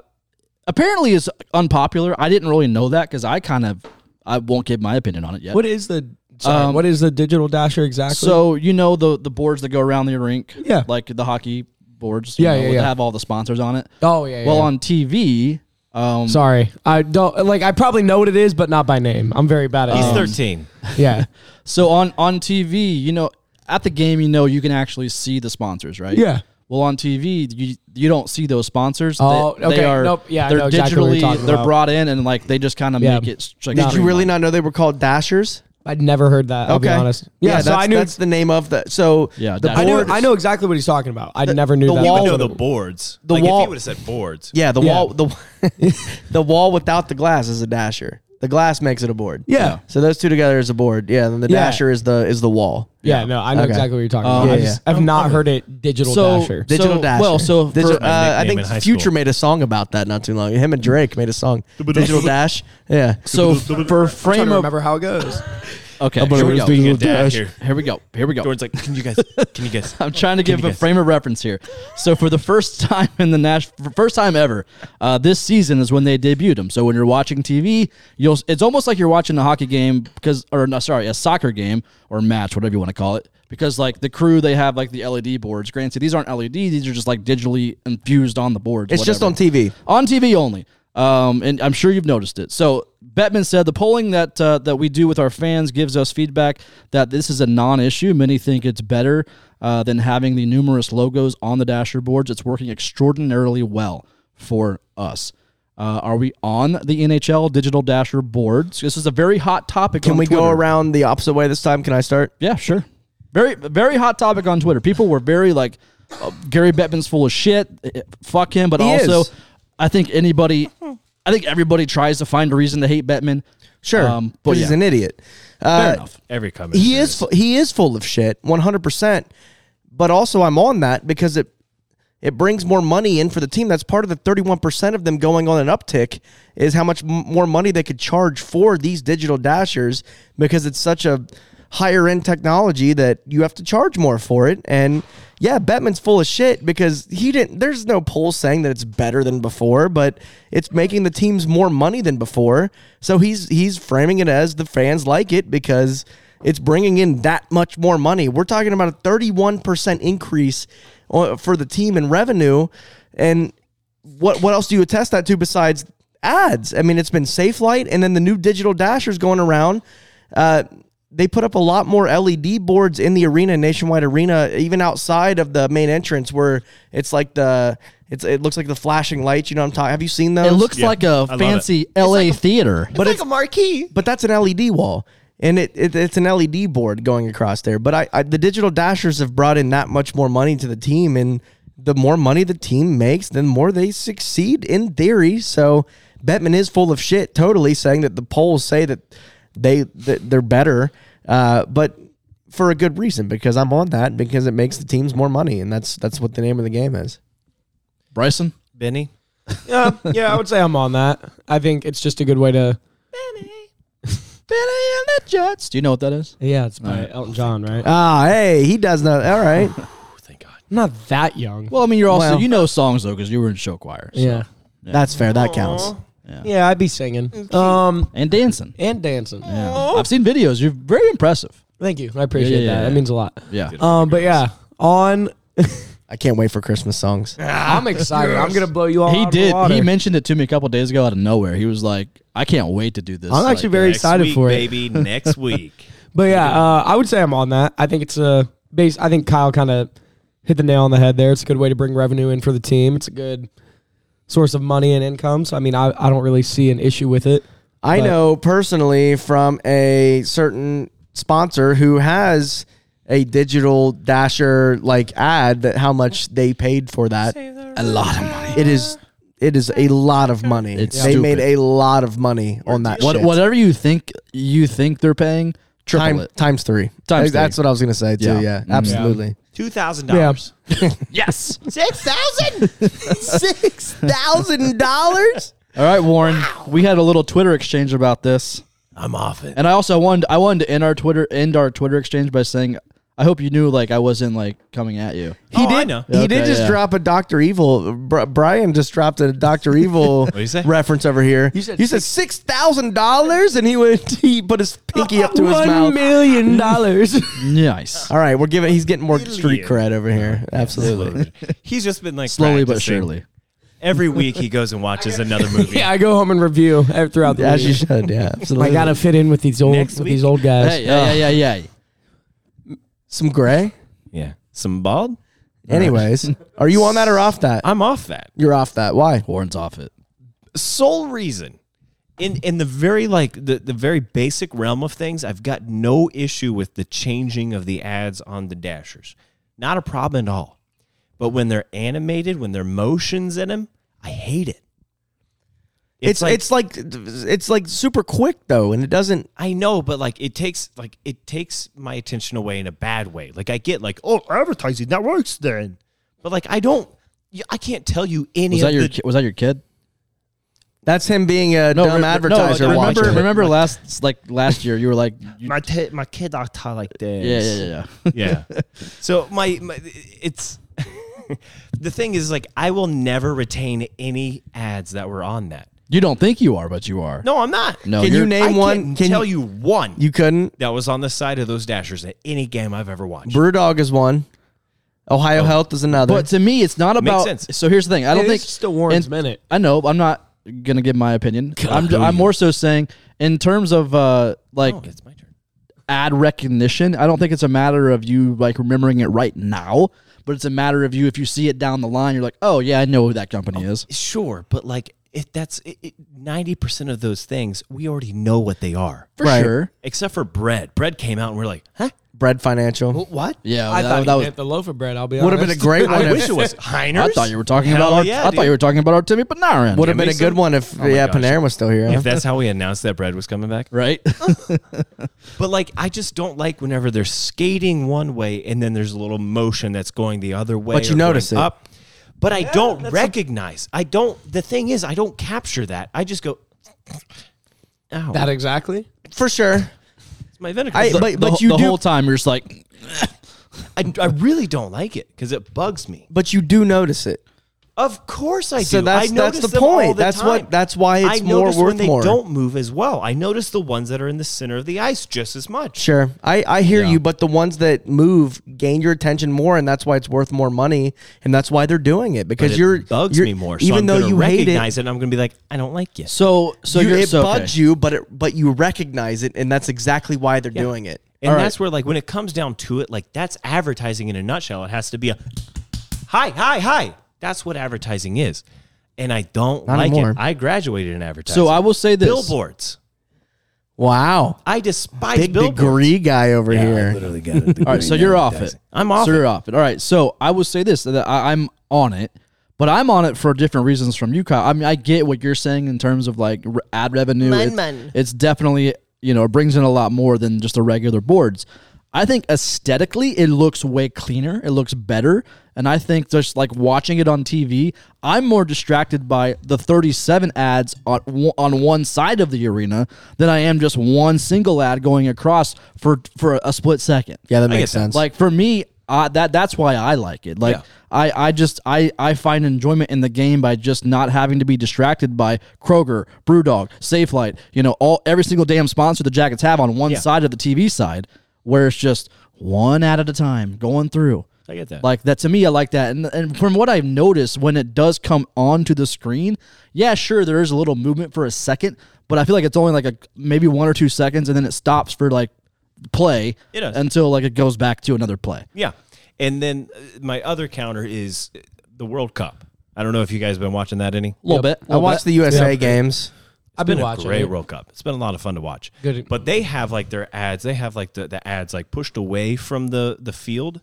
A: apparently, is unpopular. I didn't really know that because I kind of I won't give my opinion on it yet.
F: What is the sorry,
A: Um,
F: what is the digital dasher exactly?
A: So you know the the boards that go around the rink,
F: Yeah.
A: like the hockey boards, you
F: Yeah,
A: know,
F: yeah,
A: that
F: yeah.
A: have all the sponsors on it.
F: oh yeah. yeah,
A: Well,
F: yeah.
A: on TV, um,
F: sorry, I don't like. I probably know what it is, but not by name. I'm very bad at.
E: He's
F: names.
E: 13.
F: Yeah,
A: so on on TV, you know, at the game, you know, you can actually see the sponsors, right?
F: Yeah.
A: Well, on TV, you you don't see those sponsors.
F: Oh,
A: they, They
F: okay.
A: are,
F: Nope. Yeah, I
A: they're
F: know
A: digitally
F: exactly what you're talking
A: they're
F: about.
A: brought in and like they just kind of
F: Yeah.
A: make it. Like,
F: Did
D: Did you really not know they were called dashers?
F: I'd never heard that. I'll be honest. Yeah, so
D: that's,
F: I knew.
D: that's the name of the. So
A: Yeah,
D: the
A: dasher.
F: I knew.
D: board.
F: I know exactly what he's talking about. I never knew
D: the
F: that. Oh,
E: You
D: wall-
E: would know
D: of
E: the
D: it.
E: boards.
D: The
E: like if
D: wall-
E: he would have said boards.
D: Yeah, the
F: Yeah.
D: wall. The <laughs> the wall without the glass is a dasher. The glass makes it a board.
F: Yeah.
D: So those two together is a board. Yeah. Then the
F: Yeah.
D: dasher is the is the wall.
F: yeah, no, I know
D: Okay.
F: exactly what you're talking
A: Um,
F: about. I
D: Yeah,
F: just, I've not heard it. Digital
A: So-
F: dasher.
A: Di-
D: Digital
A: So-
D: dasher.
A: well, so
D: Digi-
A: for-
D: uh, I
E: nickname in high
D: think Future
E: school.
D: made a song about that not too long. Him and Drake made a song. Digital dash. Yeah.
A: So for frame of
F: remember how it goes.
A: okay,
E: Jordan's
A: here we go.
E: being a dad here.
A: Here we go. Here we go.
E: Jordan's like, can you guys? Can you guys?
A: I'm trying to give
E: you
A: a
E: guess?
A: frame of reference here. So for the first <laughs> time in the Nash, for first time ever, uh, this season is when they debuted them. So when you're watching TV, you'll it's almost like you're watching a hockey game because, or no, sorry, a soccer game or match, whatever you want to call it. Because like the crew, they have like the LED boards. Granted, these aren't LED; these are just like digitally infused on the boards.
D: It's just
A: whatever.
D: on TV.
A: on TV only. Um, and I'm sure you've noticed it. So Bettman said the polling that uh, that we do with our fans gives us feedback that this is a non-issue. Many think it's better uh, than having the numerous logos on the dasher boards. It's working extraordinarily well for us. Uh, are we on the NHL digital dasher boards? This is a very hot topic.
D: Can
A: on
D: we go
A: Twitter.
D: around the opposite way this time? Can I start?
A: Yeah, sure. Very, very hot topic on Twitter. People were very like, uh, Gary Bettman's full of shit. eh, Fuck him. But
D: He
A: also,
D: is.
A: I think anybody, I think everybody tries to find a reason to hate Bettman.
D: Sure.
A: Um, but
D: 'Cause he's
A: yeah.
D: an idiot.
A: Fair
D: Uh,
A: enough.
E: Every comment.
D: he is fu- he is full of shit 100% but also i'm on that because it it brings more money in for the team that's part of the 31% of them going on an uptick is how much m- more money they could charge for these digital dashers because it's such a higher end technology that you have to charge more for it and yeah Bettman's full of shit because he didn't there's no poll saying that it's better than before but it's making the teams more money than before so he's he's framing it as the fans like it because it's bringing in that much more money. We're talking about a 31% increase uh, for the team in revenue. And what what else do you attest that to besides ads? I mean, it's been SafeLight and then the new digital dashers going around. Uh, they put up a lot more LED boards in the arena, Nationwide Arena, even outside of the main entrance where it's like the it's it looks like the flashing lights. You know what I'm talking? Have you seen those?
A: It looks
E: Yeah,
A: like
E: I
A: a
E: love it.
A: fancy LA theater.
E: But it's like a marquee.
D: but that's an LED wall, and it, it it's an LED board going across there. But I, I the digital dashers have brought in that much more money to the team, and the more money the team makes, then more they succeed in theory. So Bettman is full of shit, totally saying that the polls say that they that they're better, uh, but for a good reason because I'm on that because it makes the teams more money, and that's that's what the name of the game is.
A: Bryson,
E: Benny.
F: <laughs> Yeah, yeah, I would say I'm on that. I think it's just a good way to.
A: Jets. Do you know what that is?
F: Yeah, it's by Elton John, right?
D: Ah, hey, he does not. All right,
F: I'm not that young.
A: Well, I mean, you're also
D: Well-
A: you know songs though because you were in show choir. so-
F: yeah.
D: that's fair. That counts.
F: Yeah, I'd be singing. Um,
A: and dancing.
F: and dancing.
A: I've seen videos. You're very impressive.
F: Thank you. I appreciate
A: yeah,
F: that.
A: yeah.
F: That means a lot.
A: Yeah.
F: Um, but yeah, on.
D: I can't wait for Christmas songs.
F: I'm excited. I'm gonna blow you all.
A: He
F: out of the
A: did.
F: water.
A: He mentioned it to me a couple days ago out of nowhere. He was like, "I can't wait to do this."
F: I'm
A: like,
F: actually very
A: uh,
F: excited
E: week,
F: for it.
E: baby. Next week.
F: But yeah, uh, I would say I'm on that. I think it's a base. I think Kyle kind of hit the nail on the head there. It's a good way to bring revenue in for the team. It's a good source of money and income. So I mean, I, I don't really see an issue with it.
D: I
F: But-
D: know personally from a certain sponsor who has a digital dasher like ad that how much they paid for that.
A: a lot of money.
D: It is it is a lot of money.
A: It's
D: they made
A: stupid.
D: a lot of money on that.
A: What,
D: shit.
A: whatever you think you think they're paying, triple
D: Time,
A: it.
D: times three.
A: Times
D: Like, That's what I was gonna say too.
A: Yeah.
D: Yeah,
A: Mhm.
D: absolutely.
E: Two thousand
F: $2,000.
E: dollars.
A: Yes.
D: <laughs> Six thousand, six thousand dollars.
A: All right, Warren. We had a little Twitter exchange about this,
E: I'm off it.
A: and I also wanted I wanted to end our Twitter end our Twitter exchange by saying, "I hope you knew like I wasn't like coming at you."
E: He did. know.
D: He
A: Okay,
D: did just
A: yeah.
D: drop a Doctor Evil. Br- Brian just dropped a Doctor Evil
E: you say?
D: reference over here. You
A: said
D: said six thousand dollars, and he went. <laughs> He put his pinky up to his
F: One
D: mouth.
F: million dollars. <laughs>
A: Nice.
D: All right, we're giving. He's getting more street
E: Million.
D: cred over here. Absolutely.
E: He's just been like
A: Slowly but
E: practicing.
A: surely.
E: Every week he goes and watches another movie.
F: yeah, I go home and review ev- throughout the
D: As you
F: week.
A: <laughs>
D: should. Yeah. Absolutely.
F: I gotta fit in with these old
E: Next
F: with
E: week.
F: these old guys.
A: Hey, yeah, yeah, yeah, yeah.
D: some gray.
E: Yeah. Some bald.
D: Anyways, are you on that or off that?
E: I'm off that.
D: You're off that. Why?
A: Warren's off it.
E: sole reason in in the very like the, the very basic realm of things i've got no issue with the changing of the ads on the dashers not a problem at all but when they're animated when there are motions in them i hate it
D: It's it's like it's like super quick though, and it doesn't.
E: I know, but like it takes like it takes my attention away in a bad way. Like I get like, oh, advertising that works then, but like I don't, y- I can't tell you any.
A: Was
E: of
A: that your
E: the-
A: ki- was that your kid?
D: That's him being a dumb
A: re-
D: advertiser.
A: no, like,
D: watching.
A: remember, remember last like last year you were like you-
E: my t- my kid I tie like this?
A: yeah yeah yeah yeah. <laughs>
E: Yeah. <laughs> so my, my it's <laughs> the thing is like I will never retain any ads that were on that.
A: You don't think you are, but you are.
E: No, I'm not.
A: no.
D: Can you
A: you're-
E: I
D: name
E: can't
D: one? Can
E: tell you one
D: You couldn't.
E: that was on the side of those dashers at any game I've ever watched.
D: Brewdog is one. Ohio Health is another.
A: But to me, it's not about.
E: sense.
A: So here's the thing. I don't
F: It
A: think
F: is just a Warren's
A: and
F: minute.
A: I know. I'm not gonna give my opinion. I'm,
D: oh,
A: ju- I'm more so saying in terms of uh like
E: Oh, it's my turn.
A: ad recognition. I don't think it's a matter of you like remembering it right now, but it's a matter of you if you see it down the line, you're like, oh yeah, I know who that company is.
E: Sure, but like if that's ninety percent of those things, we already know what they are.
A: For
D: Right.
A: sure.
E: Except for bread. Bread came out and we're like, huh?
D: Bread Financial
E: What?
A: Yeah.
F: I
A: that,
F: thought
A: that
F: that
A: was.
F: the loaf of bread. I'll be
D: would have been a
F: honest.
D: great one.
E: <laughs> I wish it
D: If,
E: was Heiners.
A: <laughs> I thought you were talking
E: Hell
A: about. Our,
E: yeah,
A: I thought
E: dude.
A: you were talking about Artemi Panarin.
D: would have been a
E: me
D: good
E: some-
D: one if
E: Oh my
D: yeah
E: gosh.
D: Panarin was still here. huh?
E: If that's how we announced that bread was coming back.
A: right?
E: But like, I just don't like whenever they're skating one way and then there's a little motion that's going the other way.
D: But you
E: or
D: notice
E: going
D: it.
E: up. But I don't recognize. I don't. The thing is, I don't capture that. I just go. Ow,
F: that exactly.
D: For sure.
E: it's my vinegar.
D: I-
E: I,
D: <laughs> but-
A: the,
D: but
A: whole-
D: you
A: the
D: do-
A: whole time you're just like,
E: I, really don't like it because it bugs me.
D: But you do notice it.
E: Of course I do.
D: So that's-
E: I
D: that's
E: notice
D: the
E: them all
D: point.
E: the
D: That's what-
E: time.
D: that's why it's
E: I
D: more
E: notice
D: worth
E: when they
D: more.
E: don't move as well. I notice the ones that are in the center of the ice just as much.
D: Sure, I, I hear you, but the ones that move gain your attention more, and that's why it's worth more money, and that's why they're doing it because
E: But it
D: you're
E: bugs me
D: you're-
E: more. So
D: Even
E: I'm
D: though
E: gonna
D: you hate it,
E: recognize it, and I'm going to be like, I don't like you.
A: So so
D: you-
A: you're
D: it
A: so,
D: bugs
A: okay.
D: you, but it, but you recognize it, and that's exactly why they're doing it.
E: And that's where, like, when it comes down to it, like, that's advertising in a nutshell. It has to be a hi, hi, hi. That's what advertising is. And I don't
D: Not
E: like
D: anymore.
E: it. I graduated in advertising.
A: So I will say this.
E: billboards.
D: Wow,
E: I despise
D: big
E: billboards.
D: degree guy over here.
E: Literally got a degree
A: All
E: <laughs>
A: right, so
E: in
A: you're off it.
E: advertising. I'm off
A: So
E: it.
A: you're off it. All right, so I will say this: that I, I'm on it, but I'm on it for different reasons from you, Kyle. I mean, I get what you're saying in terms of like re- ad revenue. it's, it's definitely you know it brings in a lot more than just the regular boards. I think aesthetically, it looks way cleaner. It looks better, and I think just like watching it on TV, I'm more distracted by the 37 ads on one- on one side of the arena than I am just one single ad going across for for a split second.
D: Yeah, that makes sense.
A: Like for me, uh, that that's why I like it. Like I, I just I, I find enjoyment in the game by just not having to be distracted by Kroger, BrewDog, SafeLight. You know, all every single damn sponsor the Jackets have on one side of the TV side, where it's just one ad at a time going through.
E: I get that.
A: Like that to me, I like that. And and from what I've noticed, when it does come onto the screen, yeah, sure, there is a little movement for a second, but I feel like it's only like a maybe one or two seconds, and then it stops for like play
E: It does.
A: until like it goes back to another play.
E: Yeah. And then uh, my other counter is uh, the World Cup. I don't know if you guys have been watching that any.
A: A little bit.
D: I watch the USA games.
F: I've
E: It's
F: been,
E: been, a
F: watching.
E: great
F: it.
E: World Cup. It's been a lot of fun to watch.
F: Good.
E: But they have like their ads. They have like the, the ads like pushed away from the the field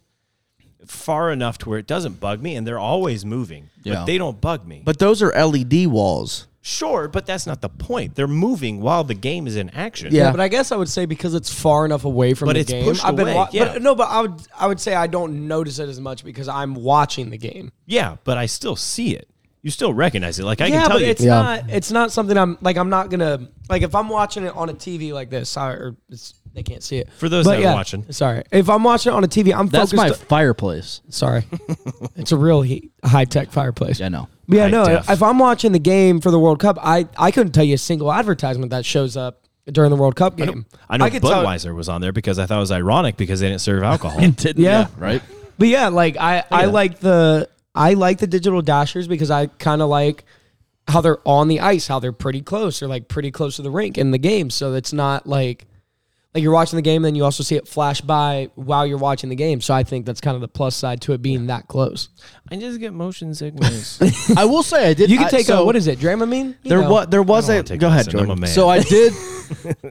E: far enough to where it doesn't bug me, and they're always moving.
A: Yeah.
E: But they don't bug me.
D: But those are LED walls.
E: sure, but that's not the point. They're moving while the game is in action.
D: Yeah.
F: Yeah, but I guess I would say because it's far enough away from
E: But
F: the
E: it's
F: game.
E: pushed
F: I've been
E: away,
F: wa-
E: yeah.
F: but, no, but I would I would say I don't notice it as much because I'm watching the game.
E: Yeah, but I still see it. You still recognize it. Like I
F: yeah,
E: can tell
F: but
E: you.
F: it's
D: Yeah.
F: not it's not something I'm like I'm not gonna like if I'm watching it on a TV like this I, or it's, they can't see it
E: For those
F: But
E: that are
F: yeah,
E: watching.
F: Sorry, if I'm watching it on a TV, I'm
A: That's my
F: focused.
A: fireplace. <laughs>
F: sorry, it's a real high tech fireplace.
A: Yeah, I know.
F: But yeah,
E: High
F: no.
E: def.
F: If I'm watching the game for the World Cup, I I couldn't tell you a single advertisement that shows up during the World Cup game.
E: I know
F: could tell-
E: Budweiser was on there because I thought it was ironic because they didn't serve
F: <laughs>
E: alcohol.
A: Didn't
F: Yeah.
A: right.
F: But yeah, like I, I like the I like the digital dashers because I kind of like how they're on the ice, how they're pretty close, they're like pretty close to the rink in the game, so it's not like like you're watching the game, then you also see it flash by while you're watching the game. So I think that's kind of the plus side to it being that close.
E: I just get motion sickness.
A: <laughs> I will say I did.
F: You can
A: I-
F: take
A: so,
F: a what is it, Dramamine?
D: <laughs>
F: You
D: There
F: know.
D: was there was a
E: Take
D: go ahead,
E: medicine. I'm a
D: Jordan.
E: man.
F: uh,
A: So
D: <laughs>
A: I did.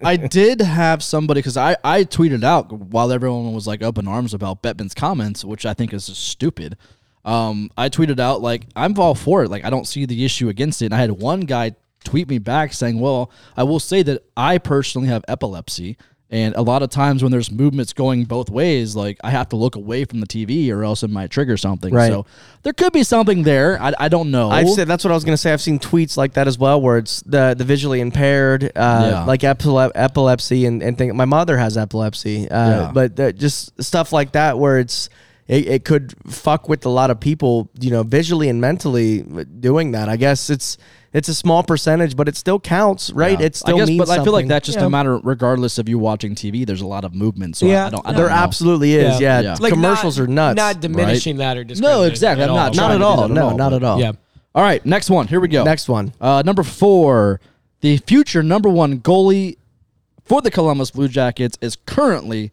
A: I did have somebody because I I tweeted out while everyone was like up in arms about Bettman's comments, which I think is just stupid. Um, I tweeted out like I'm all for it. Like I don't see the issue against it. And I had one guy tweet me back saying, "Well, I will say that I personally have epilepsy." And a lot of times when there's movements going both ways, like I have to look away from the TV or else it might trigger something.
D: Right.
A: So there could be something there. I, I don't know.
D: I've said that's what I was gonna say. I've seen tweets like that as well, where it's the the visually impaired, uh,
A: Yeah.
D: like epile- epilepsy and and thing. My mother has epilepsy, uh,
A: Yeah.
D: but that just stuff like that where it's it, it could fuck with a lot of people, you know, visually and mentally doing that. I guess it's it's a small percentage, but it still counts, right?
A: Yeah.
D: It still
A: I guess,
D: means.
A: but I feel like
D: something.
A: that's just
F: Yeah.
A: a matter. Regardless of you watching TV, there's a lot of movement. So yeah,
F: Yeah.
A: I, don't. I don't
D: there
A: know.
D: absolutely is. Yeah,
F: Yeah.
A: Yeah.
F: Like,
D: commercials
F: not-
D: are nuts.
F: Not diminishing that or
A: No,
F: discriminating
A: exactly.
F: at
A: I'm not.
F: all.
A: trying
D: at
A: to do
D: all.
A: that
D: No, not
A: but-
D: at all.
F: Yeah.
A: All right, next one. Here we go.
D: Next one.
A: Uh, number four, the future number one goalie for the Columbus Blue Jackets is currently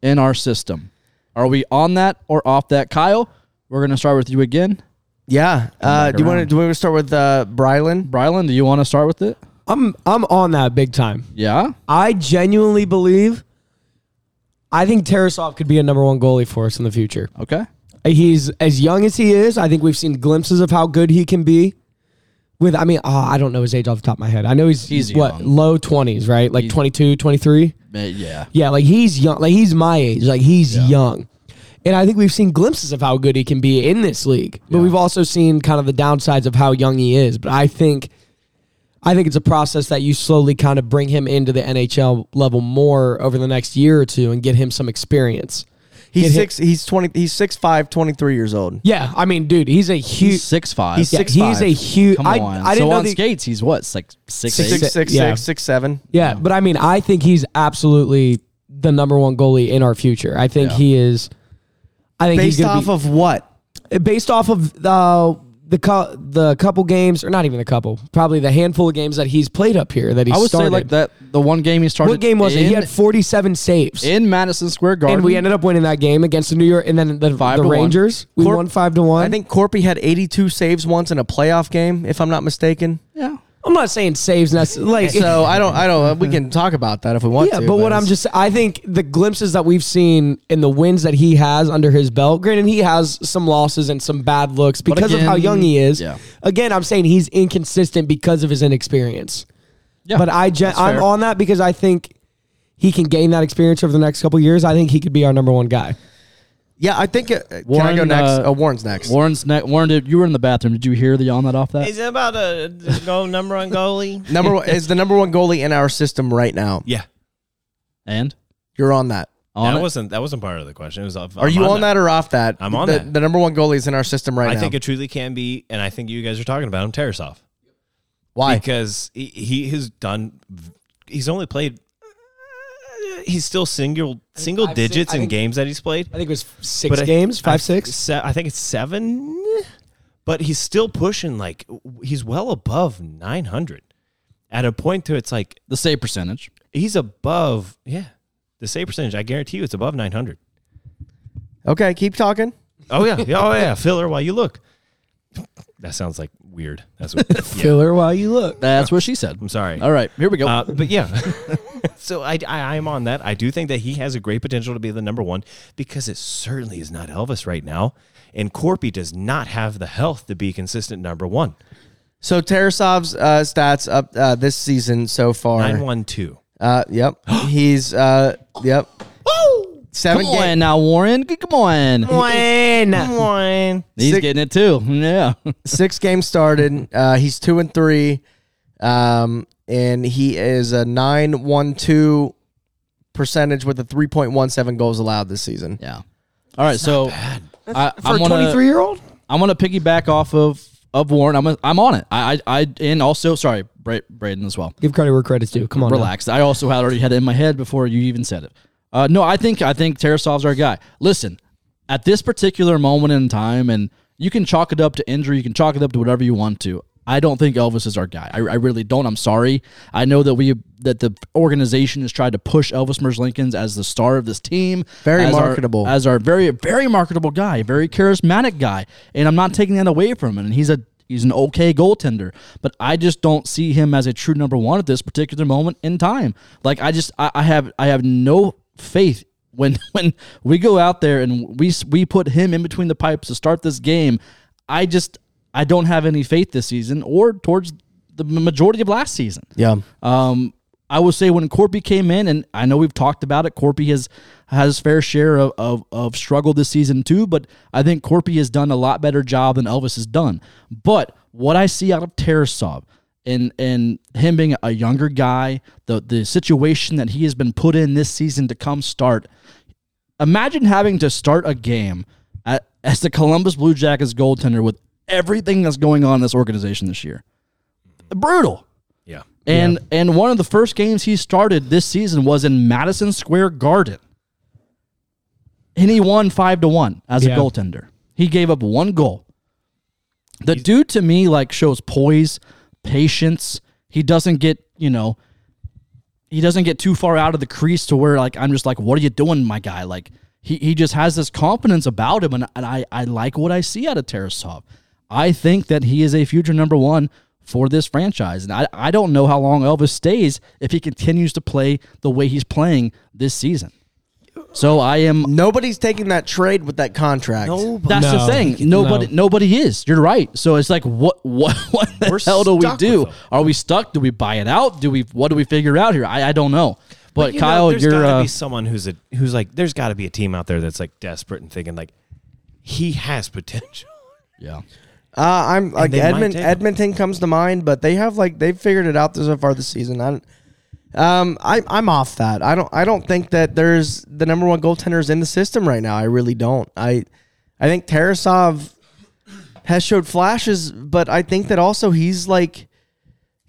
A: in our system. Are we on that or off that, Kyle? We're gonna start with you again,
D: Yeah. Uh, do you want to? Do we want to start with uh, Brylan?
A: Brylan. Do you want to start with it?
F: I'm I'm on that big time.
A: Yeah.
F: I genuinely believe I think Tarasov could be a number one goalie for us in the future.
A: Okay.
F: He's as young as he is. I think we've seen glimpses of how good he can be. With I mean, ah, I don't know his age off the top of my head. I know he's,
A: He's
F: what
A: young.
F: low twenties, right? Like 22, 23.
A: Uh, Yeah.
F: Yeah, like he's young. Like he's my age. Like he's young. And I think we've seen glimpses of how good he can be in this league. But we've also seen kind of the downsides of how young he is. But I think I think it's a process that you slowly kind of bring him into the NHL level more over the next year or two and get him some experience. get
D: He's
F: hit.
D: six. He's twenty. He's six five, 23 years old.
F: Yeah, I mean, dude, he's a huge.
A: six five.
D: He's
F: yeah,
D: six
F: he's
D: five.
F: a huge.
A: Come
F: I,
A: on.
F: I didn't
A: so
F: know
A: on
F: the-
A: skates, he's what? It's like six,
F: Six,
A: eight?
D: Six six six six seven.
F: yeah. Yeah, but I mean, I think he's absolutely the number one goalie in our future. I think he is. I think
D: Based
F: he's gonna
D: off of what?
F: be, based off of uh, the cou- the couple games, or not even the couple, probably the handful of games that he's played up here that he
A: I would
F: started.
A: say like that. The one game he started.
F: What game was
A: in,
F: it? He had forty seven saves,
A: in Madison Square Garden.
F: and we ended up winning that game against the New York, and then the,
A: Five
F: the
A: to one.
F: Rangers. We
D: Cor-
F: won five to one.
D: I think Corpy had 82 saves once in a playoff game, if I'm not mistaken.
A: yeah.
F: I'm not saying saves necessarily. Like,
D: So I don't, I don't. We can talk about that if we want
F: yeah,
D: to.
F: but what I'm
D: it's-
F: just I think the glimpses that we've seen and the wins that he has under his belt, granted he has some losses and some bad looks because of
A: again,
F: how young he is.
A: yeah.
F: Again, I'm saying he's inconsistent because of his inexperience.
A: Yeah.
F: But I gen- I'm
A: fair.
F: on that because I think he can gain that experience over the next couple years. I think he could be our number one guy.
D: yeah. I think. It, can I
A: Warren,
D: go next?
A: uh,
D: oh, Warren's next.
A: Warren's ne- Warren, did, you were in the bathroom. Did you hear the on that off that?
E: Is it about a go number on goalie?
D: number
F: <laughs>
D: one, is the number one goalie in our system right now.
H: Yeah.
A: And
D: You're on that.
A: on
E: that
A: it?
E: wasn't that wasn't part of the question. It was off,
D: Are
E: I'm
D: you on that. or off that?
E: I'm on
D: the,
E: that.
D: The number one goalie is in our system right
E: I
D: now.
E: think it truly can be, and I think you guys are talking about him, Tarasov.
D: Why?
E: Because he, he has done. He's only played. He's still single single
F: I've seen-
E: digits
F: I
E: in
F: think-
E: games that he's played.
F: I think it was six
E: But I-
F: games, five,
E: I-
F: six.
E: se- I think it's seven. But he's still pushing like he's well above 900. At a point to it's like
A: the save percentage.
E: he's above yeah the save percentage. I guarantee you it's above 900.
D: okay, keep talking.
E: Oh yeah, yeah,
A: <laughs>
E: oh yeah, filler while you look. That sounds like weird.
A: <laughs>
E: That's what. yeah,
F: Killer while you look.
A: That's what she said.
E: I'm sorry.
A: All right, here we go.
E: Uh, but yeah, <laughs> so I, I I am on that. I do think that he has a great potential to be the number one because it certainly is not Elvis right now, and Corpy does not have the health to be consistent number one.
D: So Tarasov's uh, stats up uh, this season so far.
E: Nine one two.
D: Uh, yep. He's uh, yep. Seven
A: Come on now, Warren. G- Come on. He's
D: Six-
A: getting it too. <laughs> Yeah.
D: six games started. Uh, he's two and three, um, and he is a nine one two percentage with a three point one seven goals allowed this season.
A: Yeah. All right, so I,
F: For
A: I'm
F: a
A: gonna-
F: twenty three year old?
A: I'm gonna piggyback off of of Warren. I'm i I'm on it. I, I I and also sorry, Bra- Braden as well.
F: Give credit where credit's due. Come on. now.
A: Relaxed. I also had already had it in my head before you even said it. Uh, no, I think I think Tarasov's our guy. Listen, at this particular moment in time, and you can chalk it up to injury, you can chalk it up to whatever you want to. I don't think Elvis is our guy. I, I really don't. I'm sorry. I know that we that the organization has tried to push Elvis Merz Lincolns as the star of this team,
D: Very
A: as our-
D: marketable.
A: as our very very marketable guy, very charismatic guy, and I'm not taking that away from him. And he's a he's an okay goaltender, but I just don't see him as a true number one at this particular moment in time. Like I just I, I have I have no faith when <laughs> when we go out there and we s- we put him in between the pipes to start this game. I just I don't have any faith this season or towards the majority of last season.
D: Yeah.
A: Um, I will say when Corpy came in, and I know we've talked about it. Corpy has has fair share of, of of struggle this season too, but I think Corpy has done a lot better job than Elvis has done. But what I see out of Tarasov and and him being a younger guy, the the situation that he has been put in this season to come start, imagine having to start a game at, as the Columbus Blue Jackets goaltender with everything that's going on in this organization this year. Brutal.
E: Yeah.
A: And and one of the first games he started this season was in Madison Square Garden. And he won five to one as
F: Yeah.
A: a goaltender. He gave up one goal. The dude to me like shows poise, patience. He doesn't get, you know, he doesn't get too far out of the crease to where like I'm just like, what are you doing, my guy? Like he, he just has this confidence about him, and, and I I like what I see out of Tarasov. I think that he is a future number one for this franchise, and I I don't know how long Elvis stays if he continues to play the way he's playing this season. So I am.
D: Nobody's taking that trade with that contract.
A: That's the
F: No.
A: thing. Nobody, nobody is. You're right. So it's like, what, what, <laughs> what the
E: We're
A: hell do we
E: stuck with
A: do?
E: them.
A: Are we stuck? Do we buy it out? Do we? What do we figure out here? I, I don't know. But,
E: you know,
A: Kyle,
E: there's
A: you're
E: gotta
A: uh,
E: be someone who's a who's like there's got to be a team out there that's like desperate and thinking like he has potential.
A: yeah.
D: Uh, I'm like
E: they might
D: Edmont,
E: take him.
D: Edmonton comes to mind, but they have like they've figured it out so far this season. I don't- Um, I, I'm off that. I don't. I don't think that there's the number one goaltenders in the system right now. I really don't. I, I think Tarasov has showed flashes, but I think that also he's like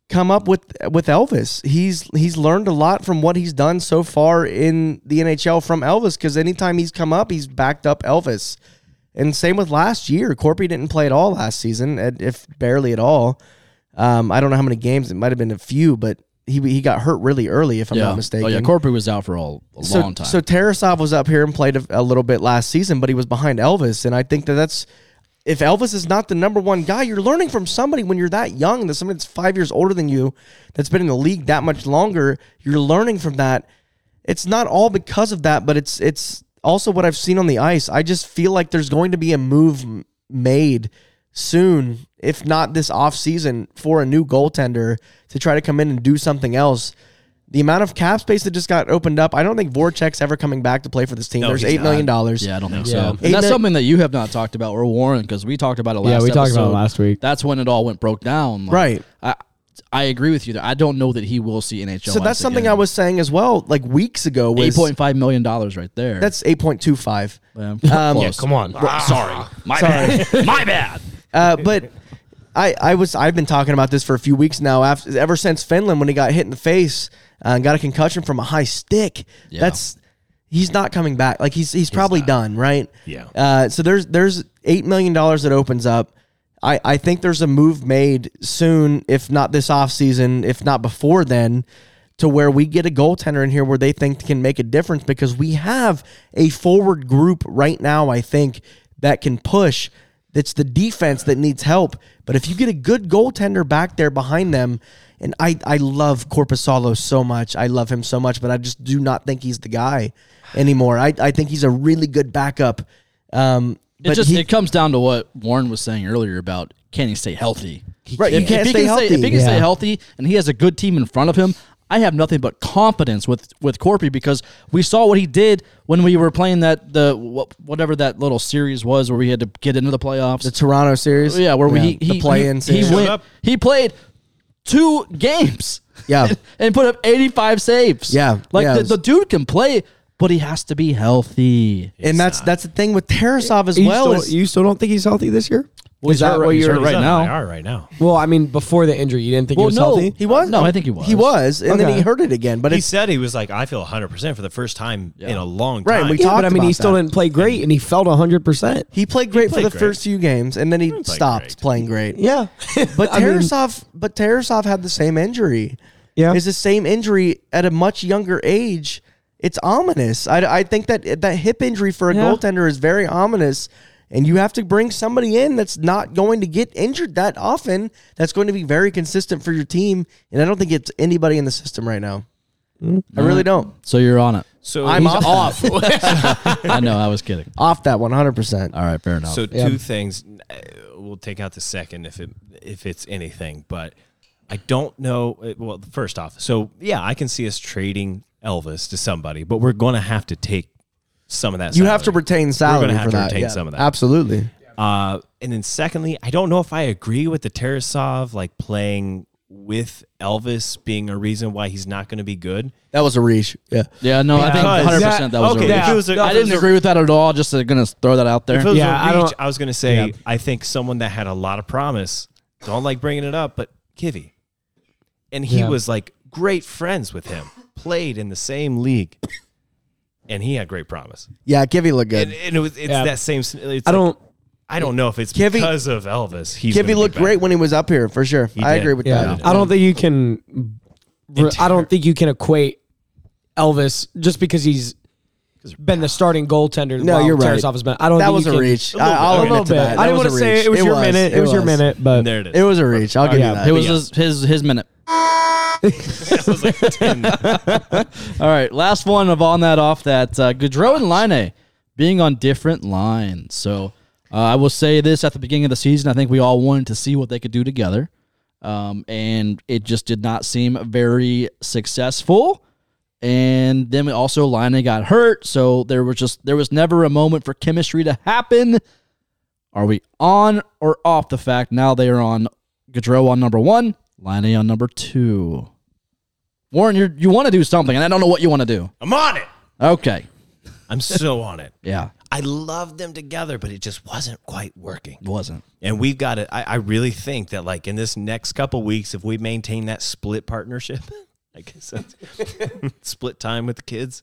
D: come up with with Elvis. He's he's learned a lot from what he's done so far in the NHL from Elvis because anytime he's come up, he's backed up Elvis. And same with last year. Corpy didn't play at all last season, at- if barely at all. Um, I don't know how many games. It might have been a few, but he he got hurt really early, if I'm
A: yeah.
D: not mistaken.
A: Oh, yeah. Corpy was out for a, a
D: so,
A: long time.
D: So Tarasov was up here and played a, a little bit last season, but he was behind Elvis, and I think that that's if Elvis is not the number one guy, you're learning from somebody when you're that young. That somebody that's five years older than you, that's been in the league that much longer, you're learning from that. It's not all because of that, but it's it's also what I've seen on the ice. I just feel like there's going to be a move m- made soon, if not this offseason, for a new goaltender to try to come in and do something else the amount of cap space that just got opened up, I don't think Voracek's ever coming back to play for this team. There's
I: he's
D: eight million dollars.
A: yeah, I don't think
F: Yeah.
A: so. And that's something that you have not talked about or Warren because we talked about it last.
F: Yeah, we talked about it
A: episode.
F: last week.
A: That's when it all went broke down. Like,
D: Right.
A: I I agree with you there. I don't know that he will see NHL.
D: So that's something I was saying as well, like weeks ago. Was
A: Eight point five million dollars right there.
D: that's eight point two five.
A: Yeah.
D: <laughs> Um,
A: Close.
F: Come on. Ah.
A: Sorry, my bad. my bad.
D: Uh, but I, I was I've been talking about this for a few weeks now. After ever since Finland when he got hit in the face uh, and got a concussion from a high stick.
A: Yeah.
D: That's he's not coming back. Like he's he's probably done, right?
I: Yeah.
D: Uh, so there's there's eight million dollars that opens up. I, I think there's a move made soon, if not this offseason, if not before then, to where we get a goaltender in here where they think can make a difference because we have a forward group right now, I think, that can push. It's the defense that needs help. But if you get a good goaltender back there behind them, and I, I love Corpusalo so much. I love him so much, but I just do not think he's the guy anymore. I, I think he's a really good backup. Um,
A: It
D: but
A: just
D: he-
A: it comes down to what Warren was saying earlier about can he stay healthy?
D: Right, you can't
A: he
D: stay
A: if he
D: healthy.
A: can stay
F: Yeah.
A: healthy and he has a good team in front of him, I have nothing but confidence with with Corpy because we saw what he did when we were playing that the wh- whatever that little series was where we had to get into the playoffs.
D: the Toronto series.
A: yeah, where we he,
D: the
A: he-
D: play-in
A: he,
D: series.
A: he went
I: up.
A: he played two games.
D: <laughs> Yeah.
A: and, <laughs> and put up 85 saves.
D: Yeah,
A: Like
D: yeah, it
A: the,
D: was-
A: the dude can play, but he has to be healthy.
D: and that's that's the thing with Tarasov as
F: You,
D: well.
F: still,
D: is-
F: you still don't think he's healthy this year? Is that what
I: He's
F: you're
I: on
A: right now.
I: IR right now.
F: Well, I mean, before the injury, you didn't think he was healthy.
D: he was
A: No, I think he was.
D: He was, and then
F: Okay.
D: he heard it again. But
I: He
D: it's
I: said he was like, I feel 100% for the first time in a long
D: Right,
I: time.
D: we
F: yeah,
D: talked
F: but I mean, he
D: about
F: still
D: that.
F: didn't play great, and he felt hundred percent.
D: he played great
I: played
D: for the
I: great.
D: first few games, and then he
I: played
D: stopped
I: great.
D: playing great.
F: <laughs> Yeah,
D: But
F: I mean-
D: Tarasov, but Tarasov had the same injury.
F: Yeah.
D: it's the same injury at a much younger age. It's ominous. I, I think that that hip injury for a
F: Yeah.
D: goaltender is very ominous, and you have to bring somebody in that's not going to get injured that often. That's going to be very consistent for your team, and I don't think it's anybody in the system right now. I
I: Mm-hmm.
D: really don't.
A: So you're on it.
I: so
D: I'm
I: he's-
D: off,
I: <laughs>
D: off,
A: I know, I was kidding.
D: off that 100. percent
A: All right, fair enough.
I: So two things. Uh, We'll take out the second if it if it's anything, but I don't know. uh, Well, first off, so yeah, I can see us trading Elvis to somebody, but we're going to have to take some of that.
D: You have to
I: salary.
D: retain
I: We're
D: salary
I: gonna have
D: for
I: to
D: that.
I: retain
D: Yeah,
I: some of that.
D: Absolutely.
I: Uh, and then secondly, I don't know if I agree with the Tarasov like playing with Elvis being a reason why he's not going to be good.
D: That was a reach. Yeah.
A: yeah, no, I think
I: Because
A: 100
I: that-
A: percent that was
I: okay,
A: a reach.
I: if it was a-
A: I
I: if it was
A: didn't
I: a-
A: agree with that at all. Just uh, gonna throw that out there.
I: If it was
F: Yeah,
I: a
F: I
I: reach,
F: don't-
I: I, was going to say I think someone that had a lot of promise. Don't like bringing it up, but Kivy, and he
F: Yeah.
I: was like great friends with him. Played in the same league, and he had great promise.
D: Yeah, Kivy looked good.
I: And, and it was it's
F: Yeah.
I: that same. It's
F: I don't.
I: I don't know if it's
D: Kivy-
I: because of Elvis. He's gonna
D: Kivy
I: be
D: looked
I: back.
D: great when he was up here for sure. I
I: did.
D: agree with
F: Yeah,
D: that.
F: I don't think you can. I don't think you can equate Elvis just because he's been the starting goaltender.
D: No,
F: while
D: you're right.
F: Tarasov has been. I don't.
D: That
F: think
D: was
F: you
D: a
F: can-
D: reach.
I: little bit.
D: I, will
I: A
D: admit
I: little
D: to
F: bit.
D: that.
F: I
D: That
F: didn't
D: was
F: want
D: a
F: to say
D: reach.
F: it was your minute. It was your minute, but
I: There it is.
D: It was a reach. I'll give
F: Yeah.
A: it
D: you that.
A: was his, his his minute. <laughs>
I: It was like 10
A: All right, last one of on that off that uh, Gaudreau and Line being on different lines. So uh, I will say this at the beginning of the season, I think we all wanted to see what they could do together, um, and it just did not seem very successful. And then we also Line got hurt, so there was just there was never a moment for chemistry to happen. Are we on or off the fact now they are on Gaudreau on number one, Line on number two? Warren, you're, you want to do something, and I don't know what you want to do.
E: I'm on it.
A: Okay.
E: I'm so on it.
A: Yeah.
E: I loved them together, but it just wasn't quite working.
A: It wasn't.
E: And we've got to, I, I really think that like in this next couple weeks, if we maintain that split partnership, <laughs> I guess that's <laughs> split time with the kids,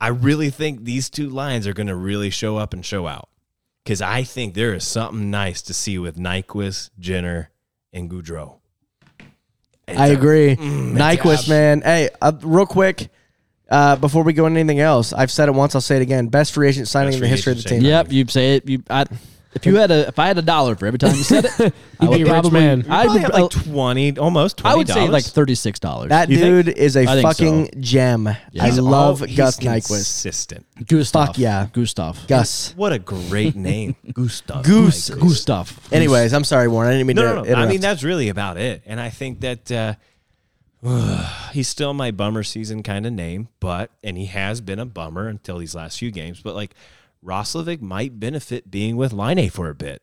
E: I really think these two lines are going to really show up and show out. Because I think there is something nice to see with Nyquist, Jenner, and Goudreau.
D: I agree. Nyquist, man. Hey, uh, real quick, uh, before we go into anything else, I've said it once, I'll say it again. Best free agent signing
E: Best
D: in the
E: free
D: history of the
E: agent
D: team.
E: signing.
A: Yep. You say it. You. I, if you had a, if I had a dollar for every time you said <laughs> it, I
F: You'd be
A: would
F: a rich
A: probably,
F: man.
A: I
E: Probably
A: would,
E: at like 20, almost $20.
A: uh, I would say like thirty six dollars.
D: That
E: You think-
D: dude is a
A: I think
D: fucking gem. I
E: He's
D: love
E: all- Oh, he's
D: Gus Nyquist.
E: Consistent.
A: Gustav.
D: fuck yeah.
A: Gustav.
D: Gus.
E: What
A: <laughs>
E: a great name, Gustav.
D: Goose.
E: Nyquist.
A: Gustav.
D: Anyways, I'm sorry, Warren. I didn't mean
E: No,
D: to.
E: no, no. I mean
D: interrupt.
E: that's really about it. And I think that uh, <sighs> he's still my bummer season kind of name, but and he has been a bummer until these last few games. But like Roslovic might benefit being with Line A for a bit.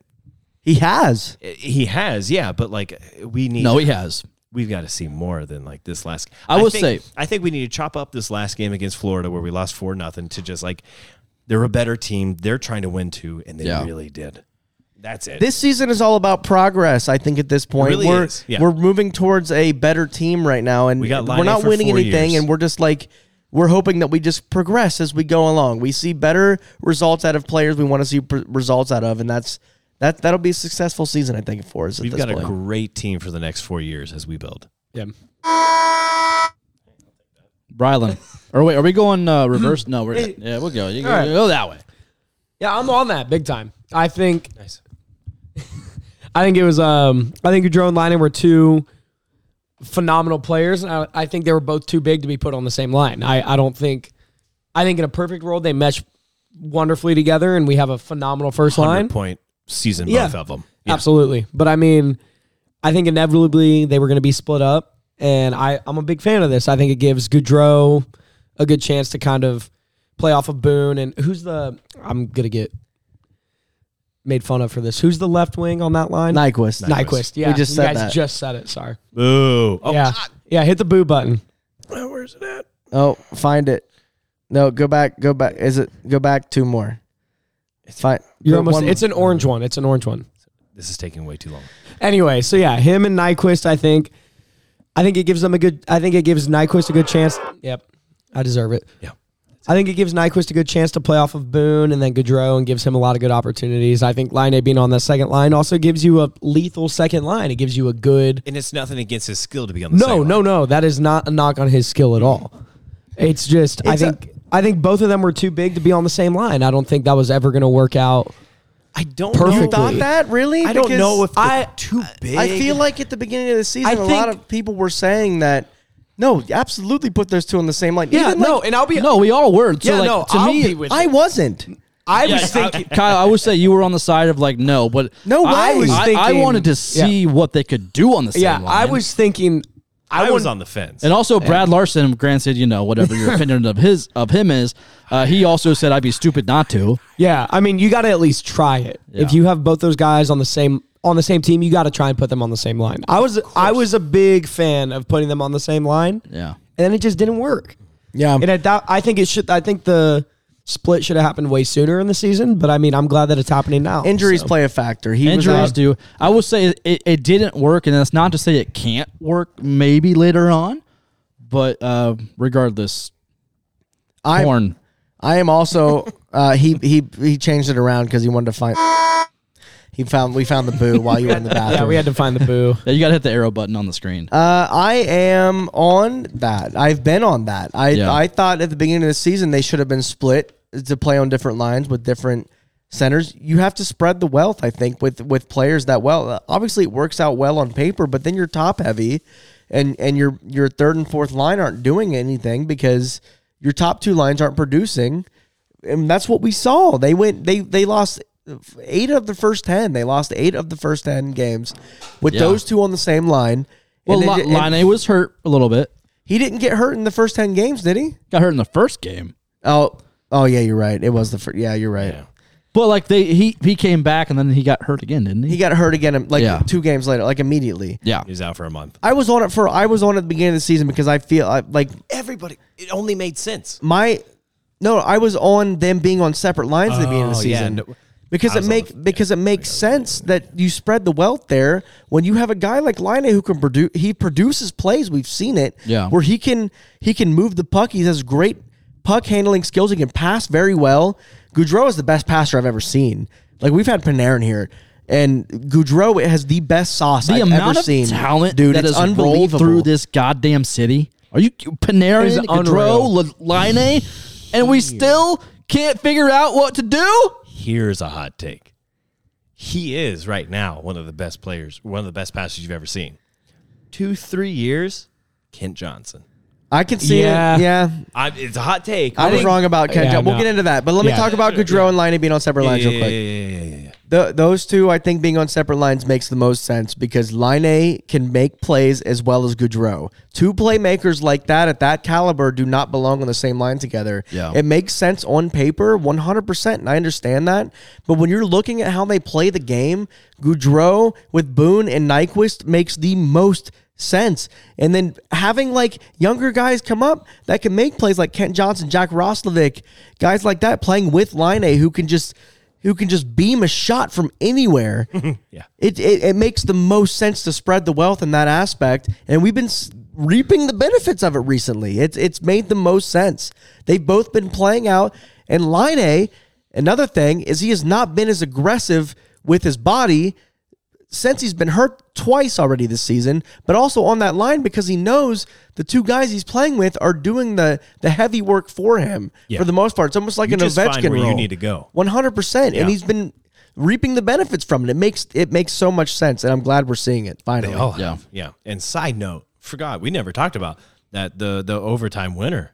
D: he has.
E: I- He has, yeah, but like we need.
A: No, he has.
E: we've got to see more than like this last.
A: I will
E: think-
A: say-
E: I think we need to chop up this last game against Florida where we lost four nothing to just like they're a better team. They're trying to win two, and they
A: Yeah.
E: really did. That's it.
D: This season is all about progress. I think at this point
E: really
D: we're
E: is, yeah.
D: we're moving towards a better team right now, and
E: We got Line
D: are
E: A
D: not
E: for
D: winning
E: four
D: anything,
E: years.
D: and we're just like we're hoping that we just progress as we go along. We see better results out of players we want to see pr- results out of, and that's that that'll be a successful season I think for us. At
E: We've
D: this
E: got a
D: point.
E: great team for the next four years as we build.
F: Yeah.
A: Brylan. or wait, are we going uh, reverse? no, we're yeah, we'll go. You go,
F: Hmm. right.
A: go that way.
F: Yeah, I'm on that big time. I think. Nice. <laughs> I think it was. Um, I think Goudreau and Line were two phenomenal players, and I, I think they were both too big to be put on the same line. I, I don't think. I think in a perfect world they mesh wonderfully together, and we have a phenomenal first line.
E: Hundred point season,
F: Yeah.
E: both of them.
F: Absolutely. But I mean, I think inevitably they were going to be split up. And I, I'm a big fan of this. I think it gives Goudreau a good chance to kind of play off of Boone. And who's the, I'm going to get made fun of for this. Who's the left wing on that line?
D: Nyquist.
F: Nyquist. Yeah.
D: We just
F: you
D: said
F: guys
D: that.
F: just said it. Sorry.
E: Boo. Oh,
F: yeah. Yeah. Hit the boo button.
E: where's it at?
D: Oh, find it. No, go back. Go back. Is it? Go back two more. Fine.
F: You're
D: Go
F: almost,
D: one-
F: it's an orange one. It's an orange one.
E: This is taking way too long.
F: Anyway, so yeah, him and Nyquist, I think, I think it gives them a good. I think it gives Nyquist a good chance. Yep, I deserve it.
E: Yeah.
F: I think it gives Nyquist a good chance to play off of Boone and then Gaudreau and gives him a lot of good opportunities. I think Line being on that second line also gives you a lethal second line. It gives you a good.
E: And it's nothing against his skill to be on the
F: No, no, no. That is not a knock on his skill at all. It's just I
D: It's a-
F: think I think both of them were too big to be on the same line. I don't think that was ever going to work out.
E: I don't
F: Perfectly.
E: know.
D: Thought that really?
E: I don't
D: Because-
E: know if
F: I-
E: I too big.
D: I feel like at the beginning of the season,
F: I
D: a lot
F: think-
D: of people were saying that. No, absolutely, put those two on the same line.
F: Yeah,
D: Even, like,
F: no, and I'll be
A: No, we all were. So
F: Yeah,
A: like,
F: no,
A: to
F: I'll
A: me,
F: be with
D: I wasn't.
F: I
A: Yeah,
F: was thinking
A: I- Kyle, I would say you were on the side of like no, but
D: No way.
A: I,
D: I was
A: I, I
F: thinking-
A: wanted to see what they could do on the <laughs> same
F: Yeah,
A: line.
F: I was thinking
E: I was on the fence.
A: And also, Brad Larson, granted, you know whatever
D: <laughs>
A: your opinion of his of him is, uh, he also said I'd be stupid not to.
F: Yeah, I mean, you got to at least try it. If you have both those guys on the same on the same team, you got to try and put them on the same line. I was I was a big fan of putting them on the same line, and
A: Yeah,
F: then it just didn't work.
D: Yeah,
F: And at that, I think it should. I think the split should have happened way sooner in the season. But I mean, I'm glad that it's happening now.
A: <laughs>
D: injuries
F: so.
D: play a factor. He was
A: injuries
D: out.
A: do. I will say it, it didn't work, and that's not to say it can't work maybe later on, but uh, regardless,
D: I'm-
A: corn.
D: I am also. Uh, he he he changed it around because he wanted to find. He found we found the boo while you were in the bathroom.
F: <laughs> Yeah, we had to find the boo.
A: <laughs> Yeah, you got to hit the arrow button on the screen.
D: Uh, I am on that. I've been on that. I
A: Yeah.
D: I thought at the beginning of the season they should have been split to play on different lines with different centers. You have to spread the wealth, I think, with with players that well. Uh, Obviously, it works out well on paper, but then you're top heavy, and and your your third and fourth line aren't doing anything because your top two lines aren't producing, and that's what we saw. They went they they lost. Eight of the first ten, they lost eight of the first ten games, with
A: Yeah.
D: those two on the same line.
A: well,
D: And
A: Li-
D: it- and-
A: Line was hurt a little bit.
D: he didn't get hurt in the first ten games, did he?
A: Got hurt in the first game.
D: Oh, oh yeah, you're right. It was the first. Yeah, you're right.
A: Well, like they he he came back and then he got hurt again, didn't he?
D: He got hurt again, like
A: Yeah.
D: two games later, like immediately.
A: yeah.
I: He's out for a month.
D: I was on it for I was on it at the beginning of the season because I feel I, like
I: Everybody, it only made sense.
D: my no, I was on them being on separate lines at the beginning of the
I: Oh, yeah,
D: season.
I: no-
D: because
I: I
D: it
I: was on
D: make
I: the- yeah,
D: because it makes sense that you spread the wealth there when you have a guy like Line who can produce he produces plays we've seen it
A: Yeah.
D: where he can he can move the puck he has great puck handling skills he can pass very well Goudreau is the best passer I've ever seen like we've had Panarin here and Goudreau has the best sauce
A: The
D: I've
A: amount
D: ever
A: of
D: seen
A: talent
D: dude
A: that
D: it's
A: has rolled
D: unbelievable
A: through this goddamn city. Are you
F: It is
A: Panarin, Gaudreau, Line, and we still can't figure out what to do?
I: Here's a hot take. He is right now one of the best players, one of the best passers you've ever seen. Two, three years, Kent Johnson.
D: I can see
F: Yeah.
D: it yeah
I: I, it's a hot take.
D: I was
I: think-
D: wrong about Ken.
F: Yeah,
D: Johnson. we'll
F: no.
D: get into that, but let me
F: Yeah.
D: talk about Goudreau and Line being on separate
I: Yeah,
D: lines
I: yeah,
D: real quick.
I: yeah, yeah, yeah, yeah.
D: Th those two, I think, being on separate lines makes the most sense because Line can make plays as well as Goudreau. Two playmakers like that at that caliber do not belong on the same line together.
A: Yeah.
D: It makes sense on paper, 100%, and I understand that. But when you're looking at how they play the game, Goudreau with Boone and Nyquist makes the most sense. And then having like younger guys come up that can make plays like Kent Johnson, Jack Roslovic, guys like that playing with Line who can just who can just beam a shot from anywhere. yeah. It, it it makes the most sense to spread the wealth in that aspect and we've been s- reaping the benefits of it recently. It's it's made the most sense. They've both been playing out and Line another thing is he has not been as aggressive with his body since he's been hurt twice already this season, but also on that line because he knows the two guys he's playing with are doing the the heavy work for him for the most part. It's almost like
I: You
D: an
I: just
D: Ovechkin
I: find where you
D: role.
I: need to go.
D: One hundred percent, and he's been reaping the benefits from it. It makes it makes so much sense, and I'm glad we're seeing it finally.
I: Oh, yeah. Yeah. And side note, forgot, we never talked about that the the overtime winner.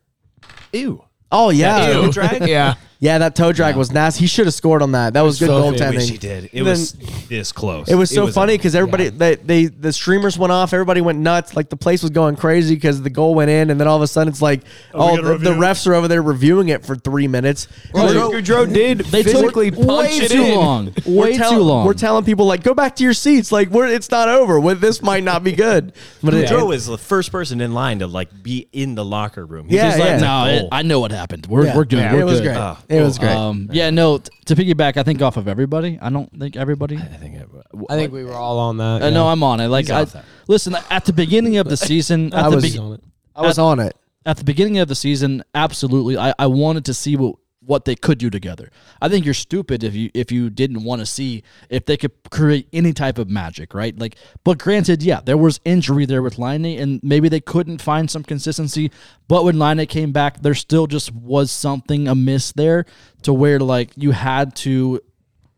I: Ew.
D: Oh, yeah,
I: Toe drag?
F: Yeah.
D: yeah. That toe drag was nasty. He should have scored on that. That was good
F: so
I: I wish
D: goaltending.
I: he did. It was this close.
D: It was so funny
I: a-
D: because everybody they, they the streamers went off, everybody went nuts, like the place was going crazy because the goal went in, and then all of a sudden it's like, oh, the, the refs are over there reviewing it for three minutes. We're-
F: Goudreau did
A: They
F: physically
A: took
F: punch
A: way
F: it
A: too
F: in.
A: long.
D: we're
A: Way
D: tell-
A: too long.
D: We're telling people like, go back to your seats, like we're it's not over. Well, this might not be good, but it,
I: Joe is the first person in line to like be in the locker room. He's
D: Yeah,
I: just like,
D: yeah.
A: no, it,
I: goal.
A: I know what happened. We're,
D: yeah,
A: we're good.
D: yeah,
A: we're
D: it was
A: good.
D: great. it was great.
A: Um, yeah, no. T- to piggyback, I think off of everybody. I don't think everybody.
I: I think it,
F: I think we were all on that.
A: Uh,
F: yeah.
A: No, I'm on it. Like, I,
I: off that.
A: listen, at the beginning of the season, at
D: <laughs> I
A: the
D: was-
A: be-
F: on it.
D: I was on it.
A: at the beginning of the season, absolutely, I, I wanted to see what what they could do together. I think you're stupid if you if you didn't want to see if they could create any type of magic, right? Like, but granted, yeah, there was injury there with Line, and maybe they couldn't find some consistency. But when Line came back, there still just was something amiss there to where like you had to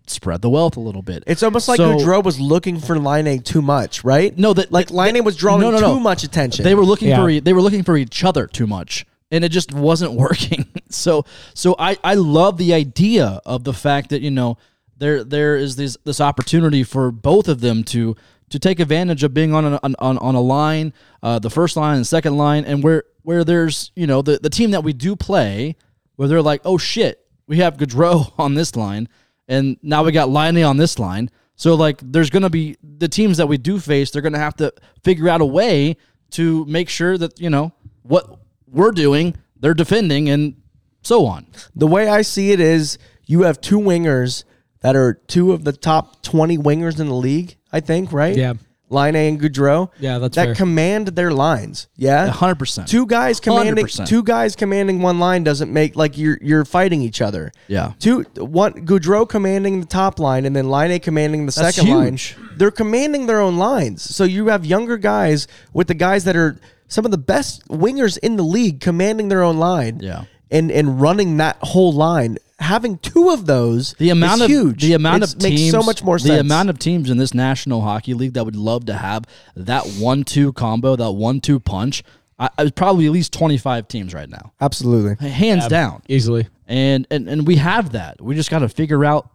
A: spread the wealth a little bit.
D: It's almost like
A: So-
D: Goudreau was looking for Line too much, right?
A: No, that
D: like
A: that-
D: Line was drawing
A: no, no, no.
D: too much attention.
A: They were looking
F: Yeah.
A: for e- they were looking for each other too much, and it just wasn't <laughs> working. So so I I love the idea of the fact that you know there there is this this opportunity for both of them to to take advantage of being on an, on, on on a line, uh, the first line and second line, and where where there's you know the the team that we do play where they're like oh shit we have Gaudreau <laughs> on this line and now we got Liney on this line. So like there's gonna be the teams that we do face, they're gonna have to figure out a way to make sure that, you know, what we're doing, they're defending and so on.
D: The way I see it is you have two wingers that are two of the top 20 wingers in the league, I think, right?
F: Yeah.
D: Line A and Goudreau.
F: Yeah, that's
D: that
F: fair.
D: command their lines. Yeah.
A: 100%.
D: Two guys commanding
A: 100%.
D: two guys commanding one line doesn't make like you're you're fighting each other.
A: Yeah.
D: Two one Goudreau commanding the top line and then Line A commanding the
A: That's
D: second
A: huge.
D: line. They're commanding their own lines. So you have younger guys with the guys that are some of the best wingers in the league commanding their own line
A: Yeah.
D: and and running that whole line, having two of those,
A: The amount
D: is
A: of
D: huge.
A: the amount
D: It's-
A: of teams
D: makes so much more
A: the
D: sense.
A: amount of teams in this National Hockey League that would love to have that one two combo, that one two punch. I, I probably at least twenty five teams right now.
D: absolutely.
A: Hands down.
F: Easily.
A: and and and we have that. We just got to figure out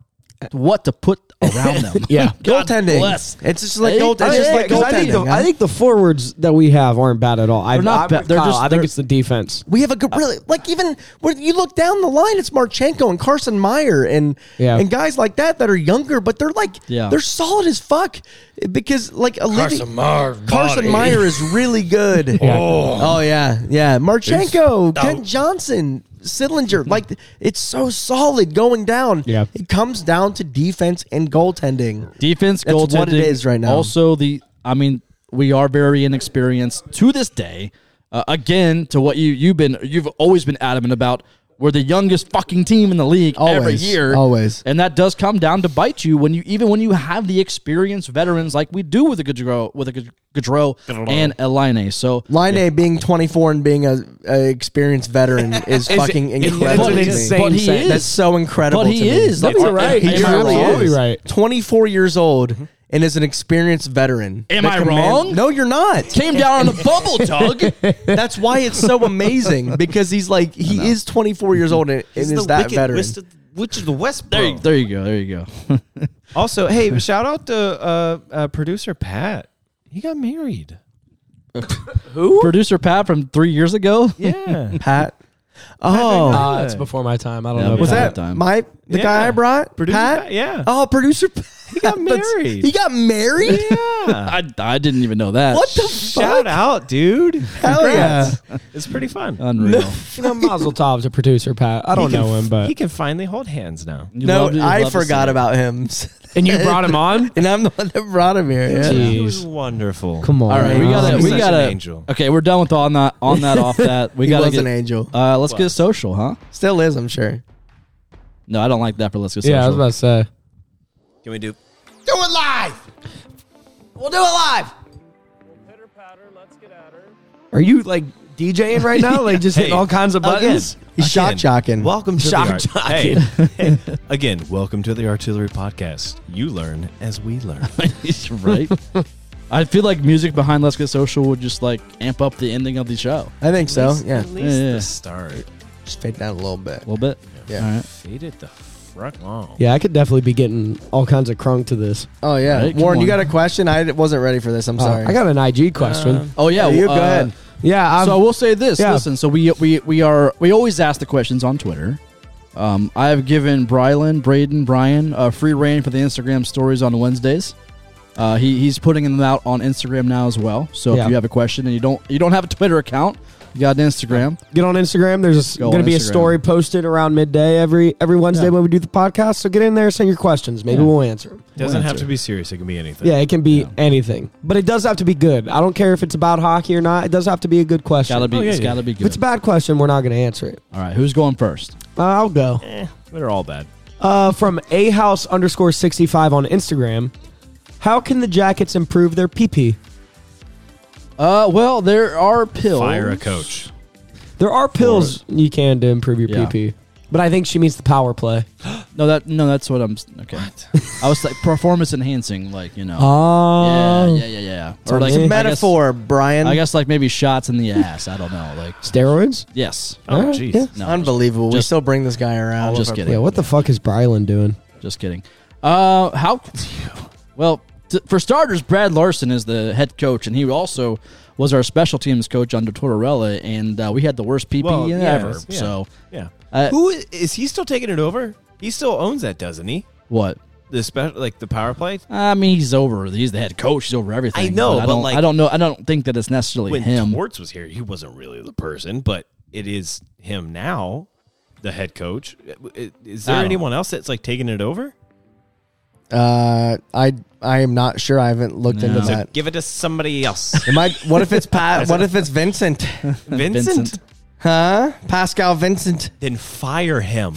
A: what to put
D: <laughs>
A: around them. <laughs>
F: Yeah.
A: God
D: Goaltending.
A: bless.
D: It's just like goal- it's
F: I,
D: just
F: yeah,
D: like
F: 'cause I think the,
D: goaltending.
F: I
D: huh?
F: think the forwards that we have aren't bad at all. I,
A: They're not
F: I'm
A: bad.
F: with
A: They're
F: Kyle.
A: just-
F: I
A: they're-
F: think it's the defense.
D: We have a good, really like even when you look down the line, it's Marchenko and Carson Meyer and
F: Yeah.
D: and guys like that that are younger, but they're like
A: Yeah.
D: they're solid as fuck because like Olivia, Carson Meyer, is really good.
F: <laughs>
D: oh. yeah, yeah, Marchenko, Ken Johnson, Sidlinger, like it's so solid going down.
F: Yeah.
D: it comes down to defense and goaltending.
A: Defense,
D: That's
A: goaltending.
D: what it is right now.
A: Also, the I mean, we are very inexperienced to this day. Uh, again, to what you you've been you've always been adamant about. We're the youngest fucking team in the league every
D: Always,
A: year,
D: always.
A: and that does come down to bite you when you even when you have the experienced veterans like we do with a Gaudreau with a Gaud- Gaudreau and a Line. So
D: Line A being 24 and being a, a experienced
F: <laughs>
D: veteran is fucking
F: it's
D: incredible.
F: an
D: to me.
F: insane
A: but he
F: sentence.
A: is
D: That's so incredible.
A: But he
D: to me.
A: is. Let
F: That'd
A: me-
F: be right.
A: Am
F: He
A: I
F: truly
A: wrong?
F: is. You're right.
D: 24 years old and is an experienced veteran.
A: Am
D: that
A: I wrong?
D: No, you're not.
A: Came down on the
D: <laughs>
A: bubble, Doug.
D: That's why it's
A: <laughs>
D: so amazing because he's like he is 24 years old and, and is that veteran.
E: Which is the West
A: There, you, there you go. There you go.
I: Also, hey, shout out to uh, uh, producer Pat. He got married.
A: Producer Pat from three years ago.
I: <laughs> Yeah.
D: Pat. Oh,
F: Uh, it's before my time. I don't know.
A: Was
D: was that
F: about
A: time.
D: my the
I: Yeah.
D: guy I brought?
I: Producer
D: Pat?
I: Pat, yeah.
D: Oh, producer. Pat. He <laughs>
I: got married.
D: He got
E: <laughs>
D: married.
I: Oh, yeah.
A: I, I didn't even know that.
D: What the
I: <laughs> Shout
D: fuck?
I: out, dude.
D: Hell yeah.
I: It's pretty fun.
A: Unreal.
F: You know, Mazel Tov's a producer, Pat. I don't
I: He can-
F: know him, but
I: he can finally hold hands now.
A: You
D: No,
A: love- you
D: I
A: love to see
D: forgot
A: it.
D: about him. <laughs>
F: and you brought him on.
D: and I'm the one that brought him here. yeah.
F: Jeez.
I: He was wonderful.
F: Come on,
A: All right, we
F: man.
A: gotta,
I: He's
A: we
I: such an
A: gotta.
I: angel.
A: Okay, we're done with on that, on that, off that. We
D: <laughs> He
A: gotta
D: was
A: get
D: an angel.
A: Uh, let's get social, huh?
D: Still is, I'm sure.
A: No, I don't like that for let's get social.
F: Yeah, I was about to say.
I: Can we do?
E: Do it live. We'll do it live.
G: Pitter patter, let's get at her.
F: Are you like DJing right now? Like just hitting all kinds of buttons.
D: He's shock jocking.
I: Welcome to
F: Shock
I: the art- hey,
F: <laughs>
I: hey. again, welcome to the Artillery Podcast. You learn as we
F: <laughs>
I: learn.
A: He's right. <laughs> I feel like music behind Let's Get Social would just like amp up the ending of the show
D: I think so. Yeah.
I: At least
A: Yeah, yeah.
I: the start.
D: Just fade down a little bit.
A: a little bit.
D: Yeah.
A: All right.
I: Fade it the front long.
F: Yeah, I could definitely be getting all kinds of crunk to this.
D: Oh yeah,
A: Right, come
D: Warren, you
A: on.
D: got a question? I wasn't ready for this. I'm
F: Uh,
D: sorry.
F: I got an IG question.
A: Oh yeah.
D: you
A: uh,
D: go ahead.
F: yeah, I'm,
A: so I will say this.
F: Yeah.
A: Listen, so we we we are we always ask the questions on Twitter. Um, I have given Brylan, Braden, Brian uh, free reign for the Instagram stories on Wednesdays. Uh, he, he's putting them out on Instagram now as well. So
F: Yeah.
A: if you have a question and you don't you don't have a Twitter account, you got an Instagram.
F: get on Instagram. There's
A: Go
F: going to
A: on
F: be a
A: Instagram.
F: story posted around midday every every Wednesday
A: Yeah.
F: when we do the podcast. So get in there, send your questions. Maybe
A: Yeah.
F: we'll answer 'em.
I: Doesn't have
A: answer.
I: to be serious. It can be anything.
F: Yeah, it can be anything, but it does have to be good. I don't care if it's about hockey or not. It does have to be a good question.
A: Gotta be
I: Oh, yeah,
A: it's
I: yeah.
A: gotta be
F: If
A: good.
F: it's a bad question, we're not going to answer it.
A: All right, who's going first?
F: Uh, I'll go.
I: They're all bad.
F: Uh, from a house underscore sixty five on Instagram. How can the Jackets improve their PP?
A: Uh, well, there are pills.
I: Fire a coach.
F: There are pills you can to improve your
A: Yeah.
F: PP, but I think she means the power play.
A: No, that no, that's what I'm. Okay, I was like performance enhancing, like you know.
F: Oh,
A: yeah, yeah, yeah, yeah. Or like
F: It's a
A: I guess-
D: Metaphor, Brian.
A: I guess like maybe shots in the ass. I don't know. Like
F: steroids.
A: yes.
I: Oh,
F: Alright,
I: jeez.
F: yeah.
A: No.
D: <laughs> Unbelievable. we
A: just-
D: still bring this guy around.
A: just
F: Yeah,
A: kidding.
F: what the fuck is Brylan doing?
A: Just kidding. Uh, how? <laughs> Well, t- for starters, Brad Larson is the head coach, and he also was our special teams coach under Tortorella, and uh, we had the worst PP
I: Well, yeah,
A: ever.
I: yeah.
A: So
I: Yeah.
A: Uh,
I: Who is, is he still taking it over? He still owns that, doesn't he?
A: what?
I: The special, like the power play.
A: I mean, he's over. He's the head coach. He's over everything.
I: I know,
A: I
I: but,
A: don't.
I: like-
A: I don't know. I don't think that it's necessarily
I: When
A: him.
I: Torts was here, he wasn't really the person, but it is him now, the head coach. I- Is
A: I
I: there
A: don't
I: anyone else that's like taking it over?
D: Uh, I I am not sure. I haven't looked into
A: No.
D: that.
I: Give it to somebody else.
D: Am I? What if it's <laughs> Pat? what if it's <laughs> Vincent?
I: Vincent?
A: Vincent.
D: Huh? Pascal Vincent.
I: Then fire him.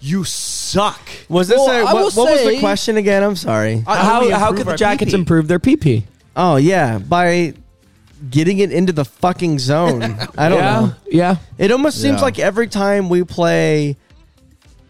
I: you suck.
D: Was this?
A: Well,
D: a,
A: I
D: what,
A: will
D: what was the
A: say-
D: question again? I'm sorry.
F: how
I: we
F: how,
I: improve
F: could the
I: our
F: Jackets
I: PP?
F: improve their PP?
D: Oh yeah, by getting it into the fucking <laughs> zone. I don't know.
F: yeah.
D: It almost seems
A: Yeah.
D: like every time we play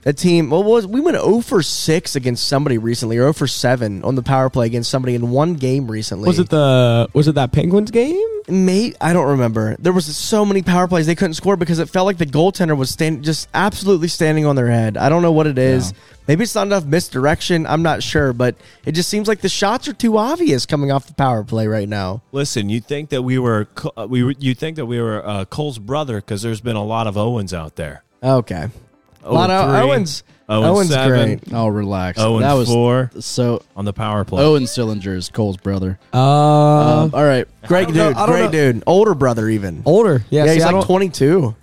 D: a team. Well, was we went 0 for six against somebody recently, or 0 for seven on the power play against somebody in one game recently.
F: Was it the was it that Penguins game?
D: Mate, I don't remember. There was so many power plays they couldn't score because it felt like the goaltender was stand, just absolutely standing on their head. I don't know what it is. Maybe it's not enough misdirection. I'm not sure, but it just seems like the shots are too obvious coming off the power play right now.
I: Listen, you'd think that we were Co- uh, we were- you'd think that we were uh, Cole's brother because there's been a lot of Owens out there.
D: Okay,
F: Oh
D: a lot of
I: 0-3,
D: Owens.
I: 0-7,
D: Owens great.
A: Oh, relax.
I: 0
A: that was Oh.
I: four
A: so.
I: on the power play.
A: Owen Sillinger is Cole's brother.
F: Uh,
A: Um, all right,
D: <laughs> Great dude,
F: know- I don't
D: great dude, older brother even.
F: older. Yeah,
D: Yeah,
F: see,
D: he's
F: I
D: like
F: don't-
D: 22.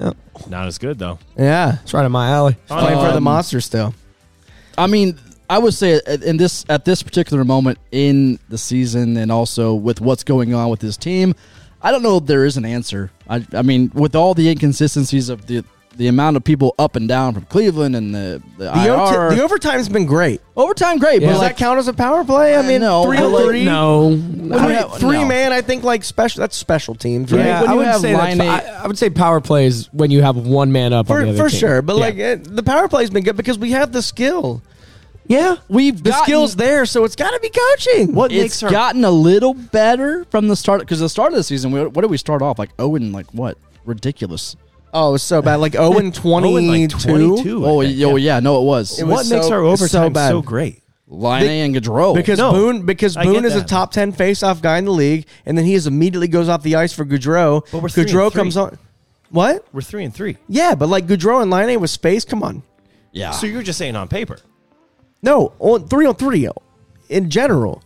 I: Not as good though.
D: Yeah,
F: It's right in my alley.
D: playing
I: Uh,
D: for the
A: Um,
D: monster still.
A: I mean, I would say at- in this at this particular moment in the season, and also with what's going on with this team, I don't know if there is an answer. I, I mean, with all the inconsistencies of the the amount of people up and down from Cleveland and the the,
D: The,
A: IR,
D: OT the overtime's been great.
A: overtime, great,
F: Yeah.
A: but
D: Does
A: like
D: that count as a power play? I mean,
A: no,
D: three
A: but
D: on
A: like-
D: three.
F: No,
D: Three,
A: I mean,
D: three
A: no.
D: man, I think like special. That's special teams, right?
A: Yeah,
F: yeah,
A: when
F: I
A: you
F: would
A: have
F: say
A: line
F: that's,
A: eight-
F: I, I would say power plays when you have one man up on the
D: for,
F: other
D: for
F: team.
D: sure. But
F: Yeah.
D: like it, the power play's been good because we have the skill.
F: yeah,
A: we've
D: The
A: gotten-
D: skill's there, so it's got to be coaching.
I: What
A: It's gotten a little better from the start because the start of the season, we, what did we start off like? Owen, like what? Ridiculous.
D: Oh, it was so bad. Like
F: <laughs>
D: Owen twenty
I: Owen, like, 22.
A: Oh, yeah, yeah, no, it was.
D: It was
I: what makes
D: so-
I: our overtime
D: so bad.
I: so great?
A: Line A and Gaudreau.
D: Because
I: No,
D: Boone, because
I: I get
D: Boone is a
I: that.
D: top ten face-off guy in the league, and then he is immediately goes off the ice for Goudreau.
I: But we're three and
D: Goudreau
I: three.
D: comes on. What?
I: We're three and three.
D: Yeah, but like Goudreau and Line was space. Come on,
A: yeah,
I: So you're just saying on paper?
D: no on three on three in general.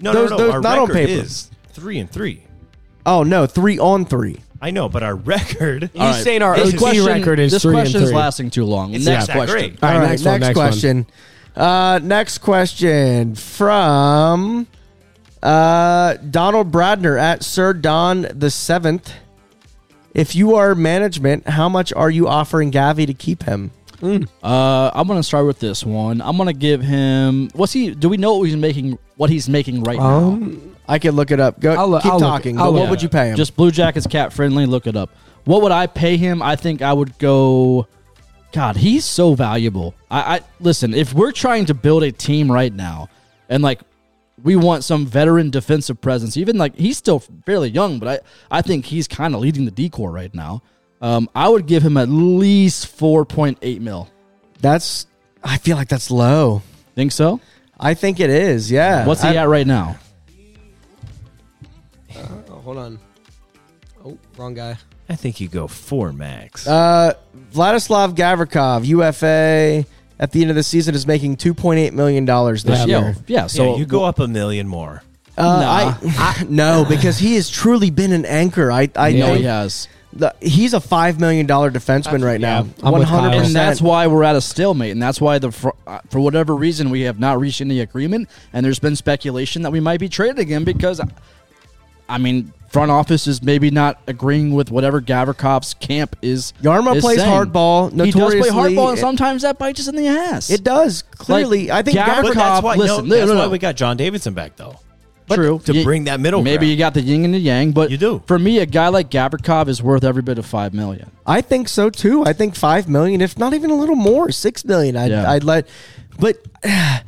I: No,
D: Those-
I: no, no.
D: those-
I: our
D: not on
I: record
D: paper.
I: is three and three.
D: Oh no, three on three.
I: I know, but our <laughs> record.
F: you saying our
A: This
F: OT
A: question-
F: record is
A: this
F: three and
A: question's
F: three.
A: lasting too long.
I: It's
A: Next
I: not that
A: question.
I: great.
F: All right,
D: All right,
F: next,
D: next,
F: one, next one.
D: question. Uh, next question from uh, Donald Bradner at Sir Don the Seventh. If you are management, how much are you offering Gavi to keep him?
A: Uh, I'm gonna start with this one. I'm gonna give him. What's he? Do we know what he's making? What he's making right
F: Um,
D: I could look it up. Go
F: I'll look-
D: keep
F: I'll look-
D: talking.
F: I'll
D: but
F: look
D: what would
F: it
D: you pay
A: now?
D: him?
A: Just Blue Jackets cat friendly. Look it up. What would I pay him? I think I would go. God, he's so valuable. I, I listen. If we're trying to build a team right now, and like we want some veteran defensive presence, even like he's still fairly young, but I I think he's kind of leading the decor right now. Um, I would give him at least four point eight mil.
D: that's. I feel like that's low.
A: Think so?
D: I think it is. Yeah.
A: What's he
D: I-
A: at right now?
F: oh, hold on. Oh, wrong guy.
I: I think you go four max.
D: Uh, Vladislav Gavrikov, UFA, at the end of the season is making two point eight million dollars this
F: Yeah,
D: year.
A: Yeah, yeah. So
I: so you go up a million more.
D: Uh, I, I no, because he has truly been an anchor. I I
A: No,
D: know
A: he has,
D: the, he's a five million dollar defenseman right
F: yeah,
D: now.
F: I'm
D: One
F: with Kyle.
D: hundred
A: and
F: Percent.
A: that's
D: percent.
A: why we're at a stalemate, and that's why the for, uh, for whatever reason we have not reached any agreement, and there's been speculation that we might be traded again because, uh, I mean, front office is maybe not agreeing with whatever Gavrikov's camp is.
D: Yarmo
A: is
D: plays
A: saying.
D: hardball.
A: He does play
D: notoriously.
A: hardball, and
D: It-
A: sometimes that bites us in the ass.
D: It does clearly. I think
A: Gavrikov-
I: But that's why,
A: listen,
I: no,
A: no,
I: that's
A: no,
I: why
A: no.
I: we got John Davidson back though.
A: True.
I: to
A: You-
I: bring that middle
A: Maybe
I: ground.
A: you got the yin and the yang, but
I: You do.
A: For me, a guy like Gavrikov is worth every bit of five million.
D: I think so too. I think five million, if not even a little more, six million. I'd,
A: Yeah.
D: I'd let, but <sighs>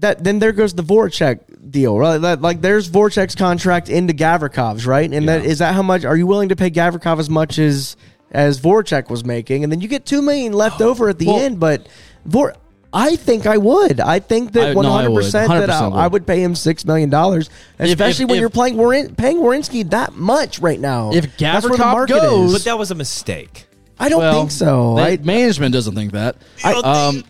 D: that then there goes the Voracek deal, right? That, like there's Voracek's contract into Gavrikov's, right? And that is that how much are you willing to pay Gavrikov as much as as Voracek was making, and then you get two million left over at the
A: Well-
D: end. But Vor, I think I would. I think
A: I-
D: that one
A: no, I
D: hundred
A: would.
D: percent that I,
A: 100% would.
D: I would pay him six million dollars,
A: if-
D: especially when
A: if-
D: you're playing Warren, paying Warinsky that much right now.
A: If
D: That's where the
A: Gavrikov
D: market
A: goes-
D: is.
I: But that was a mistake.
D: I don't think so.
A: They-
D: I,
A: management doesn't think that. um,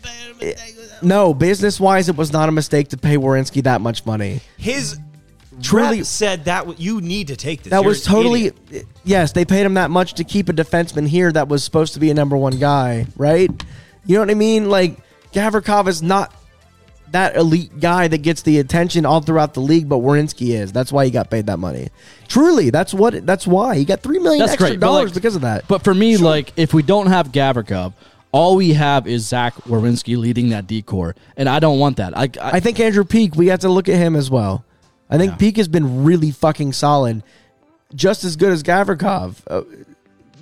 D: no, business wise, it was not a mistake to pay Warinsky that much money.
I: His
D: Truly-
I: rep said that w- you need to take this.
D: That
I: You're
D: was
I: an
D: totally
I: idiot.
D: yes. They paid him that much to keep a defenseman here that was supposed to be a number one guy, right? You know what I mean? Like Gavrikov is not that elite guy that gets the attention all throughout the league, but Warinsky is. That's why he got paid that money. Truly, that's what. That's why he got three million
A: that's
D: extra
A: great. but,
D: dollars
A: like,
D: because of that.
A: But for me, like, if we don't have Gavrikov, all we have is Zach Wawrinski leading that decor, and I don't want that. I, I,
D: I think Andrew Peak, we have to look at him as well. I think Peak has been really fucking solid, just as good as Gavrikov. Uh,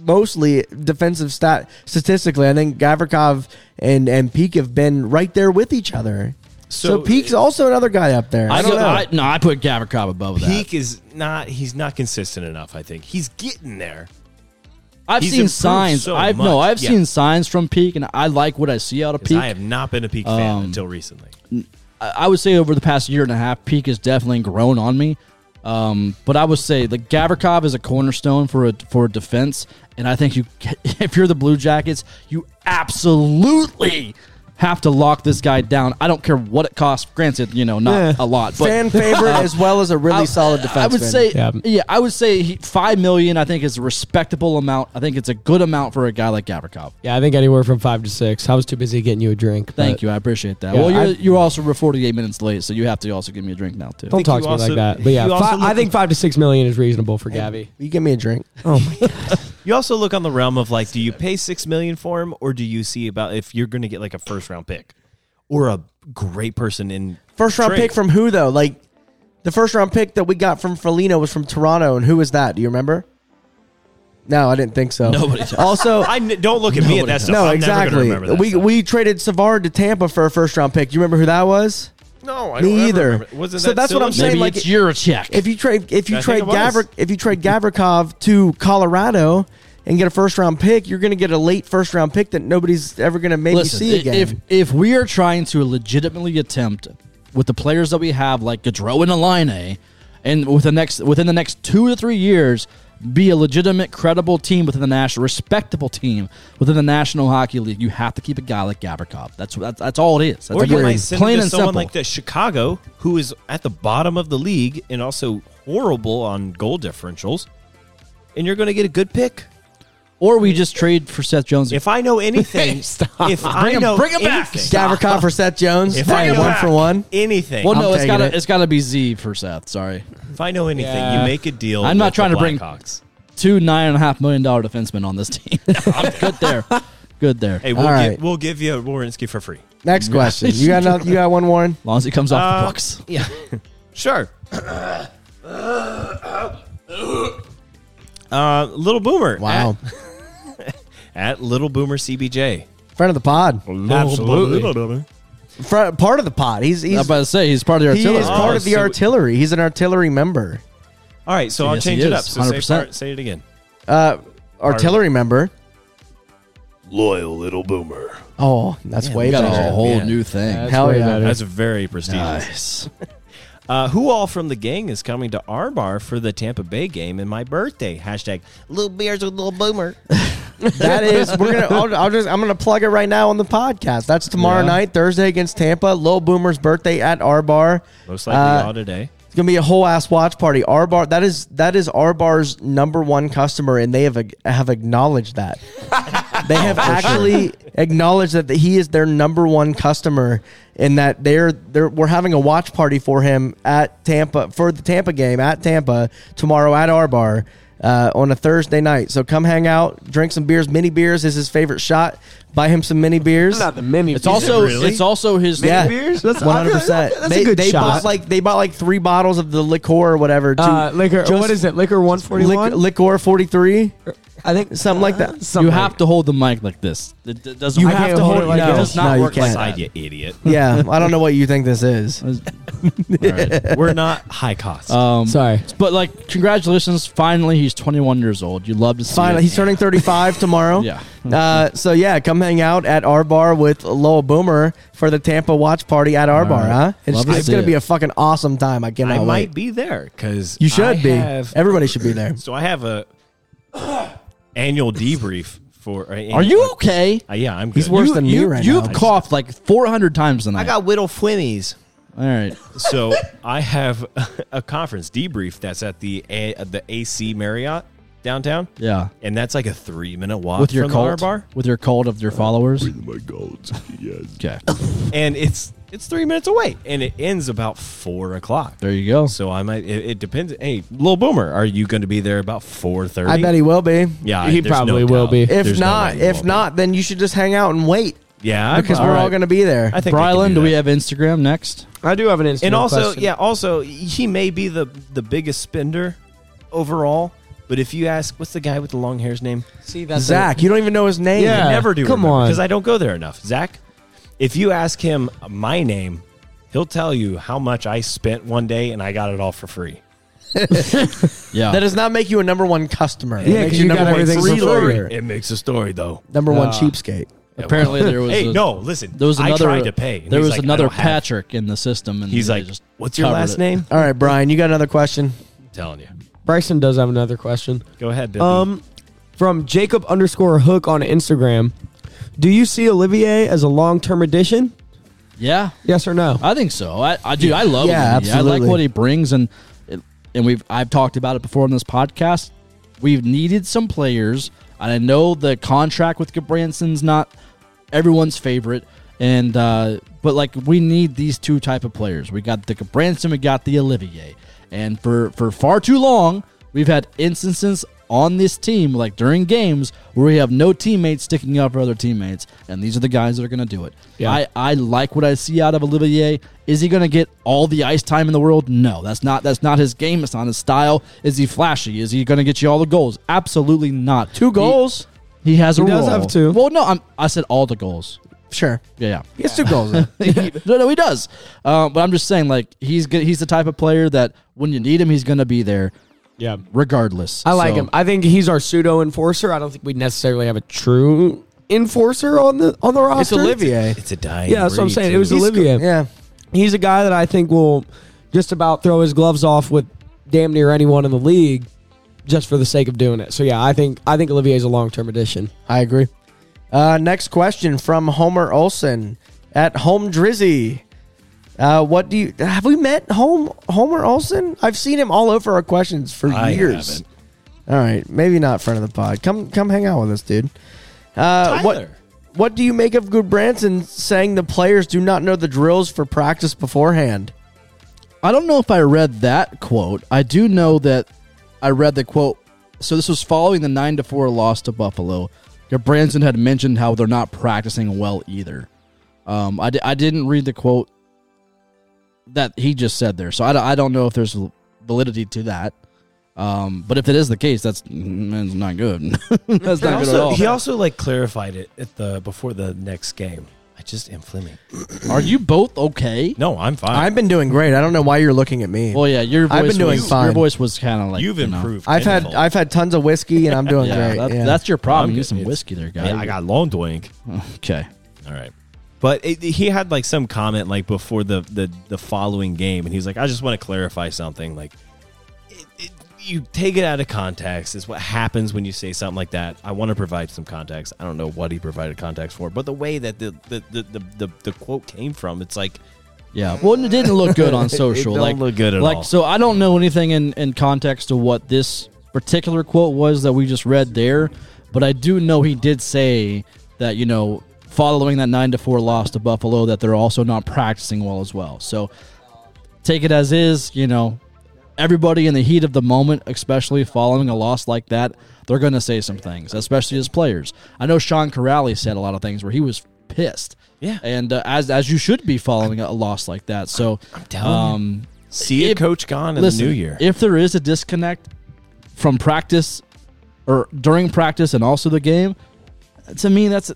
D: mostly defensive stat statistically. I think Gavrikov and and Peak have been right there with each other. So,
E: So-
D: Peak's also another guy up there.
A: uh, I
D: I don't
A: don't
D: know.
A: I, no, I put Gavrikov above that.
E: Peak is not. He's not consistent enough. I think he's getting there.
A: I've
E: He's
A: seen
E: improved
A: signs.
E: so
A: I've no,
E: much.
A: I've
E: Yeah.
A: seen signs from Peak, and I like what I see out of
E: 'Cause
A: Peak.
E: I have not been a Peak fan until recently.
A: I would say over the past year and a half, Peak has definitely grown on me. Um, but I would say the Gavrikov is a cornerstone for a for a defense, and I think you, <laughs> if you're the Blue Jackets, you absolutely have to lock this guy down. I don't care what it costs. Granted, you know, not a lot, but
D: Fan
A: <laughs>
D: favorite as well as a really
A: I-
D: solid defenseman.
A: I would say, yeah,
F: Yeah.
A: I would say he, five million. I think is a respectable amount. I think it's a good amount for a guy like Gavrikov.
F: Yeah, I think anywhere from five to six. I was too busy getting you a drink.
A: Thank
F: but
A: you, I appreciate that.
F: Yeah,
A: well, you're,
F: I-
A: you're also we're 48 minutes late, so you have to also give me a drink now too.
F: Don't talk
E: you
F: to me
E: also-
F: like that. But yeah,
E: you also
F: fi- I
E: look-
F: think five to six million is reasonable for Gabby.
D: Will you give me a drink. Oh my god.
E: You also look on the realm of like, do you pay six million for him, or do you see about if you're going to get like a first round pick or a great person in
D: First round
E: trade?
D: pick from who though? Like the first round pick that we got from Felino was from Toronto, and who was that? Do you remember? No, I didn't think so. <laughs> Nobody. Also,
E: I n- don't look at me at that stuff.
D: no,
E: I'm Never
D: exactly.
E: gonna remember that
D: we
E: stuff.
D: we traded Savard to Tampa for a first round pick. Do you remember who that was?
E: no, I
D: me
E: don't ever
D: either.
E: remember. Wasn't
D: So
E: that
D: that's what I'm
E: Silas?
D: saying,
A: Maybe
D: like,
A: it's your check.
D: If you trade if you
E: I
D: trade
E: think it was.
D: Gavrik if you trade Gavrikov to Colorado and get a first round pick, you're going to get a late first round pick that nobody's ever going to maybe
A: Listen,
D: see
A: i-
D: again.
A: if if we are trying to legitimately attempt with the players that we have, like Gaudreau and Aline, and with the next within the next two to three years, be a legitimate, credible team within the national, respectable team within the National Hockey League, you have to keep a guy like Gavrikov. That's that's, that's all it is. That's
E: Or you
A: plain
E: might send him to
A: and
E: someone
A: simple.
E: like the Chicago, who is at the bottom of the league and also horrible on goal differentials, and you're going to get a good pick.
A: or we just trade for Seth Jones.
E: If
A: <laughs>
E: I know anything, if I
A: Bring him-
E: know
A: bring him back.
E: anything-
D: Gavrikov for Seth Jones,
E: If
D: hey,
E: I
D: one
E: know
D: for one.
E: anything,
A: well,
D: I'm
A: no, it's
D: taking
A: gotta
D: it.
A: it. has gotta be Z for Seth. Sorry,
E: if I know anything,
F: Yeah.
E: you make a deal.
A: I'm not
E: with
A: trying
E: the
A: to bring-
E: Blackhawks.
A: two nine and a half million dollar defensemen on this team. <laughs> good there, good there.
E: Hey, we'll,
D: All
E: gi-
D: right.
E: we'll give you Warinsky for free. <laughs>
D: Next question. You got another, you got one, Warren.
A: as long as he comes off
E: Uh,
A: the books.
E: Yeah, sure. uh, Little Boomer.
D: Wow,
E: At, at Little Boomer CBJ.
D: friend of the pod,
F: Absolutely.
D: Fr- part of the pod. He's
A: I was
D: he's
A: about to say he's part of the
D: he
A: artillery.
D: is part of the
E: Oh, so-
D: artillery. He's an artillery member,
E: All right, so I'll
A: Yes, he
E: change it
A: is,
E: up. So say,
A: 100%.
E: part, say it again.
D: uh, artillery member.
E: Loyal Little Boomer.
D: Oh, that's way
A: we got
D: better.
A: a whole
E: Yeah.
A: new thing.
F: That's
D: Hell
F: way
D: yeah.
F: better.
E: That's very prestigious.
A: nice.
E: <laughs> Uh, who all from the gang is coming to our bar for the Tampa Bay game and my birthday? Hashtag little beers with little boomer.
D: <laughs> That is, we're gonna. I'll, I'll just. I'm gonna plug it right now on the podcast. That's tomorrow night, Thursday against Tampa. Lil Boomer's birthday at our bar.
E: Most likely
D: Uh,
E: all today.
D: It's gonna be a whole ass watch party. Our bar. That is that is our bar's number one customer, and they have ag- have acknowledged that. They have actually acknowledged that he is their number one customer, and that they're they're we're having a watch party for him at Tampa for the Tampa game at Tampa tomorrow at our bar uh, on a Thursday night. So come hang out, drink some beers, mini beers is his favorite shot. Buy him some mini beers.
F: not the mini.
A: It's also
E: really?
A: it's also his
D: Yeah.
F: beers? That's-
D: One hundred percent.
F: that's a
D: They,
F: good
D: they
F: shot.
D: bought like they bought like three bottles of the liqueur or whatever. To
F: uh, liquor.
D: just
F: what is it? Liquor one forty
D: lic-
F: one.
D: liqueur forty three,
F: I think
D: something like that.
F: <laughs>
A: You have to hold the mic like this. It, it doesn't.
F: You
A: I
F: have
A: can't
F: to hold it like
A: no, It
F: this.
A: does not
D: No, you
A: work like
D: can't.
A: that.
E: Side, you idiot.
D: <laughs> Yeah, I don't know what you think this is.
E: All right. We're not high cost.
D: Oh,
A: Um,
F: Sorry.
A: but like, congratulations! Finally, he's 21 years old. You love to see
D: Finally,
A: it.
D: he's turning
E: <laughs>
D: 35 tomorrow.
A: Yeah.
D: Uh, so yeah, come hang out at our bar with Lowell Boomer for the Tampa watch party at our bar, huh? It's,
A: Love to
D: it's
A: see
D: gonna be
A: it.
D: a fucking awesome time. I cannot
E: I
D: wait.
E: might be there because
D: You should be.
E: Have,
D: Everybody should be there.
E: so I have a annual debrief for.
A: Are you okay?
E: Uh, yeah, I'm. Good.
D: He's worse
A: You,
D: than me
A: you,
D: right
A: you've
D: now.
A: coughed like 400 times tonight.
E: I got whittle flimmies.
A: All right.
E: So I have a conference debrief that's at the a, the AC Marriott downtown. <laughs>
A: Yeah.
E: and that's like a three minute walk
A: With your
E: from the bar
A: cult,
E: bar,
A: with your cult of your followers. Okay.
E: and it's it's three minutes away, and it ends about four o'clock.
A: There you go.
E: So I might. It, it depends. Hey, Lil Boomer, are you going to be there about four thirty?
D: I bet he will be.
E: Yeah,
F: He
E: there's no
F: probably will
E: doubt.
F: be.
D: If
E: There's no
D: not,
E: way he
D: if
E: won't be.
D: not, then you should just hang out and wait
E: yeah,
D: because we're
A: All
D: all
A: right.
D: gonna be there.
E: I think I can
A: Brylan, do
E: that.
A: we have Instagram next?
F: I do have an instant.
E: And also,
F: question.
E: yeah, also he may be the the biggest spender overall But if you ask, what's the guy with the long hair's name?
F: See, that's
D: Zach, you don't even know his name.
E: I never do.
F: Come on.
E: because I don't go there enough. Zach, if you ask him my name, he'll tell you how much I spent one day and I got it all for free.
A: Yeah.
D: That does not make you a number one customer. It
F: Yeah,
D: makes
F: 'cause you got everything
D: free
F: for free.
D: loader.
E: It makes a story though.
D: Number one
F: Uh,
D: cheapskate.
A: Apparently there was
E: hey,
A: a-
E: no, listen.
A: There was another
E: I tried to pay. and
A: There
E: he's
A: was
E: like, I
A: another
E: don't have it.
A: Patrick in the system and
E: He's
A: they
E: like,
A: just
E: "What's your
A: covered
E: last
A: it.
E: name?"
D: All right, Brian, you got another question?
E: I'm telling you.
F: Bryson does have another question.
E: Go ahead, Bippy.
F: Um, from Jacob underscore Hook on Instagram. Do you see Olivier as a long term addition?
A: Yeah.
F: Yes or no?
A: I think so. I, I do. I love
D: Yeah,
A: him. I like
D: absolutely.
A: what he brings, and and we've I've talked about it before on this podcast. We've needed some players, and I know the contract with Gabranson's not everyone's favorite, and uh, but like we need these two type of players. We got the Gabranson, we got the Olivier, and for for far too long we've had instances on this team like during games where we have no teammates sticking up for other teammates and these are the guys that are going to do it
F: Yeah.
A: I, I like what I see out of Olivier. Is he going to get all the ice time in the world? No, that's not that's not his game. It's not his style. Is he flashy? Is he going to get you all the goals? Absolutely not.
D: Two
A: He-
D: goals?
A: He, has a
F: He
A: role.
F: does have two.
A: Well, no, I'm, I said all the goals.
D: Sure.
A: Yeah,
D: He gets two goals. in.
F: <laughs>
A: yeah. no, no, he does. Uh, but I'm just saying, like he's go- he's the type of player that when you need him, he's going to be there
F: Yeah.
A: regardless.
F: I
A: So-
F: like him. I think he's our pseudo enforcer. I don't think we necessarily have a true enforcer on the on the roster.
D: It's Olivier.
E: it's a dying.
F: Yeah, that's what I'm
E: breed,
F: saying. It
E: too.
F: was Olivier.
D: Yeah.
F: He's a guy that I think will just about throw his gloves off with damn near anyone in the league just for the sake of doing it. So yeah, I think I think Olivier's a long term addition.
D: I agree. Uh, next question from Homer Olson at Home Drizzy. Uh, what do you have we met Home Homer Olson? I've seen him all over our questions for
E: I
D: years.
E: haven't.
D: All right, maybe not friend of the pod. Come come hang out with us, dude. Uh, what
E: Tyler.
D: what do you make of Goodbranson saying the players do not know the drills for practice beforehand?
A: I don't know if I read that quote. I do know that I read the quote. So this was following the nine to four loss to Buffalo. Branson had mentioned how they're not practicing well either. Um, I, di- I didn't read the quote that he just said there, so I, don't- I don't know if there's validity to that. Um, but if it is the case, that's mm, that's not good. <laughs> that's
E: He
A: not good at
E: also,
A: all.
E: he also like clarified it at the before the next game. I just am Fleming.
A: Are you both okay?
E: No, I'm fine.
D: I've been doing great. I don't know why you're looking at me.
A: Well, yeah, your voice
D: I've been doing
A: was,
D: fine.
A: Your voice was kind of like
E: You've
A: you know.
E: improved.
D: I've had
E: tenfold.
D: I've had tons of whiskey and I'm doing
A: Yeah,
D: great.
A: that-
D: yeah.
A: that's your problem. You
E: I'm
A: need
E: good.
A: some
E: It's-
A: whiskey there, guy.
E: Yeah, I got long doink.
A: okay.
E: All right. But it, he had like some comment like before the, the the following game, and he was like, "I just want to clarify something. Like, it, it, you take it out of context is what happens when you say something like that. I want to provide some context. I don't know what he provided context for, but the way that the the the the, the, the quote came from, it's like
A: Yeah. Well, it didn't look good
E: <laughs>
A: on social.
E: don't
A: like,
E: look good at
A: like,
E: all.
A: So I don't know anything in, in context to what this particular quote was that we just read there, but I do know he did say that you know following that nine to four loss to Buffalo that they're also not practicing well as well. So take it as is. You know, everybody in the heat of the moment, especially following a loss like that, they're going to say some things, especially as players. I know Sean Corrali said a lot of things where he was pissed.
E: Yeah.
A: and uh, as as you should be following a loss like that. So I'm
E: telling you.
A: um,
E: see
A: If-
E: a coach gone in
A: listen,
E: the new year.
A: if there is a disconnect from practice or during practice and also the game, to me that's a,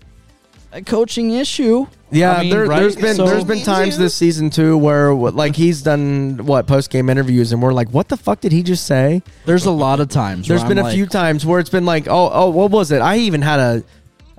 A: a coaching issue.
D: Yeah,
A: I mean,
D: there,
A: right?
D: there's been
A: So-
D: there's been times this season too where what, like he's done what post game interviews and we're like, what the fuck did he just say?
A: there's a lot of times.
D: There's
A: where
D: been
A: I'm
D: a
A: like,
D: few times where it's been like, oh oh, what was it? I even had a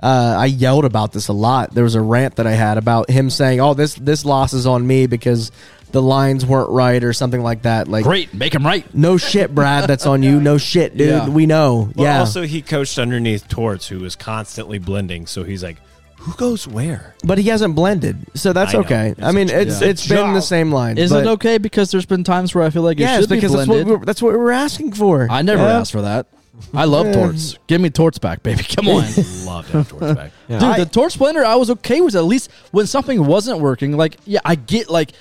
D: uh, I yelled about this a lot. There was a rant that I had about him saying, oh this this loss is on me because the lines weren't right or something like that. Like
A: Great, make him right.
D: no shit, Brad, that's on you. No shit, dude.
A: Yeah.
D: We know.
E: Well,
D: yeah.
E: Also, he coached underneath Torts, who was constantly blending. So he's like, "Who goes
D: <laughs>
E: where?"
D: but he hasn't blended, so
E: I
D: that's
E: know.
D: okay.
E: It's
D: I
E: a
D: mean,
E: j-
D: it's
E: yeah.
D: it's been the same line.
A: Is
D: but-
A: it okay? Because there's been times where I feel like it
D: Yes,
A: should be
D: because that's what,
A: blended.
D: we were, that's what we were asking for.
A: I never
D: Yeah.
A: asked for that. I love torts. Give me torts back, baby. <laughs> Come on.
E: Loved having Torts
D: <laughs>
E: back.
A: Dude, the torch blender I was okay with at least when something wasn't working. Like, yeah, I get like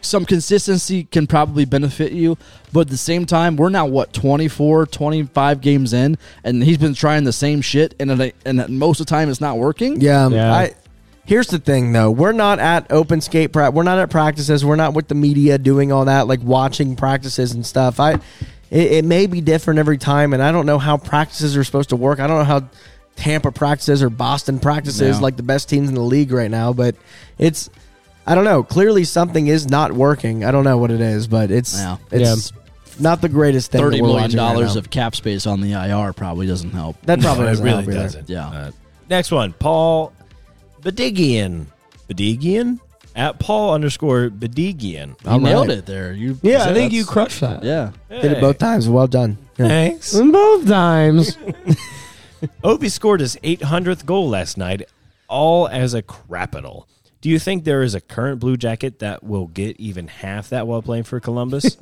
A: some consistency can probably benefit you, but at the same time, we're now what 24, 25 games in, and he's been trying the same shit, and it, and most of the time it's not working.
D: Yeah.
F: Yeah.
D: I, here's the thing, though. We're not at open skate practice. We're not at practices. We're not with the media doing all that, like watching practices and stuff. I it, it may be different every time, and I don't know how practices are supposed to work. I don't know how Tampa practices or Boston practices
A: Yeah.
D: like the best teams in the league right now, but it's I don't know. Clearly, something is not working. I don't know what it is, but it's
A: Yeah.
D: it's not the greatest thing.
A: Thirty
D: that we're
A: million
D: watching right
A: dollars
D: now.
A: of cap space on the IR probably doesn't help. <laughs>
D: that probably
I: it
D: doesn't
I: really
D: help either.
I: doesn't.
A: Yeah.
I: Uh, next one, Paul Bedigian. Bedigian? At Paul underscore Bedigian.
A: You nailed it there. You
F: Yeah, I
A: said
F: think
A: that's-
F: you crushed that.
A: Yeah.
D: Did it both Mm. times. Well done. Yeah.
I: Thanks.
F: In both times.
I: Obi scored his 800th goal last night, all as a crapital. Do you think there is a current Blue Jacket that will get even half that while playing for
D: <laughs>
I: Columbus?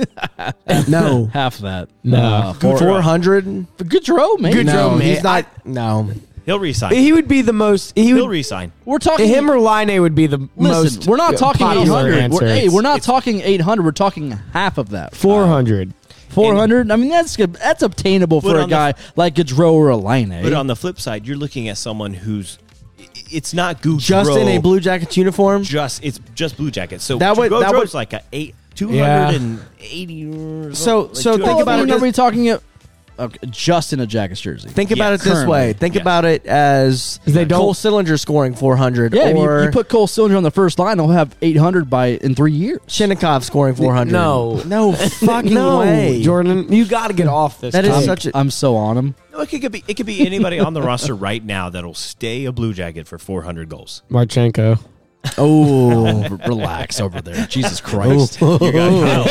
D: No.
A: Half that. Uh,
F: No.
A: four,
D: Four hundred.
A: Goodrow, man.
D: No,
F: man.
D: he's not. no,
I: He'll resign.
F: he would be the most. He
I: He'll
F: would.
I: resign.
A: We're talking
F: him or Line would be the
A: Listen,
F: most.
A: we're not talking
F: popular
A: 800. We're,
F: answer.
A: hey, we're not
I: It's-
A: talking 800. We're talking half of that.
F: Four hundred.
A: 400. I mean, that's good- that's obtainable
I: But
A: for a
I: on the-
A: guy like Gaudreau or eh? a Line.
I: But on the flip side, you're looking at someone who's i- it's not Goudreau.
D: just in a Blue Jackets uniform.
I: Just it's just Blue Jackets. So that
D: That would-
I: would,
D: that would-
I: like a eight. 280 or something,
D: So- so think
A: well,
I: 200.
D: about
A: about
D: it
A: it. Are
D: this-
A: we talking it? Okay, just in a Jackets jersey.
D: Think
I: Yeah,
D: about it this
A: currently.
D: way. Think
I: Yeah.
D: about it as
F: They
D: Cole
F: don't-
D: Sillinger scoring 400
A: yeah, I mean,
D: or
A: you, you put Cole Sillinger on the first line, he'll have 800 by in three years.
D: Shinnikov scoring 400.
F: No.
D: <laughs>
A: <laughs>
D: No fucking
F: no,
D: way.
F: Jordan, you got to get off this.
D: That is
F: topic.
A: I'm,
D: such a-
A: I'm so on him.
I: No, it could, could be it could be anybody on the roster <laughs> right now that'll stay a Blue Jacket for 400 goals.
F: Marchenko.
A: Oh, <laughs> relax over there. Jesus Christ.
I: You got Kyle
D: <laughs>
I: up.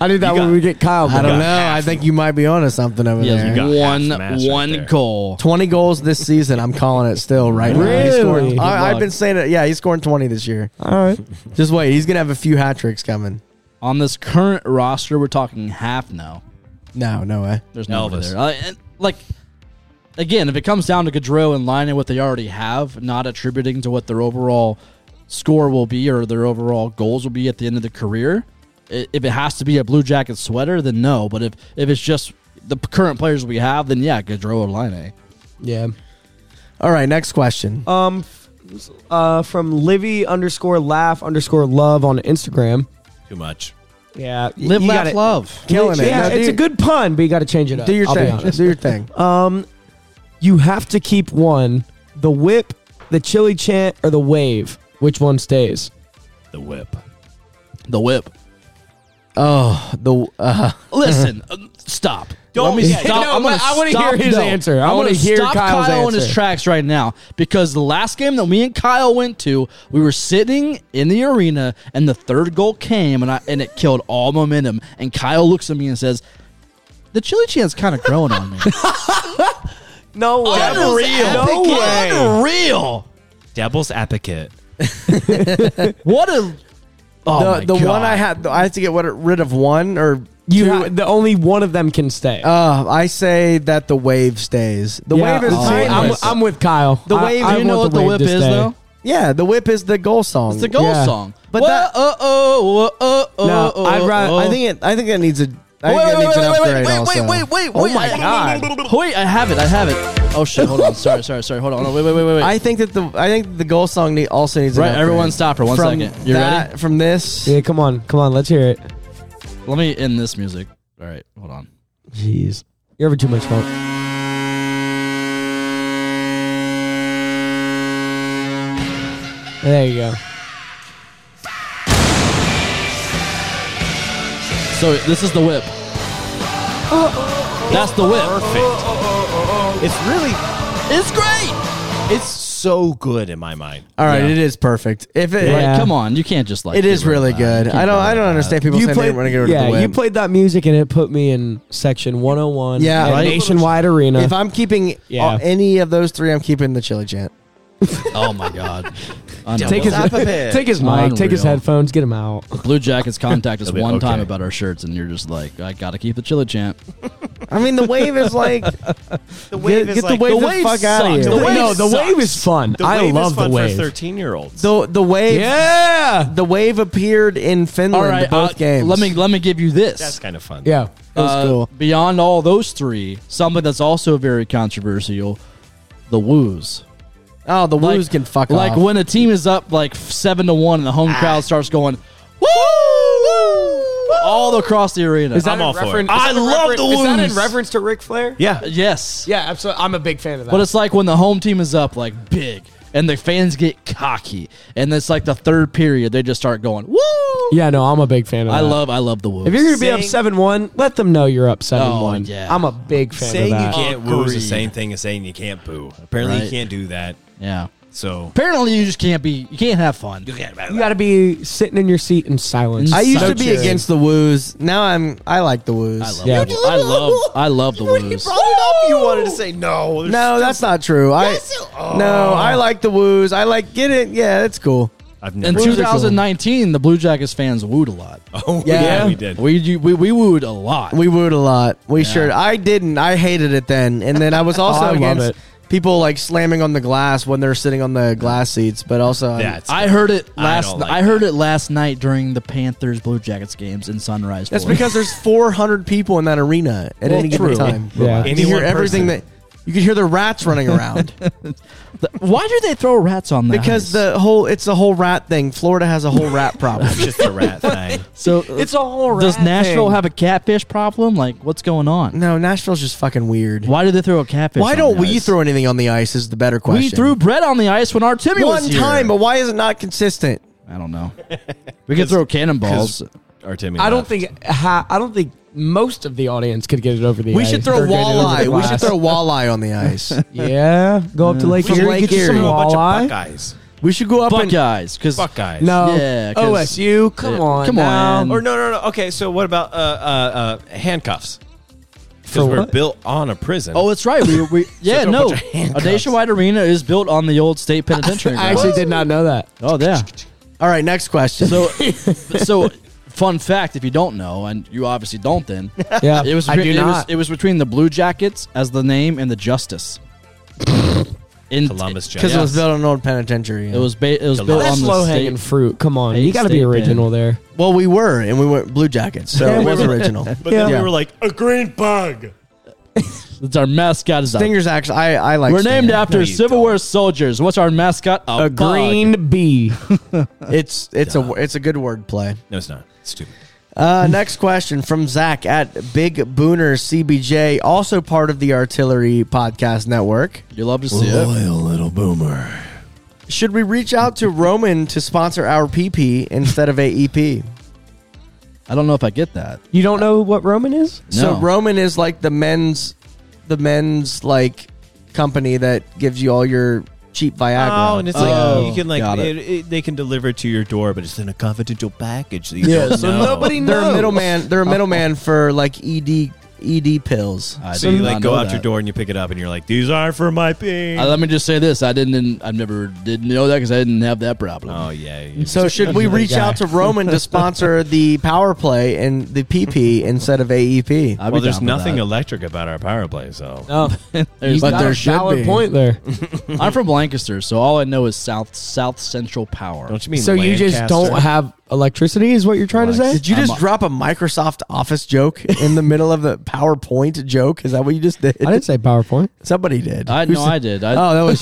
F: I did
I: You
F: that when
I: got-
F: we get Kyle.
D: I
F: back.
D: don't
I: got
D: know. I
I: half.
D: think you might be onto something over
A: He has
D: there.
I: got half the
A: one
I: mass right
A: one
I: there.
A: goal.
D: 20 goals this season. I'm calling it still right now. He's
F: Really?
D: scoring-
F: Good
D: I, I've
A: luck.
D: been saying it. Yeah, he's scoring 20 this year.
F: All right.
D: Just wait. He's going to have a few hat tricks coming.
A: On this current roster, we're talking half now.
D: No, no way.
A: There's no
I: Elvis.
A: there. Uh, and, like again, if it comes down to Gaudreau and lining what they already have, not attributing to what their overall score will be or their overall goals will be at the end of the career, i- if it has to be a Blue Jacket sweater, then no. But if if it's just the p- current players we have, then yeah, Gaudreau or Line.
F: Yeah.
D: All right, next question.
F: Um, f- uh, from Livy underscore laugh underscore love on Instagram.
I: Too much.
F: Yeah. y-
A: Live,
F: you
A: laugh,
F: gotta-
A: love.
D: Killing it.
F: Yeah,
D: No, do
F: it's
D: your-
F: a good pun, but you got to change it up.
D: Do your
F: I'll be
D: thing.
F: honest.
D: Do your thing.
F: Um, you have to keep one: the whip, the chili chant, or the wave. Which one stays?
I: The whip.
A: The whip.
D: Oh, the uh,
A: Listen, uh, stop.
I: Don't-
A: Let me
I: yeah,
A: stop.
F: no,
A: I'm gonna
F: but I wanna
A: stop,
F: hear his
A: though.
F: answer. I
A: I'm
F: wanna
A: gonna
F: hear
A: stop
F: Kyle's
A: Kyle in his
F: answer.
A: tracks right now because the last game that me and Kyle went to, we were sitting in the arena and the third goal came and I and it killed all momentum. And Kyle looks at me and says, "The chili chant's kind of growing
F: <laughs>
A: on me.
F: No way. No way.
A: Unreal.
I: Devil's advocate.
A: What a oh
D: the,
A: my
D: the
A: God.
D: one I had. I have to get what- rid of one or
F: You
D: two-
F: ha- the only one of them can stay.
D: Uh, I say that the wave stays. The
F: Yeah,
D: wave is
A: oh,
F: see, I'm,
D: timeless.
F: I'm with Kyle.
A: The
F: I-
A: wave.
F: I
A: you know
F: want
A: what the
F: wave
A: whip
F: to
A: is
F: stay.
A: though.
D: yeah, the whip is the goal song.
A: It's the goal
F: Yeah.
A: song.
D: But
A: Well,
D: that-
A: uh oh uh oh uh
F: No,
A: oh.
F: I'd rather-
D: I think it. I think that needs a. I
A: Wait,
D: think
A: wait,
D: it needs an
A: wait,
D: upgrade.
A: wait, wait, wait,
D: also.
A: wait, wait,
F: Oh
A: wait.
F: my God.
A: Wait, I have it. I have it. Oh shit! Hold
D: <laughs>
A: on. Sorry, sorry, sorry. Hold on. Wait, wait, wait, wait, wait.
D: I think that the. I think the goal song need, also needs.
A: Right,
D: an upgrade.
A: everyone stop for one
D: from
A: second. You
D: that, From this,
F: Yeah, come on, come on, let's hear it.
A: Let me end this music. All right, hold on.
F: Jeez, you're having too much fun. There you go.
A: So this is the whip. That's the whip.
I: Perfect. It's really
A: It's great.
I: it's so good in my mind.
D: all right,
A: Yeah.
D: it is perfect. If it,
A: Right,
F: Yeah.
A: come on, you can't just like.
D: it
A: get
D: is
A: rid of
D: really
A: that.
D: good.
A: Keep
D: I don't.
A: rid
D: I
A: of
D: don't
A: that.
D: understand people saying they want to get rid
F: yeah,
D: of the whip.
F: you played that music and it put me in section 101.
D: Yeah,
F: at
D: right.
F: nationwide arena.
D: If I'm keeping
F: Yeah.
D: all- any of those three, I'm keeping the chili chant.
A: Oh my
D: <laughs>
A: god.
F: take his take his mic, take his
A: Unreal.
F: headphones, get him out.
A: Blue Jackets contact us
I: It'll be
A: one time
I: okay.
A: about our shirts, and you're just like, I gotta keep the chili champ.
D: I mean, the wave is
A: <laughs>
D: like
I: The wave
D: get
I: is
D: the
I: like
D: wave
A: the
D: the
A: wave
D: fuck out of
A: sucks.
D: here.
A: The wave
F: no, the wave is fun.
I: the
F: I
I: wave
F: love
I: is fun
F: the wave.
I: for 13 year olds.
D: The the wave.
F: yeah,
D: The wave appeared in Finland.
A: All right,
D: both
A: uh,
D: games.
A: Let me let me give you this.
I: That's kind of fun.
F: yeah.
A: Uh, Beyond all those three, something that's also very controversial, the woos.
D: Oh, the woos can fuck
A: Like
D: off.
A: when a team is up like seven to one, and the home crowd starts going, "Woo, woo, woo, all across the arena.
I: that- I'm all for it.
J: referen-
I: I
J: is that in
I: love
J: referen-
I: the
J: Is that in
I: wounds.
J: reference to Ric Flair?
I: Yeah.
A: Uh, yes.
J: Yeah, absolutely. I'm a big fan of that.
A: But it's like when the home team is up like big and the fans get cocky and it's like the third period they just start going, "Woo!"
F: Yeah, no, I'm a big fan of
A: I
F: that.
A: love I love the Wolves.
F: If you're gonna be up seven one, let them know you're up seven one.
A: Oh, yeah.
F: I'm a big fan
I: Saying
F: of
I: you
F: that.
I: can't woo is the
A: Agreed.
I: same thing as saying you can't boo. Apparently,
A: Right.
I: you can't do that.
A: yeah.
I: So
A: Apparently you just can't be you can't have fun.
F: You
I: <laughs>
F: got to be sitting in your seat in silence.
A: In
D: I
A: I
D: used
A: No
D: to be
A: cheering.
D: against the woos. Now I'm. I like the woos.
A: I love
F: Yeah.
A: the, I love I love
D: <laughs>
A: the Wolves.
E: it up. You wanted to say no.
D: No, that's not true. I no, I like the woos. I like get it. Yeah, that's cool.
I: I've
A: In
I: never.
A: 2019, the Blue Jackets fans wooed a lot.
I: <laughs> oh,
D: Yeah.
I: yeah. we did.
A: We you- we we wooed a lot.
D: We wooed a lot. We sure. I didn't. I hated it then, and then
A: <laughs>
D: I was also
F: I love
D: against
F: it.
D: people like slamming on the glass when they're sitting on the glass seats. But also, I-
I: That's
A: I heard it
I: I
A: last. I,
I: don't like
A: heard it last night during the Panthers Blue Jackets games in Sunrise.
D: that's
A: Florida.
D: because there's 400 people in that arena at any given time.
F: Yeah.
D: You can hear
I: Anyone
D: everything that you can hear the rats
A: <laughs>
D: running around
A: <laughs> why do they throw rats on that?
D: because the whole it's a whole rat thing. Florida has a whole
A: <laughs>
D: rat problem.
I: just a rat
F: <laughs>
I: thing.
A: so uh,
F: It's a whole.
A: does
F: rat
A: Nashville
F: thing.
A: have a catfish problem? Like what's going on?
D: No, Nashville's just fucking weird.
A: Why do they throw a catfish?
D: Why
A: on
D: don't
A: the
D: we
A: ice?
D: throw anything on the ice? Is the better question.
A: We threw bread on the ice when our Timmy
D: one
A: was here.
D: time, but why is it not consistent?
A: I don't
D: <laughs>
A: know. We could throw cannonballs.
I: Artemi.
F: I don't
I: left.
F: think. Ha, I don't think most of the audience could get it over the.
D: We
F: ice.
D: should throw
F: They're getting it over the
D: walleye. We should
F: glass.
D: throw walleye on
A: <laughs>
D: the ice.
F: Yeah, go up to Lake
D: From
F: Erie,
D: Lake
F: get you some
D: Erie.
I: a bunch of
F: walleye.
I: Buckeyes.
D: we should go up and
A: Buckeyes, because
I: Buckeyes.
F: No,
A: Yeah, 'cause-
F: OSU. Come
A: Yeah,
F: on,
A: come
F: now.
A: on.
I: Or no, no, no. Okay, so what about uh, uh, uh, handcuffs? Because we're
F: what?
I: built on a prison.
A: Oh, that's right. We,
I: <laughs>
A: we yeah,
I: throw a
A: no.
I: bunch of handcuffs.
A: Audacia-wide arena is built on the
I: <laughs>
A: old state penitentiary.
F: I
A: grounds.
F: actually did not know that.
A: oh yeah.
D: All right, next
I: <laughs>
D: question.
A: So, so fun fact: if you don't know, and you obviously
I: <laughs>
A: don't, then
F: Yeah,
A: it was
F: I do
A: it was
F: not.
A: it was between the Blue Jackets as the name and
I: <laughs>
A: the Justice. In
I: Columbus
A: it,
D: because
I: Jackets.
D: it was built on an old penitentiary.
A: it was ba- it was built
F: That's
A: on
F: low
A: the
F: hanging
A: state.
F: fruit. Come on,
A: Hey,
F: you got to
A: state
F: be original there.
D: well, we were, and we went Blue Jackets, so
A: <laughs>
D: it was original.
I: But then we were like a green bug.
A: It's our mascot. Is a-
D: Stingers actually, I I like.
A: We're named
D: Stinger.
A: after
I: you
A: Civil War soldiers. What's our mascot? A,
F: A
A: bug.
F: green bee.
D: It's it's a it's a good word play.
I: No, it's not. Stupid.
D: Uh, next question from Zach at Big Booner CBJ, also part of the Artillery Podcast Network.
A: You love to see it.
I: little boomer.
D: Should we reach out to Roman to sponsor our PP instead of E AEP?
A: I don't know if I get that.
F: You don't know what Roman is?
D: So
A: No.
D: Roman is like the men's, the men's like company that gives you all your cheap Viagra.
I: Oh, and it's like
A: Oh,
I: you can like
A: got it.
I: it, it, they can deliver it to your door, but it's in a confidential package. That you
A: Yeah,
I: don't
A: so
I: know.
D: they're a middleman. They're a middleman for like E ED ED pills.
A: I
I: <laughs> So
A: did
I: you
A: not
I: like go
A: know
I: out
A: that.
I: your door and you pick it up and you're like, these are for my pee.
A: Uh, let me just say this: I didn't. I never didn't know that because I didn't have that problem.
I: oh yeah. you-
D: So should we reach out
F: <laughs>
D: to Roman
A: <laughs>
D: to sponsor the power play and the PP instead of E AEP?
A: I'd be
I: well, there's
A: down for
I: nothing
A: that.
I: electric about our power play, so
F: <laughs> No.
A: There's
D: But
A: not.
D: there
F: a
D: should
F: valid
D: be.
F: point <laughs> there.
A: I'm from Lancaster, so all I know is South South Central Power.
I: don't you mean?
F: so you just don't
I: Lancaster?
F: have electricity, is what you're trying to say?
D: Did you just drop a Microsoft Office joke in the middle of the PowerPoint joke? Is that what you just did?
F: I didn't say PowerPoint.
D: Somebody did.
A: I
D: Who
A: know
D: said-
A: I did. I,
D: <laughs>
A: <laughs>
D: Oh, that was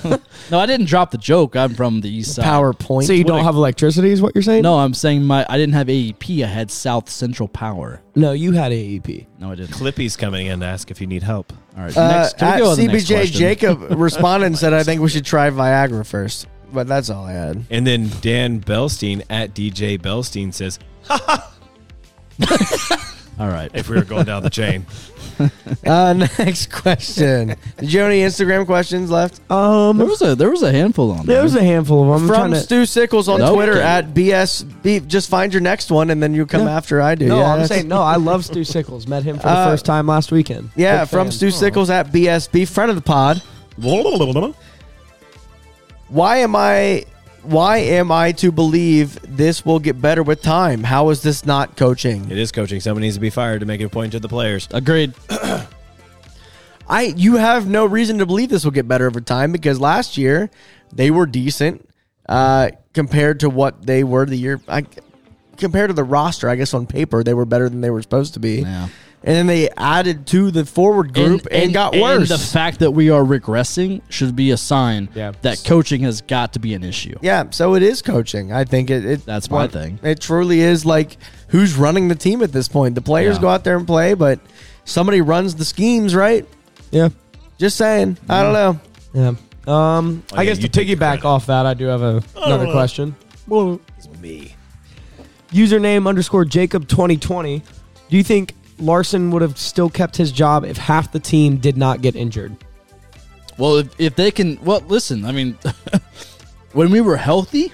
D: you.
A: No, I didn't drop the joke. I'm from the east side.
D: PowerPoint.
F: So you don't have electricity, is what you're saying?
A: No, I'm saying my I didn't have AEP. I had South Central Power.
F: no, you had E AEP.
A: No, I didn't.
I: Clippy's coming in to ask if you need help.
A: All right,
D: Uh,
A: next. Can
D: at
A: we go to the next
D: CBJ
A: question?
D: Jacob
A: <laughs>
D: responded and said, "I think we should try Viagra first. But that's all I had.
I: And then Dan Belstein at DJ Belstein says,
A: All right.
I: if we were going down the
A: <laughs>
I: chain,
D: Uh, <laughs> next question. Did you have any Instagram questions left?
A: There
F: Um,
A: was a there was a handful on there.
F: there was a handful of them. I'm
D: From
F: trying to-
D: Stu Sickles on
A: No.
D: Twitter
A: Okay.
D: at BSB. Just find your next one and then you come after I do.
F: no,
D: Yeah,
F: I'm
D: that's-
F: saying, no, I love <laughs> Stu Sickles. Met him for the
D: Uh,
F: first time last weekend.
D: Yeah,
F: Big
D: from
F: fan. Oh.
D: Stu Sickles at BSB, friend of the pod. Why am I? Why am I to believe this will get better with time? How is this not coaching?
I: it is coaching. Someone needs to be fired to make it a point to the players.
A: Agreed.
D: I you have no reason to believe this will get better over time because last year they were decent uh, compared to what they were the year I, compared to the roster. I guess on paper they were better than they were supposed to be.
A: Yeah.
D: and then they added to the forward group and, got worse.
A: the fact that we are regressing should be a sign
F: Yeah.
A: that coaching has got to be an issue.
D: yeah, so it is coaching. I think it. it
A: That's my
D: well,
A: thing.
D: It truly is like who's running the team at this point. The players
A: Yeah.
D: go out there and play, but somebody runs the schemes, right?
F: Yeah.
D: Just saying. I don't know.
F: Yeah. Um, I guess
E: you
F: to piggyback off that, I do have a, another question. Well,
E: It's me.
F: username underscore Jacob twenty twenty. Do you think Larson would have still kept his job if half the team did not get injured?
A: Well, if, if they can, well, listen, I mean, <laughs> when we were healthy,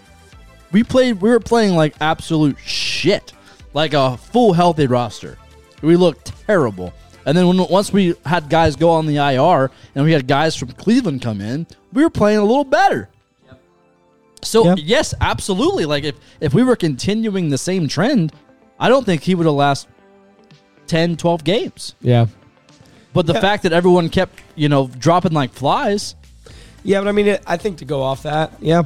A: we played, we were playing like absolute shit, like a full healthy roster. We looked terrible. And then when, once we had guys go on the IR and we had guys from Cleveland come in, we were playing a little better. So
F: Yeah.
A: yes, absolutely. Like if if we were continuing the same trend, I don't think he would have last 10, 12 games.
F: Yeah.
A: But the fact that everyone kept, you know, dropping like flies,
F: Yeah, but I mean, it, I think to go off that, yeah.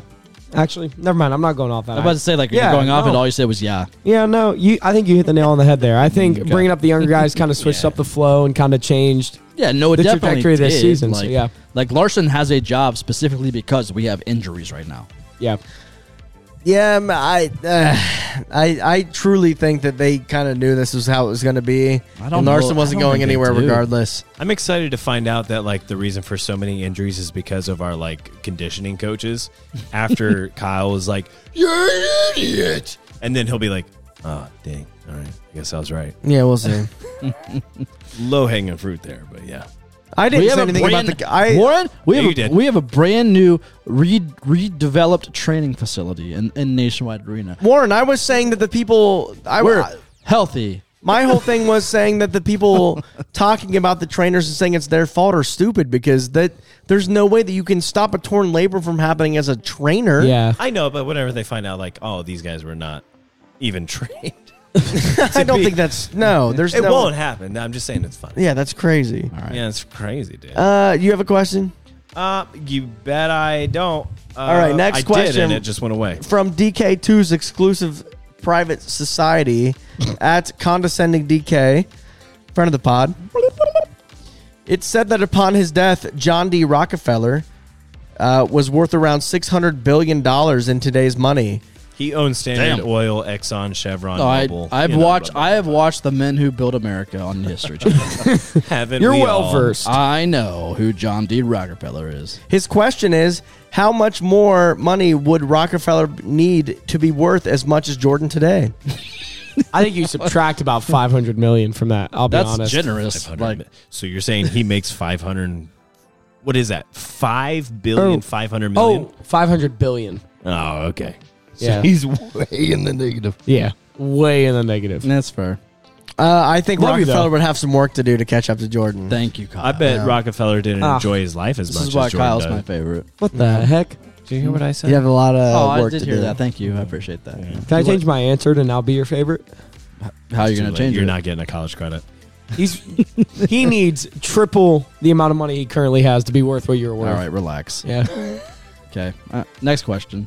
F: Actually, never mind. I'm not going off that.
A: I'm about to say, like,
F: Yeah,
A: you're going off,
F: no.
A: and all you said was, yeah.
F: Yeah, no, you. I think you hit the nail on the head there. I think
A: Okay.
F: bringing up the younger
A: <laughs>
F: guys kind of switched up the flow and kind of changed.
A: Yeah, no, it
F: The
A: definitely
F: trajectory of this
A: did.
F: season, so
A: Like,
F: yeah.
A: like Larson has a job specifically because we have injuries right now.
F: Yeah,
D: Yeah, m- I, uh, <sighs> I, I truly think that they kind of knew this was how it was going to be.
A: I don't
D: and
A: know-
D: Larson
A: I
D: wasn't
A: don't think
D: going
A: they
D: anywhere
A: do.
D: regardless.
E: I'm excited to find out that like the reason for so many injuries is because of our like conditioning
D: <laughs>
E: coaches. After Kyle was like, "You're an idiot," and then he'll be like, "Oh, dang, all right, I guess I was right."
D: Yeah,
A: <laughs>
D: we'll see.
E: Low hanging fruit there, but yeah,
D: I didn't
A: we
D: say
A: have a
D: anything
A: brand,
D: about the. I
A: Warren. We
E: Yeah,
A: have
E: you
A: a,
E: did.
A: we have a brand new re, redeveloped training facility in, in Nationwide Arena.
D: Warren, I was saying that the people. I
A: We're
D: were.
A: healthy.
D: My whole thing was saying that the
A: <laughs>
D: people talking about the trainers and saying it's their fault are stupid because that there's no way that you can stop a torn labor from happening as a trainer.
F: yeah.
E: I know. But whenever they find out, like, oh, these guys were not even <laughs> trained,
D: <laughs> I don't
E: be-
D: think that's no. There's
E: it
D: no,
E: won't happen. I'm just saying it's fun.
D: Yeah, that's crazy.
E: Yeah, it's crazy, dude.
D: Uh, you have a question
E: Uh, you bet I don't. Uh,
D: All right, next
E: I did,
D: question.
E: and it just went away.
D: from DK2's exclusive private society at condescending DK, friend of the pod. It said that upon his death, John D. Rockefeller uh, was worth around six hundred billion dollars in today's money.
E: He owns Standard
A: Damn.
E: Oil, Exxon, Chevron,
A: No, I,
E: Mobil,
A: I've
E: you know,
A: watched.
E: blah, blah,
A: I have
E: blah.
A: watched the men who built America on History <laughs> Channel.
E: Haven't
F: You're
E: we
F: well
E: all?
F: versed.
A: I know who John D. Rockefeller is.
D: His question is, how much more money would Rockefeller need to be worth as much as Jordan today?
F: I think you subtract about 500 million from that. I'll be
A: That's
F: honest.
A: generous.
E: 500
A: Like
E: mi- so you're saying he makes 500 and- what is that Five billion,
F: Oh.
E: five hundred million.
F: Oh, 500 billion.
E: oh okay
A: <laughs>
F: Yeah.
A: he's way in the negative.
F: yeah. Way in the negative.
A: That's fair.
D: Uh, I think
F: Love you,
D: Rockefeller
F: though.
D: would have some work to do to catch up to Jordan.
A: Thank you, Kyle.
E: i bet rockefeller didn't
F: Ah.
E: enjoy his life as
A: this
E: much
A: is why
E: as Jordan
A: Kyle's
E: does.
A: my favorite.
F: What the heck?
E: do you hear what i said
D: You have a lot of
A: Oh, I
D: Uh, work
A: did
D: to
A: hear
D: do.
A: that. Thank you. I appreciate that.
F: Can I change my answer to now be your favorite?
A: How are you
E: Too
A: going to
E: late.
A: change
E: you're
A: it?
E: not getting a college credit
F: He's <laughs> he needs triple the amount of money he currently has to be worth what you're worth.
A: All right, relax.
F: Yeah.
A: Okay. Uh, next question.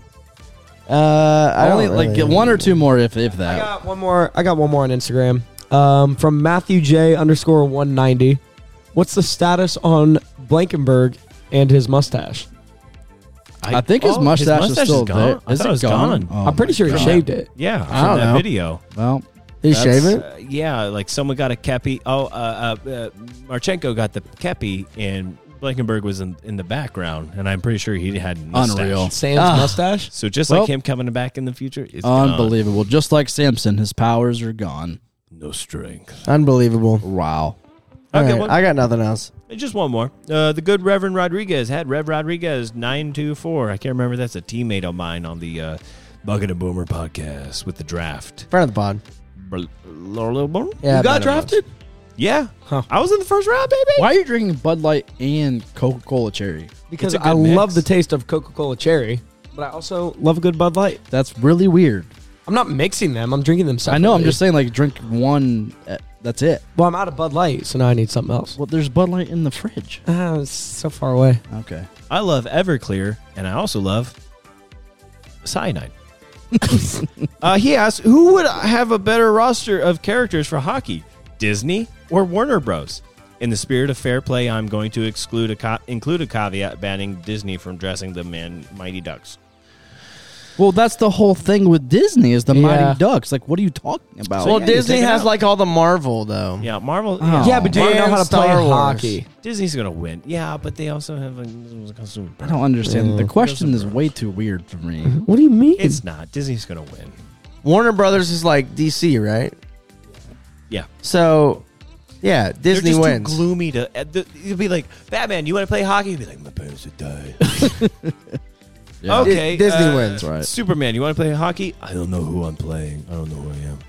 D: Uh, I
A: Only
D: don't
A: like
D: really-
A: get one or two more, if if
F: I
A: that.
F: got one more. I got one more on Instagram um, from Matthew J underscore one ninety. What's the status on Blankenberg and his mustache?
A: I think his
E: oh,
A: mustache is still
E: gone.
A: there.
E: I
A: Is
E: thought
A: it
E: it was
A: gone?
E: gone,
A: Oh
F: I'm pretty
A: my
F: sure
A: God.
F: he shaved it.
E: yeah from
D: don't
E: that
D: know.
E: video
A: Well,
D: Did he
A: That's-
D: shave it?
E: Uh, yeah, like someone got a kepi. Oh, uh, uh, uh, Marchenko got the kepi, and Blankenberg was in, in the background, and I'm pretty sure he had mustache.
A: Unreal.
F: Sam's mustache.
E: So just
A: Well-
E: like him coming back in the future, it's gone.
A: unbelievable. Just like Samson, his powers are gone.
E: No strength.
D: Unbelievable.
A: Wow.
E: Okay,
D: All right,
E: well-
D: I got nothing else.
E: Just one more. Uh, the good Reverend Rodriguez had Rev Rodriguez nine two four. I can't remember. That's a teammate of mine on the uh, Bucket and Boomer podcast with the draft.
D: Friend of the pod. Yeah,
E: Yeah,
D: You got drafted?
E: Yeah,
F: Huh.
E: I was in the first round, baby.
A: Why are you drinking Bud Light and Coca Cola Cherry?
F: because
E: It's a good
F: I love
E: mix.
F: the taste of Coca Cola cherry, but I also love a good Bud Light.
A: That's really weird.
F: I'm not mixing them. I'm drinking them.
A: I
F: Separately.
A: know. I'm just saying, like, drink one. uh, That's it.
F: Well, I'm out of Bud Light, so now I need something else.
A: Well, there's Bud Light in the fridge.
F: Ah, it's so far away.
A: Okay.
E: I love Everclear, and I also love
A: <laughs>
E: cyanide. uh, he asked, "Who would have a better roster of characters for hockey, Disney, or Warner Bros. In the spirit of fair play, I'm going to exclude a co- include a caveat banning Disney from dressing the man Mighty Ducks.
A: Well, that's the whole thing with Disney is the
F: Yeah.
A: Mighty Ducks. Like, what are you talking about?
D: Well,
E: yeah, you
D: Disney
E: take it
D: has
E: out.
D: like all the Marvel though.
E: Yeah, Marvel.
A: Oh.
E: Yeah,
F: Yeah, but do they know
D: And
F: how to play
D: Star Wars.
F: hockey?
E: Disney's gonna win. Yeah, but they also have a consumer.
A: I don't understand. The question is way too weird for me.
F: What do you mean?
E: It's not. Disney's gonna win.
D: Warner Brothers is like DC, right?
E: Yeah,
D: So, yeah,
E: They're
D: Disney
E: just
D: wins.
E: Too gloomy to. uh, th- You'll be like Batman. You want to play hockey? You'll be like my parents would
F: <laughs>
E: die. Okay,
D: Di- Disney
E: uh,
D: wins.
A: right.
E: Superman. You want to play hockey? I don't know who I'm playing. I don't know who I am.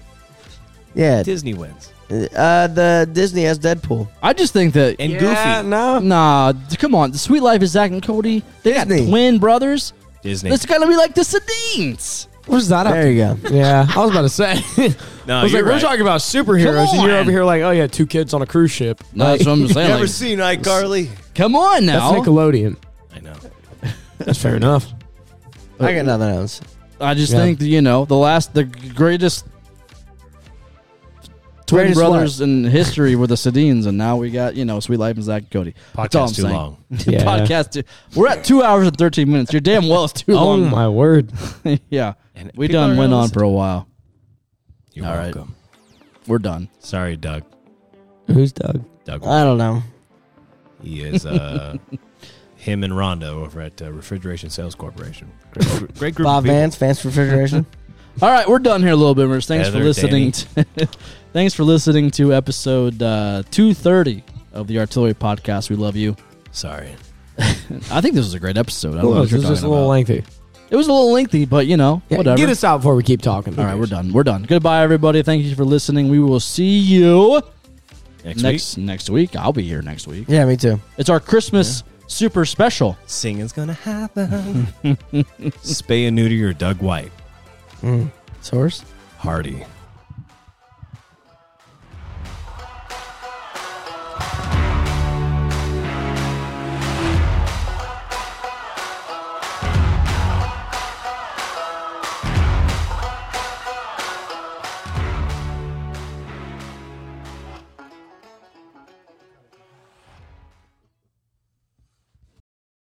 D: Yeah,
E: Disney wins.
D: uh, the Disney has Deadpool.
A: I just think that
E: And
F: Yeah,
E: Goofy.
F: no.
A: Nah, d- come on. The Sweet Life is Zach and Cody. They got
D: Disney.
A: twin brothers.
E: Disney.
A: It's gonna be like the Sedines.
F: What's that?
D: There you go.
F: <laughs> Yeah, I was about to say.
E: No,
F: I was
E: you're
F: like, we're
E: right.
F: talking about superheroes, and you're over here like, oh yeah, two kids on a cruise ship.
A: No, that's what I'm
E: <laughs> You
A: saying.
E: ever
A: like,
E: seen iCarly?
A: come on
F: That's
A: now.
F: Nickelodeon.
E: I know.
F: That's fair enough.
D: I got nothing else.
A: I just
F: Yeah.
A: think that, you know the last, the g- greatest twin
D: Greatest
A: brothers in history were the Sedines, and now we got you know Sweet Life and Zach and Cody. That's all I'm
E: Podcast too
A: saying.
E: long.
F: <laughs> Yeah.
A: Podcast. Too, we're at two hours and thirteen minutes. You're damn well it's too
F: Oh
A: long.
F: my word.
A: <laughs> yeah,
E: And
A: we
E: people are
A: done
E: gonna
A: went on
E: listen.
A: for a while.
E: You're
A: All right.
E: welcome.
A: We're done.
E: Sorry, Doug.
F: Who's Doug?
E: Doug.
D: I don't know.
E: He is uh, him and Rhonda over at uh, Refrigeration Sales Corporation. Great, great group
D: Bob
E: of people.
D: Vance,
E: <laughs>
D: Vance Refrigeration.
A: All right, we're done here a little bit, Merch. Thanks for
E: Heather,
A: listening. To, <laughs> thanks for listening to episode uh, two thirty of the Artillery Podcast. We love you.
E: Sorry.
A: I think this was a great episode. I don't know
F: Oh,
A: what
F: this
A: you're
F: is just a
A: talking
F: little
A: about.
F: lengthy.
A: It was a little lengthy, but you know,
F: Yeah,
A: whatever.
F: Get us out before we keep talking.
A: All right, we're done. We're done. Goodbye, everybody. Thank you for listening. We will see you
E: Next, week,
A: next next week. I'll be here next week.
D: yeah, me too.
A: It's our Christmas super special.
E: singing's gonna <laughs> happen. Spay and neuter your Doug White.
D: Source.
E: Hardy.